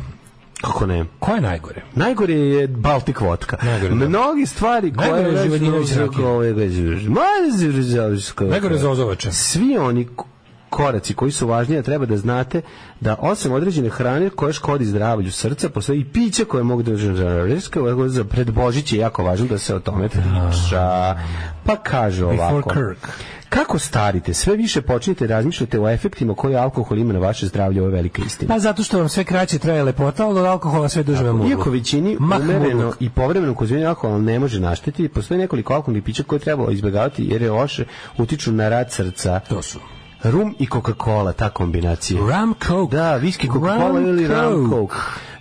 Kako ne? Ko je najgore? Najgore je Baltic vodka. Najgore, da. Mnogi stvari koje Najgore je Živadinović rakija. ovaj, rakija. Najgore je Zozovača. Svi oni k- koraci koji su važniji, a treba da znate da osim određene hrane koje škodi zdravlju srca, postoji i piće koje mogu da za pred Božić je jako važno da se o tome priča. Pa kaže Before ovako. Kirk. Kako starite, sve više počinjete razmišljati o efektima koje alkohol ima na vaše zdravlje, ovo je velika istina. Pa zato što vam sve kraće traje lepota, ali od alkohola sve duže vam Iako većini Mah umereno murluk. i povremeno konzumiranje alkohola ne može naštetiti, postoji nekoliko alkoholnih pića koje treba izbjegavati jer je loše utiču na rad srca. To su. Rum i Coca-Cola, ta kombinacija. Ram Coke. Da, viski Coca-Cola Rum ili rum Coke. Coke.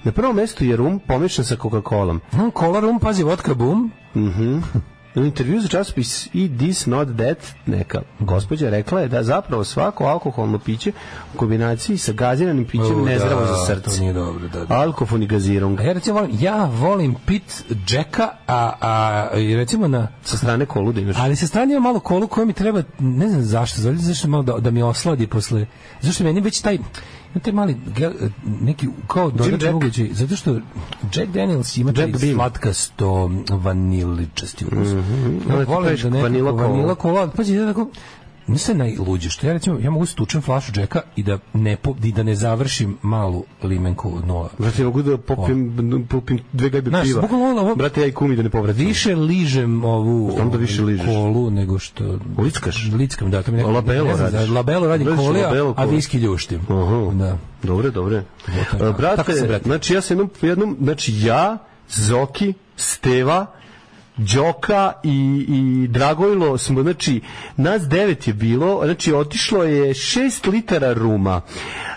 Na prvom mestu je rum pomešan sa Coca-Colom. Mm, Cola rum, pazi, vodka bum. U intervju za časopis i This Not That neka gospođa rekla je da zapravo svako alkoholno piće u kombinaciji sa gaziranim pićem U, nezdravo da, za To srce. nije dobro, E, da, da. Alkofon i gaziron A ja recimo volim, ja volim pit Jacka, a, a i recimo na sa strane koluda imaš. ali sa strane ima malo kolu koja mi treba, ne znam zašto, zašto, zašto malo da, da mi osladi posle, zašto meni već taj, ima taj mali, ge- neki kao dodatni Jack? ugođaj, zato što Jack Daniels ima taj Jack Bean. slatkasto vaniličasti ukus. Onda Ja Mhm, ti volim kažeš da nekako vanila kola. vanila kola, ali pazi, ja tako, mi se najluđe, što ja recimo, ja mogu stučem flašu Jacka i da ne, po, i da ne završim malu limenku od nula. Brate, ja mogu da popim, popim dve gajbe Znaš, piva. bukvalno ono, ovo- Brate, ja i kumi da ne povratim. Više ližem ovu Znam da više ližeš. kolu nego što... Lickaš? Lickam, da. To mi nekako- Labelo ne znam, radiš. za- Labelo radim Radiš koli, labelo a koli. viski ljuštim. Aha. Da. Dobre, dobre. tako. E, brate, Tako se, brate. znači ja sam jednom, jednom, znači ja, Zoki, Steva, Đoka i, i Dragojlo smo, znači, nas devet je bilo, znači, otišlo je šest litara ruma,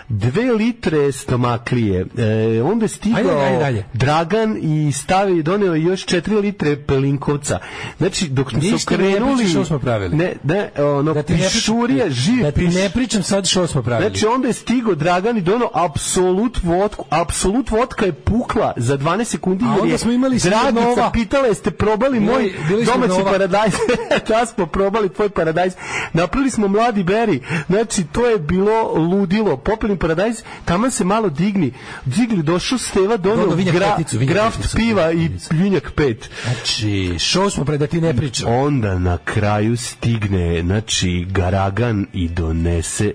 dve litre stomaklije, e, onda je stigao Ajde, ajde, dalje. Dragan i stave i doneo je još četiri litre pelinkovca. Znači, dok smo se Ništa mi ne okrenuli... pričaš što smo pravili. Ne, ne, ono, Da ti ne pričam- pišurija, živ Da ti piš- ne pričam sad što smo pravili. Znači onda je stigo Dragan i dono apsolut vodku. Apsolut vodka je pukla za 12 sekundi. A jer onda je smo imali Dragica Smirnova. pitala jeste probali Bili- moj bili smo domaći Nova. paradajz. da smo probali tvoj paradajz. Napravili smo mladi beri. Znači to je bilo ludilo. Popili mi paradajz, tamo se malo digni. Digli, došao Steva, donio Doneo vinjak gra, peticu, vinjak graft peticu. piva i vinjak pet. Znači, šo smo pre da ti ne pričam. Onda na kraju stigne, znači, Garagan i donese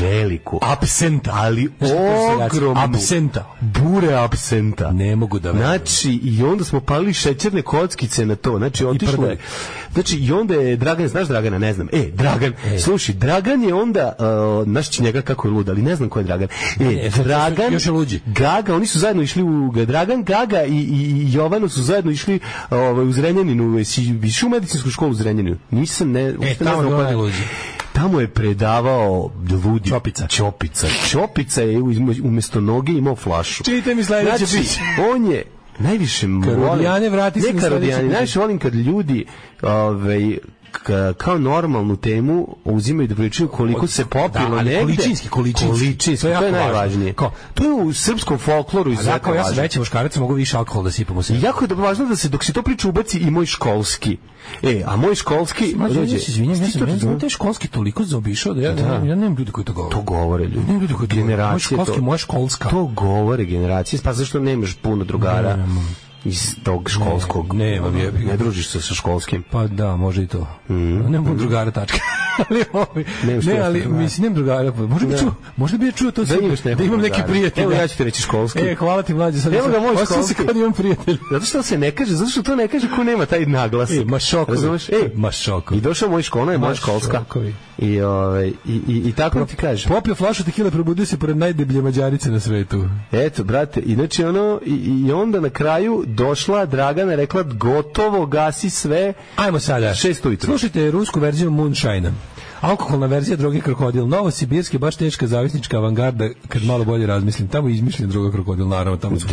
veliku, Absenta. ali Znaš kako se seljaci- ogromnu Absenta. bure absenta. Ne mogu da verujem. Znači, i onda smo palili šećerne kockice na to. Znači, otišlo je. prdek. Znači, i onda je Dragan, znaš Dragana, ne znam. E, Dragan, slušaj, Dragan je onda, uh, znaš će njega kako je lud, ali ne znam ko je Dragan. E, ne, sad- Dragan, još je luđi. Gaga, oni su zajedno išli u Dragan, Gaga i, i i Jovano su zajedno išli ovaj, u Zrenjaninu, jesi išao u medicinsku školu u Zrenjaninu. Nisam, ne, uopšte Znači, ne E, tamo znam je ko je. najluđi. Tamo je predavao Vudi Ćopica. Ćopica. Ćopica je uz- umesto noge imao flašu. Čitajte mi sledeće Znači, piće. on je najviše volim- Karodijane, vrati se ne na sledeće karodijane, piće. najviše volim kad ljudi ovaj, ka- kao normalnu temu uzimaju da pričaju koliko se popilo Da, ali negde. količinski, količinski. Količinski, To to je je, jako važno. najvažnije. Kao- to je u srpskom folkloru A Zakao, izuzetno ja sam važno. veći muškarac, mogu više alkohol da sipam u sebe. I Jako je dobro važno da se dok se to priča ubaci i moj školski. E, a moj školski Mlađe, dođe. ja Pa, se izvinjam, ja Pa, Ti sam, to ja znaš? sam taj školski toliko zaobišao da ja, ja, ja nemam ljudi koji to govore. To govore ljudi. Ne, ljudi koji to govore. Moj generacije. školski, to- moja školska. To govore generacije, pa zašto nemaš puno drugara iz tog školskog? Ne, nemam, ono, jebi ga. Ne družiš se sa školskim. Pa da, može i to. Mhm. Ne Pa, mogu drugara tačka. ali, ovi- Nemaš ne, ti ali drugara. mislim, nemam drugara. pa Možda bi, čuo, možda bi ja čuo to Da super, imaš nekog da imam neki drugara. prijatelj. Evo, ja ću ti reći školski. E, hvala ti mlađe. Sad Evo ga, moj Osjećam se školski. kad imam prijatelj. Zato što se ne kaže, zato što to ne kaže ko nema taj naglasak. E, ma šokovi. Razumeš? E, Ma šokovi. I došao moj škola, ona je moja Ma školska. šokovi. I, ovaj, i, i, i tako ti kažem. Popio flašu tekile, probudio se pored najdeblje mađarice na svetu. E, Eto, brate, i znači ono, i, i onda na kraju došla Dragana, rekla, gotovo, gasi sve. Ajmo sada. Šest ujutru. Slušajte rusku verziju Moonshine-a. Alkoholna verzija droge krokodil. Novosibirski, baš teška zavisnička avangarda, kad malo bolje razmislim. Tamo je izmišljen droga krokodil, naravno. Tamo su,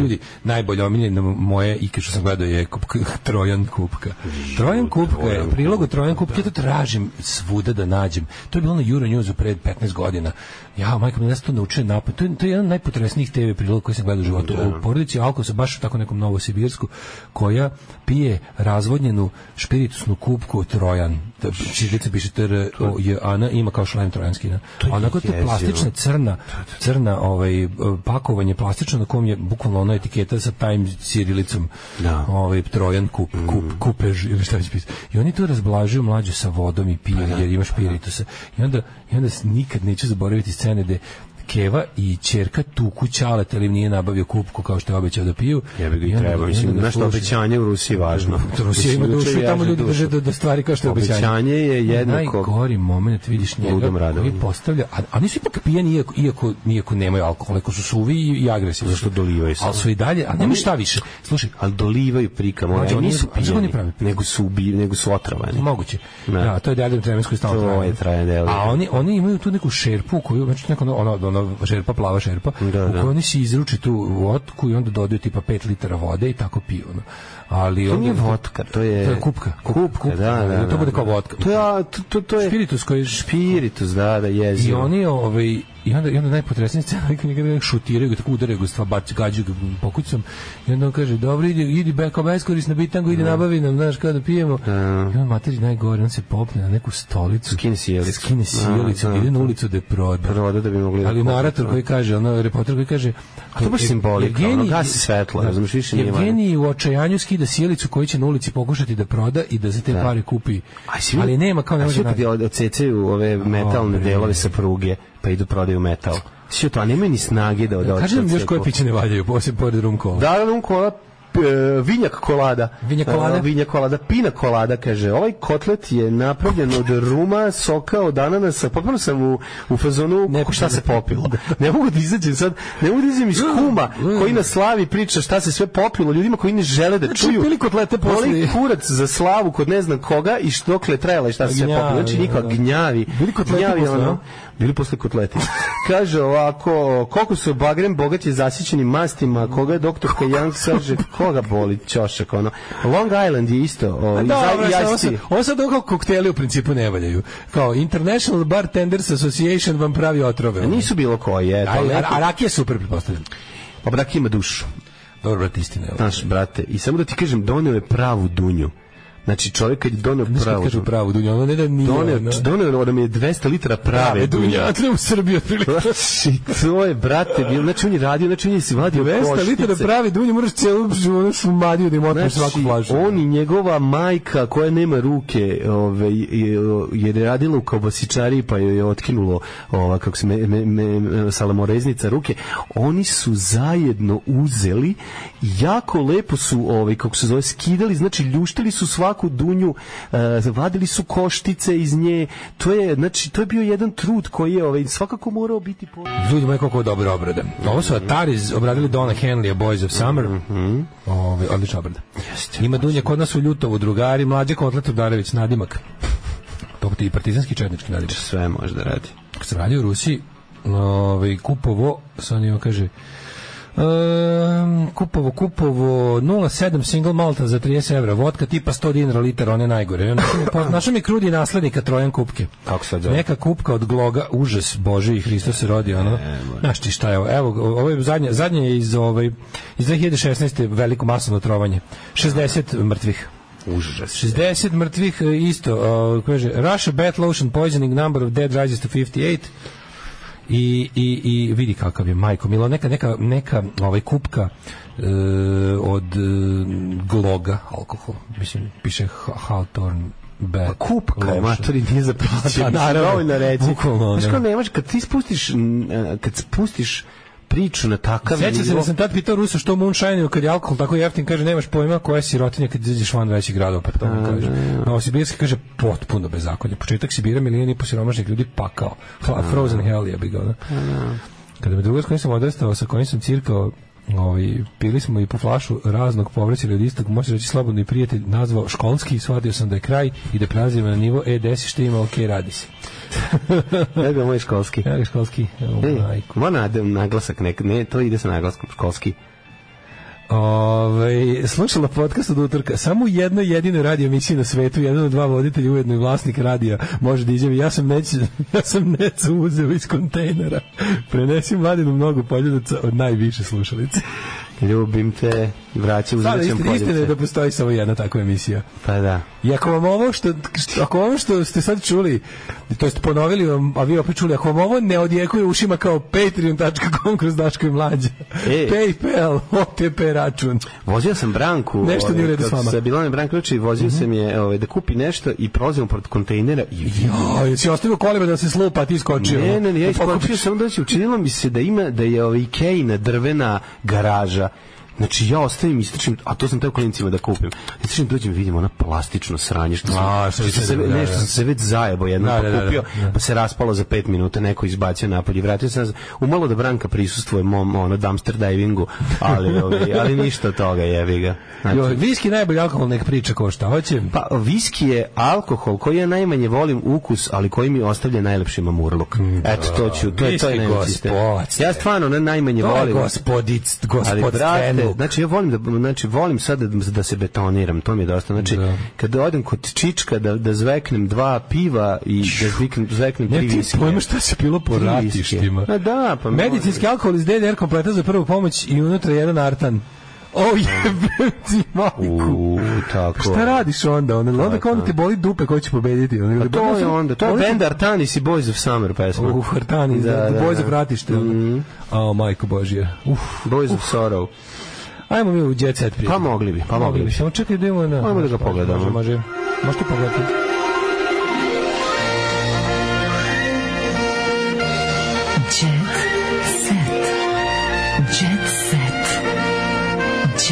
ljudi, najbolje omiljen moje ike što sam gledao je kupka, Trojan kupka. Trojan kupka je, prilogu Trojan kupka, ja to tražim svuda da nađem. To je bilo na Euronewsu pred 15 godina. Ja, majko, mi nas to naučio napad. To je, to je jedan od najpotresnijih TV priloga koji sam gledao u životu. U porodici Alkosa, baš u tako nekom Novosibirsku, koja pije razvodnjenu špiritusnu kupku Trojan. Da, Čitlica piše tr o j ana ima kao šlem trojanski. na. Onako te jezivo. plastične crna, crna ovaj, eh, pakovanje plastično na kom je bukvalno ona etiketa sa Time cirilicom. Da. Ovaj, Trojan kup, Mhm. kup, kupež ili šta će pisati. I oni to razblažuju mlađu sa vodom i pijem, Pa jer imaš piritusa. I onda, i onda s- nikad neću zaboraviti scene gde Keva i ćerka tuku ćalet, ali im nije nabavio kupku kao što je obećao da piju. Ja bi ga i onda- trebao, onda mislim, ga znaš što sluša. obećanje u Rusiji važno. Rusija ima Mislim, dušu juče i tamo jaže ljudi dušu. drže do, do stvari kao što je obećanje. Obećanje je jednako- Najgori moment vidiš njega Ludom radom. koji postavlja, a, a oni su ipak pijeni iako, iako, iako nemaju alkohol, iako su suvi i, i agresivni. Zašto dolivaju samo? Ali su i dalje, a nema šta više. Slušaj, ali dolivaju prika mora. Mlađe, Oni oni nisu su- oni su pijeni, oni pravi. nego su, ubi, nego su otrovani. moguće. Da. Da, to je Dardan Tremenskoj stalno To je traje, da, da. A oni, oni imaju tu neku šerpu, koju, znači neka ona, ona, ona ono, šerpa, plava šerpa, Da, u da. kojoj oni si izruče tu vodku i onda dodaju tipa 5 litara vode i tako piju. Ono. Ali To onda- nije vodka, to je... To je kupka. Kupka, da, da, da. To bude da. kao vodka. To je, a, to, to, to je... Spiritus koji- Spiritus, da, da, I jezivo. oni ovaj i onda i onda najpotresnije scena kad njega nekako šutiraju, ga tako udaraju ga stva baci gađaju ga pokucom i onda on kaže dobro idi idi beka beskorisno bitango ide nabavi nam znaš kada pijemo i on materi najgore on se popne na neku stolicu Skine sjelicu. skine sjelicu Da, da. ide na ulicu da je proda Proda da bi mogli da ali kupe, narator da. koji kaže ono reporter koji kaže A to baš Ev- simbolika, Evgenij- ono, gasi svetlo, razumeš, više nije Evgenij u očajanju skida sjelicu koju će na ulici pokušati da proda i da za te pare kupi A si vidio- ali nema kao ne a si može vidio kad je naći. od- odsecaju ove metalne bre. delove sa pruge, pa idu prodaju metal. Svi to, a nemaju ni snage da da Kaži nam još odseku. koje piće ne valjaju, osim pored rum kola. Da, da, um, kola, p- e, vinjak kolada. Vinjak kolada? E, vinjak kolada, pina kolada, kaže. Ovaj kotlet je napravljen od ruma, soka, od ananasa. Potpuno sam u, u fazonu Ne, ko- šta ne, se popilo. Ne mogu da izađem sad, ne mogu da izađem iz kuma koji na slavi priča šta se sve popilo ljudima koji ne žele da čuju. pili kotlete poslije. Boli kurac za slavu kod ne znam koga i što dokle je trajala i šta se sve Gnjavi, popilo. Znači, niko da, da. gnjavi. Bili kotleti Gnjavi, posle, ono, a? bili posle kotleti. Kaže ovako, koliko su bagrem bogati zasićenim mastima, koga je doktorka Young saže, koga boli ćošak, ono. Long Island je isto, o, i Da, za- Pa dobro, i sad, ovo iced sad- tea. ovo sad ovo kao kokteli u principu ne valjaju. Kao International Bartenders Association vam pravi otrove. ono. Nisu bilo koje, A, eto, ali a, neki- a rakija je super, pretpostavljam. pa brak ima dušu, Dobro, brate, istina je ovo. znaš, brate. I samo da ti kažem, donio je pravu dunju. Znači čovjek kad je doneo Znaš kad pravu kažu pravu dunju, ono ne da nije. doneo, ono. doneo da mi je 200 litara prave Prave dunje, dunje. a to je u Srbiji otprilike. Znači, to je, brate, bilo, znači on je radio, znači on je si vadio 200 koštice. litara prave dunje, moraš cijelu živonu šumadiju da im otmeš svaku Znači, plažu. on i njegova majka koja nema ruke ove, je, je radila u kobasičari pa joj je otkinulo ova, kako se me, me, me, me- salamoreznica ruke oni su zajedno uzeli i jako lepo su ovaj, kako se zove skidali znači ljuštili su svaku dunju eh, vadili su koštice iz nje to je znači to je bio jedan trud koji je ovaj, svakako morao biti po... Ljudi moji, koliko je dobro obrada. Ovo su Ataris obradili Dona Henleya, Boys of Summer. Ove, odlična obrada. Ima Dunja kod nas u Ljutovu, drugari, mlađe Kotlet Udarević, nadimak. To ti i partizanski četnički nadimak. sve možda radi Kad sam radio u Rusiji, ove, kupovo, sad njima kaže, Um, kupovo, kupovo 0,7 single malta za 30 evra vodka tipa 100 dinara litar, one najgore našao mi, po- našao mi krudi naslednika Trojan kupke Kako sad zove? neka kupka od gloga užas Bože i Hristo se rodi ono znaš ti šta je ovo evo ovo je zadnje, zadnje je iz, ovaj, iz 2016. veliko masovno trovanje 60 mrtvih užas 60 mrtvih e, isto uh, kaže Russia bat lotion poisoning number of dead rises to 58 i, i, i vidi kakav je majko Milo neka neka neka ovaj kupka e, od e, gloga alkohol mislim piše Ha- Hawthorne bat Pa kupka je lotion. matori nije za piće. Pa, mislim, naravno. dovoljno reći. Bukvalno, ono. Znaš kao nemaš, kad ti spustiš, n- e, kad spustiš priču na takav Sjećam se nivo- da sam tad pitao Rusa što moonshine kad je alkohol tako jeftin, kaže nemaš pojma koja je sirotinja kad izađeš van većih gradova, pa to mi kaže. Novosibirski kaže potpuno bezakonje. Početak Sibira milijon i po siromašnih ljudi pakao. Hla, frozen hell je bi ga. ono. Kada me drugar s kojim sam odrastao, sa kojim sam cirkao, ovaj, pili smo i po flašu raznog povraća od istog, može reći slobodno i prijatelj, nazvao školski, shvatio sam da je kraj i da prelazimo na nivo, e, desi što ima, ok, radi se. Evo ga moj školski. Ja ga školski, ovaj, o, Ej, E, majko. ma na- naglasak, nek, ne, to ide sa naglaskom, školski. Ove, Ovaj, slušala podcast od utorka. Samo u jednoj jedinoj radio emisiji na svetu, jedan od dva voditelja, ujedno i vlasnik radija, može da izjavi, ja sam neću, ja sam necu uzeo iz kontejnera. Prenesi mladinu mnogo poljudaca od najviše slušalice. Ljubim te, vraća, Sada uzvraćam istina, istina je poljice. da postoji samo jedna takva emisija. Pa da. I ako vam ovo što, što- ako ovo što ste sad čuli, to jest ponovili vam, a vi opet čuli, ako vam ovo ne odjekuje ušima kao patreon.com kroz Daško i Mlađa, E. PayPal, OTP račun. Vozio sam Branku. ovaj, Nešto nije u redu s vama. Mhm. Sa Bilane Branković i vozio sam je ovaj, da kupi nešto i prolazimo pored kontejnera i Jo, jesi ostavio kolima da se slupa, a ti Pa skočio. Ne, ne, ne, ja Da pokupiš. iskočio sam da se učinilo mi se da ima da je ovaj Ikejina drvena garaža. Znači ja ostavim istračim, a to sam teo klincima da kupim. Istračim dođem vidim ona plastično sranje što sam, A, što sam se- se, da, da. nešto sam se već zajebo jednom Da, da, da, pokupio, da. pa se raspalo za 5 minuta, neko izbacio napolje, i vratio se nazad. Umalo da Branka prisustvuje mom ono dumpster divingu, ali ovaj, ali ništa od toga jebi ga. Znači, Jo, viski najbolji alkohol nek priča ko šta hoće. pa viski je alkohol koji ja najmanje volim ukus, ali koji mi ostavlja najlepši mamurluk. Eto to ću, to je to je Mm. Viski najveći sistem. gospod. Ja stvarno ne najmanje to je volim. gospodic, Ali Pa, gospod brate, scenu. znači ja volim da znači volim sad da, da se betoniram, to mi je dosta. Znači Da. kada odem kod Čička da da zveknem dva piva i da zviknem zveknem Ne tri ti viskija. pojma šta se pilo po Tri viskija. ratištima. Ma da, pa Medicinski alkohol iz DDR kompleta za prvu pomoć i unutra jedan artan. O jebem ti majku. U, tako. Pa Šta radiš onda? Onda, onda kao onda te boli dupe ko će pobediti. Onda, Pa to je onda, to je Boli te- Band Artanis i Boys of Summer pesma. U Hartani, da, da, da, boj za vratište. Mhm. Mm. O, majko Božija. Uf. Boys of Sorrow. Ajmo mi u Jet Set prije. Pa mogli bi, pa mogli bi. Samo čekaj da imamo na... Ajmo da ga pogledamo. Može, može. Možete pogledati. Jet set. Jet set. Jet set.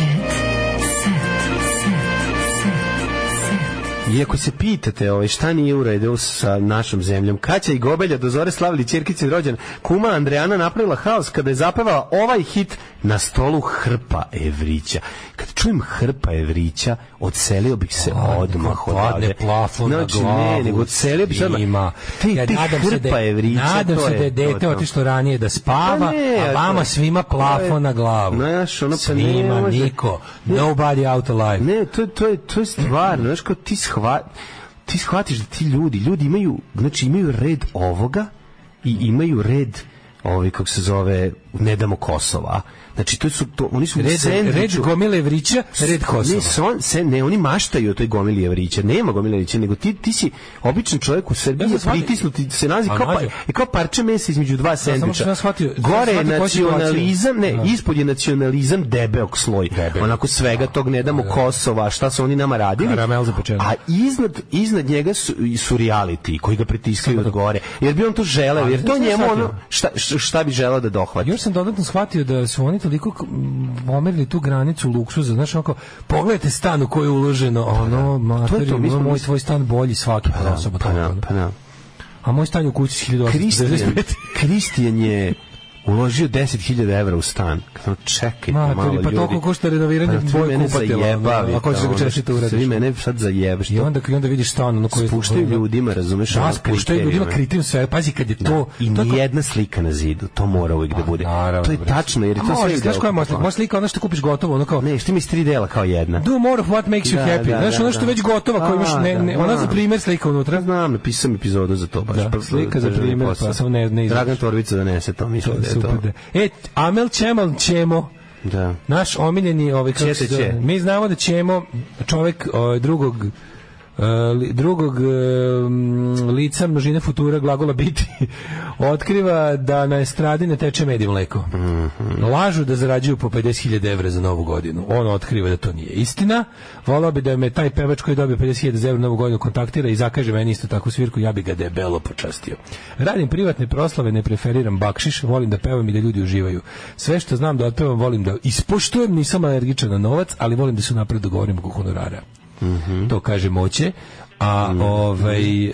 I ako se pitate ovaj, šta nije u redu sa našom zemljom, Kaća i Gobelja do zore slavili Čerkicin rođen, kuma Andrejana napravila haos kada je zapevala ovaj hit na stolu Hrpa Evrića. Kad čujem Hrpa Evrića, odselio bih se odmah Padne odavde. plafon na znači, glavu ne, nego odselio bih se odmah. svima. Ti, Ja ti nadam se da je- Hrpa Evrića, Nadam to se je da je to, dete to. otišlo ranije da Pa spava, ne, a a vama to- svima to je- plafon na glavu. Znaš, ono, pa ne svima, može- niko. Ne. Nobody out alive. Ne, to, je- to, je, to je stvarno, znaš, kao ti, shva, ti shvatiš da ti ljudi, ljudi imaju, znači imaju red ovoga i imaju red ovaj kako se zove ne damo Kosova. Znači to su to, oni su Red, red gomile vrića, red Kosova. Ne, son, se, ne, oni maštaju o toj gomili Evrića. Nema gomile Evrića, nego ti, ti si običan čovjek u Srbiji, ja Ja sam shvatio- pritisnuti se nalazi A, kao, pa, mlađo. i kao parče mesa između dva samo sendviča. što ja shvatio- sam Gore je shvatio koja je situacija. nacionalizam, ne, Da. ispod je nacionalizam debelog sloj. Debeo. Onako svega tog ne damo Kosova, šta su oni nama radili. Karamel za pečeno. A iznad, iznad njega su, su reality koji ga pritiskaju od gore. Jer bi on to želeo, Ali jer to znaš šta njemu ja ono, Pa, shvatio? šta, šta bi želeo da dohvati. Još sam dodatno shvatio da su oni toliko k- m, pomerili tu granicu luksuza, znaš, onako, pogledajte stan u koji je uloženo, ono, Pa to, mi materiju, ono, smo moj mis- tvoj stan bolji svaki pa, Da, osoba. pa tako, da, ono. pa da. A moj stan je u kući s 1895. Kristijan, Kristijan je uložio 10.000 evra u stan. Kao, čekaj, Ma, malo to ljudi. pa toliko košta renoviranje Pa, dvoje mene kupatela, zajebavi, ono, ako hoćeš da ga ono, češće to uradiš. Svi mene sad zajebaš. I onda, i onda vidiš stan, ono koji je... Spuštaju ljudima, razumeš? Da, ono, spuštaju ljudima kriterijume. kriterijum sve. Pazi, kad je to... I to je kao- Pa, nijedna slika na zidu, to mora uvijek da bude. naravno, to je bre. tačno, jer je to A sve može, ide znaš koja je oko možda slika? toga. Možda slika ono što kupiš gotovo, ono kao... Ne, što mi iz tri dela kao jedna. Do more of what makes you Da, happy. da, Znaš, da, ono što da. već gotovo, ako Da, imaš ne, da, ne, ona da. za primer slika unutra. Znam, napisao sam epizodu za to baš. Da, pa- slika za državni primer, posao. pa sam ne- ne Dragan izvuče. Torbica donese to, mislim da je Super, to. da. E, Amel Čemal Čemo, Da. naš omiljeni, ovaj, kako Čete se zove, će. mi znamo da Čemo, čovek ovaj, drugog e, li- drugog e, m, lica množine futura glagola biti otkriva da na estradi ne teče med i mleko. Lažu da zarađuju po 50.000 evra za novu godinu. On otkriva da to nije istina. Volao bi da me taj pevač koji je dobio 50.000 evra na novu godinu kontaktira i zakaže meni isto takvu svirku, ja bi ga debelo počastio. Radim privatne proslave, ne preferiram bakšiš, volim da pevam i da ljudi uživaju. Sve što znam da otpevam, volim da ispoštujem, nisam alergičan na novac, ali volim da se napred dogovorim oko honorara. To kaže moće. A ovaj e,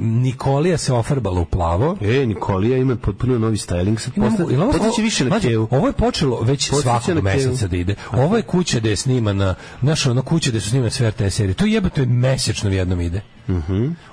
Nikolija se ofarbala u plavo. E, Nikolija ima potpuno novi styling. Sad Imamo- posta- jel ovo- postaće više na Mlađe, kevu. Ovo je počelo već Podsjeća na svakog Kevu. meseca da ide. Ovo je kuća gde je snimana, znaš, ono kuća gde su snimane sve te serije. To jebate mesečno jednom ide.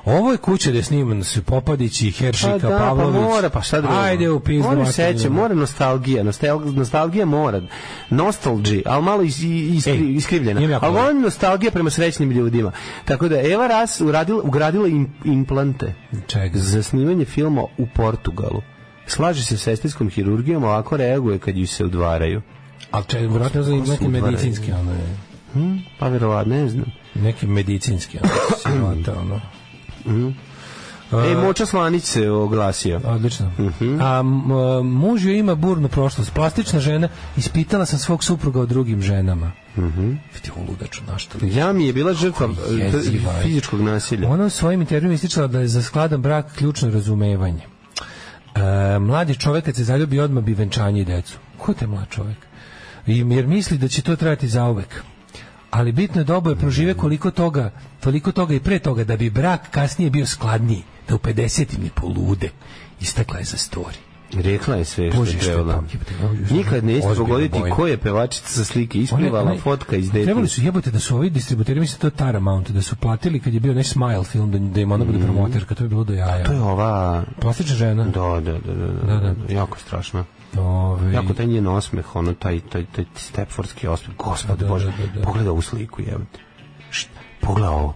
Ovo je kuća gde je sniman su Popadići, Heršika, Mhm. Pa da, Pavlović. pa mora, pa šta drugo. Ajde u pizdu. Mora materinu. seća, mora nostalgija, nostalgija, nostalgija mora. Nostalgy, ali malo is, i- iskri, Ej, imam iskrivljena. jako Ali dobro. on nostalgija prema srećnim ljudima. Tako da Eva Ras uradila, ugradila im, implante Čega? za snimanje filma u Portugalu. Slaže se s estetskom hirurgijom, a ovako reaguje kad ju se udvaraju. Ali če, vjerojatno za su neki udvaraju? medicinski, ono je. Pa verovatno, ne znam. Neki medicinski, ono, sirota, ono. E, Moča Slanić se oglasio. Pa Odlično. Mhm. A m, e, muž joj ima burnu prošlost. Plastična žena, ispitala sam svog supruga o drugim ženama. Mhm. Vidi ovu ludaču, na što li? Ja mi je bila žrtva Kako je eh, jeziva, e. ej. fizičkog nasilja. Ona u svojim intervjuima ističala da je za skladan brak ključno razumevanje. E, mladi čovjek kad se zaljubi odmah bi venčanje i decu. Ko je taj mlad čovjek? I, jer misli da će to trajati zauvek. Ali bitno je da oboje prožive koliko toga, toliko toga i pre toga da bi brak kasnije bio skladniji, da u 50 im je polude. Istakla je za story. Rekla je sve što Bože, je što je trebala. tamo, jebote, ovo je Nikad neće ozbiljna pogoditi bojna. ko je pevačica sa slike One- isplivala one- fotka iz dete. Trebali su jebote da su ovi distributeri, mislim da je to Taramount, da su platili kad je bio onaj Smile film, da, da im ona bude promoterka, to je bilo do jaja. Mhm. To je ova... Plastična žena. Da, da, da, da, da, da, jako strašno. Ove, Jako taj njen osmeh, ono, taj, taj, taj stepfordski osmeh, gospod Da, da, Bože, da, da. pogledaj ovu sliku, jebote. Št, Pogledaj ovo.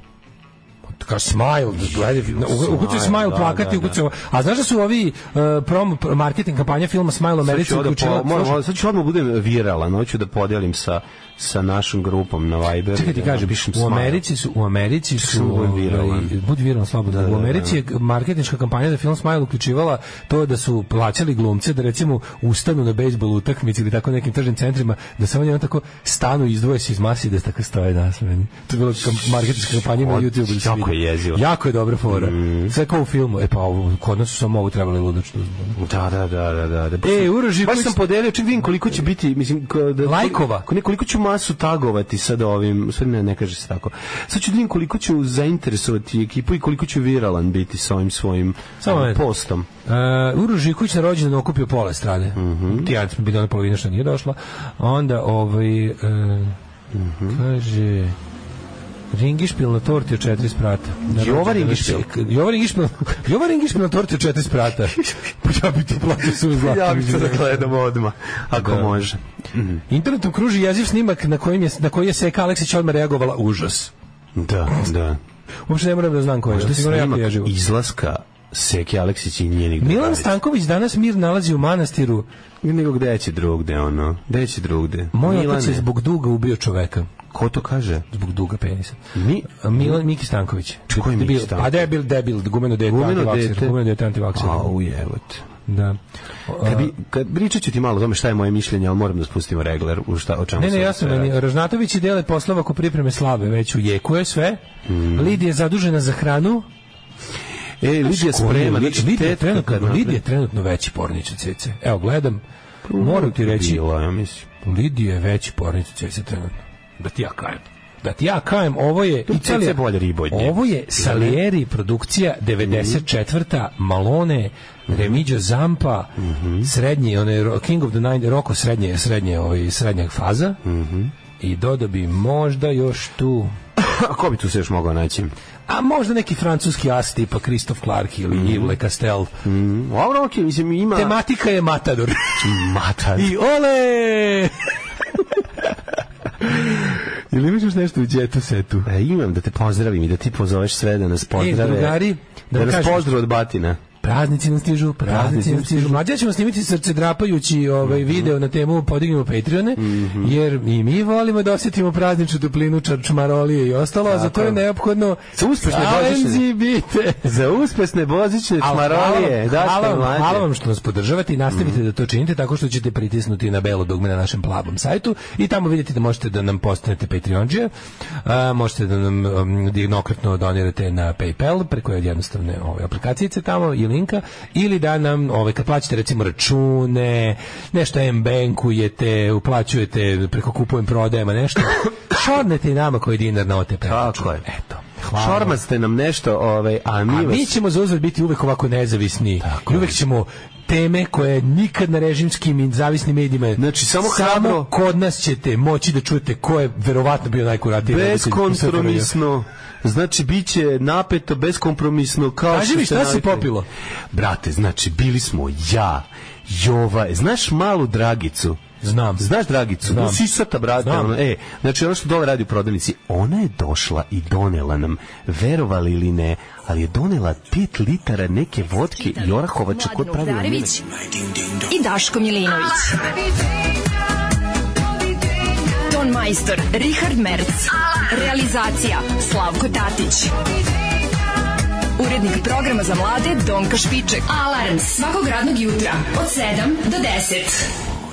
Kao Smile, gledaj, u- ukucaj Smile da, plakat i da, ukucaj ovo. A znaš da su ovi uh, prom, pr- marketing kampanja filma Smile Sad America ću, odmah uključila... po, moram, moram- sad ću odmah budem viralan, hoću da podelim sa, sa našom grupom na Viberu. Čekaj ti da kažem, napišem u smile. Americi su, u Americi sam su, budem ovaj, viralan. budi viran slobodno, Da, da, u Americi je marketinška kampanja za film Smile uključivala to da su plaćali glumce da recimo ustanu na bejsbol utakmici ili tako nekim tržnim centrima, da samo jedan tako stanu izdvoje se iz masi i da tako stoje nasmeni. To je bila kam- marketinška kampanja na Od- YouTube. da se jako vidi. je jezivo. Mhm. Jako je dobra fora. Sve kao u filmu. E pa, ovo, kod nas su samo ovo trebali ludačno. Da, da, da, da, da. da. E, Uroš Živković- Baš sam podelio, ček vidim koliko će biti, mislim, ko- da, Lajkova. ko- ne, koliko ću masu tagovati sad ovim, sad ne, ne kaže se tako. Sad ću da vidim koliko ću zainteresovati ekipu i koliko ću viralan biti sa ovim svojim Samo um, moment. postom. Uh, Uroš Živković na rođendan okupio pola strane. Mhm. Ti ja smo bili ona polovina što nije došla. Onda ovaj uh, Mhm. kaže Ringišpil na torti od četiri sprata. Na Jova rođendan Ringišpil? čovjek- Jova Ringišpil, Jova Ringišpil na torti od četiri sprata. Pa ja bi to platio sve zlato. Ja bih to da gledam odmah, ako može. Internetom kruži jeziv snimak na, kojem je, na koji je Seka Aleksić odmah reagovala užas. Da, da. Uopšte ne moram da znam ko je. Možda Sigurno jako snimak jezivo. izlaska Seki Aleksić i njenih Milan Stanković danas mir nalazi u manastiru. Nego gde će drugde, ono? Gde će drugde? Moj otac Milane. je zbog duga ubio čoveka. Ko to kaže? Zbog duga penisa. Mi- A Milan Miki Stanković. Ko je Miki Debil. Stanković? A debil, debil, gumeno dete, Gumeno antivakser. dete. Gumeno dete, antivakser. Au, jebote. Da. Kad bi, kad, pričat ću ti malo o tome šta je moje mišljenje, ali moram da spustimo regler u šta, o čemu Ne, ne, se jasno sve meni. Ražnatović je dele poslova oko pripreme slave, već u jeku je sve. Mm. Lidija je zadužena za hranu. E, Lidija sprema, Lidija, znači Lidija, je tetka trenutno, kad napre- Lidija je trenutno veći pornič od cece. Evo, gledam. Pa, Moram ti reći, Bila, ja mislim. Lidija je veći pornič od cece trenutno. Da ti ja kajem. Da ti ja kajem, ovo je Tu cece Italija. bolje riba od nje. Mhm. Ovo je Salieri produkcija 94. Malone, Remigio Zampa, Mhm. srednji, onaj Ro- King of the Nine, Roko srednje, srednje, ovaj, srednja faza. Mhm. I dodao bi možda još tu A ko bi tu se još mogao naći? a možda neki francuski as tipa Christophe Clark ili Mhm. Yves Le Castel. Hm? Mm, Dobro, okej, mislim, ima... Tematika je Matador. Mhm. Matar. I ole! Ili imaš još nešto u djetu setu? E, imam, da te pozdravim i da ti pozoveš sve da nas pozdrave. E, drugari, da, da vam nas kažem- pozdrave od batina. Praznici nam stižu, praznici nam stižu. Mlađe ćemo snimiti srce drapajući ovaj video na temu Podignimo Patreone, jer i mi volimo da osjetimo prazničnu duplinu čarčmarolije i ostalo, a za to je neophodno Sa uspešne Alenzi božićne. bite. Za uspesne bozićne Al- čmarolije, hvala vam- daška hvala, vam- mlađe. hvala vam što nas podržavate i nastavite Mhm. da to činite tako što ćete pritisnuti na belo dugme na našem plavom sajtu i tamo vidite da možete da nam postanete Patreonđe, možete da nam um, jednokratno donirate na PayPal preko jednostavne ove aplikacijice tamo i linka ili da nam ovaj, kad plaćate recimo račune, nešto M-bankujete, uplaćujete preko kupujem prodajama nešto, šornete i nama koji dinar na OTP. Tako je. Eto. Hvala. vam. Šormat ste nam nešto, ovaj, a mi, A vas... mi ćemo za uzvrat biti uvek ovako nezavisni. I uvek ćemo teme koje nikad na režimskim i zavisnim medijima Znači, samo hrabro. kod nas ćete moći da čujete ko je verovatno bio najkuratiji voditelj u SFRJ. Beskompromisno. Znači, bit će napeto, beskompromisno, kao Kaži što mi, ste šta se navikli. popilo? Brate, znači, bili smo ja, Jova, znaš malu Dragicu? Znam. Znaš Dragicu? Znam. No, sisata, brate. Znam. Ono, e, znači, ono što dole radi u prodavnici, ona je došla i donela nam, verovali ili ne, ali je donela 5 litara neke vodke i orahovača koje pravi na mene. Darević i Daško Milinović. Ton majstor Richard Merc. Realizacija Slavko Tatić. Urednik programa za mlade Donka Špiček. Alarms svakog radnog jutra od 7 do 10.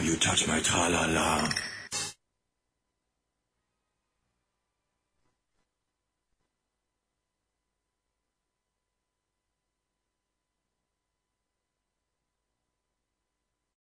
You touch my tra-la-la.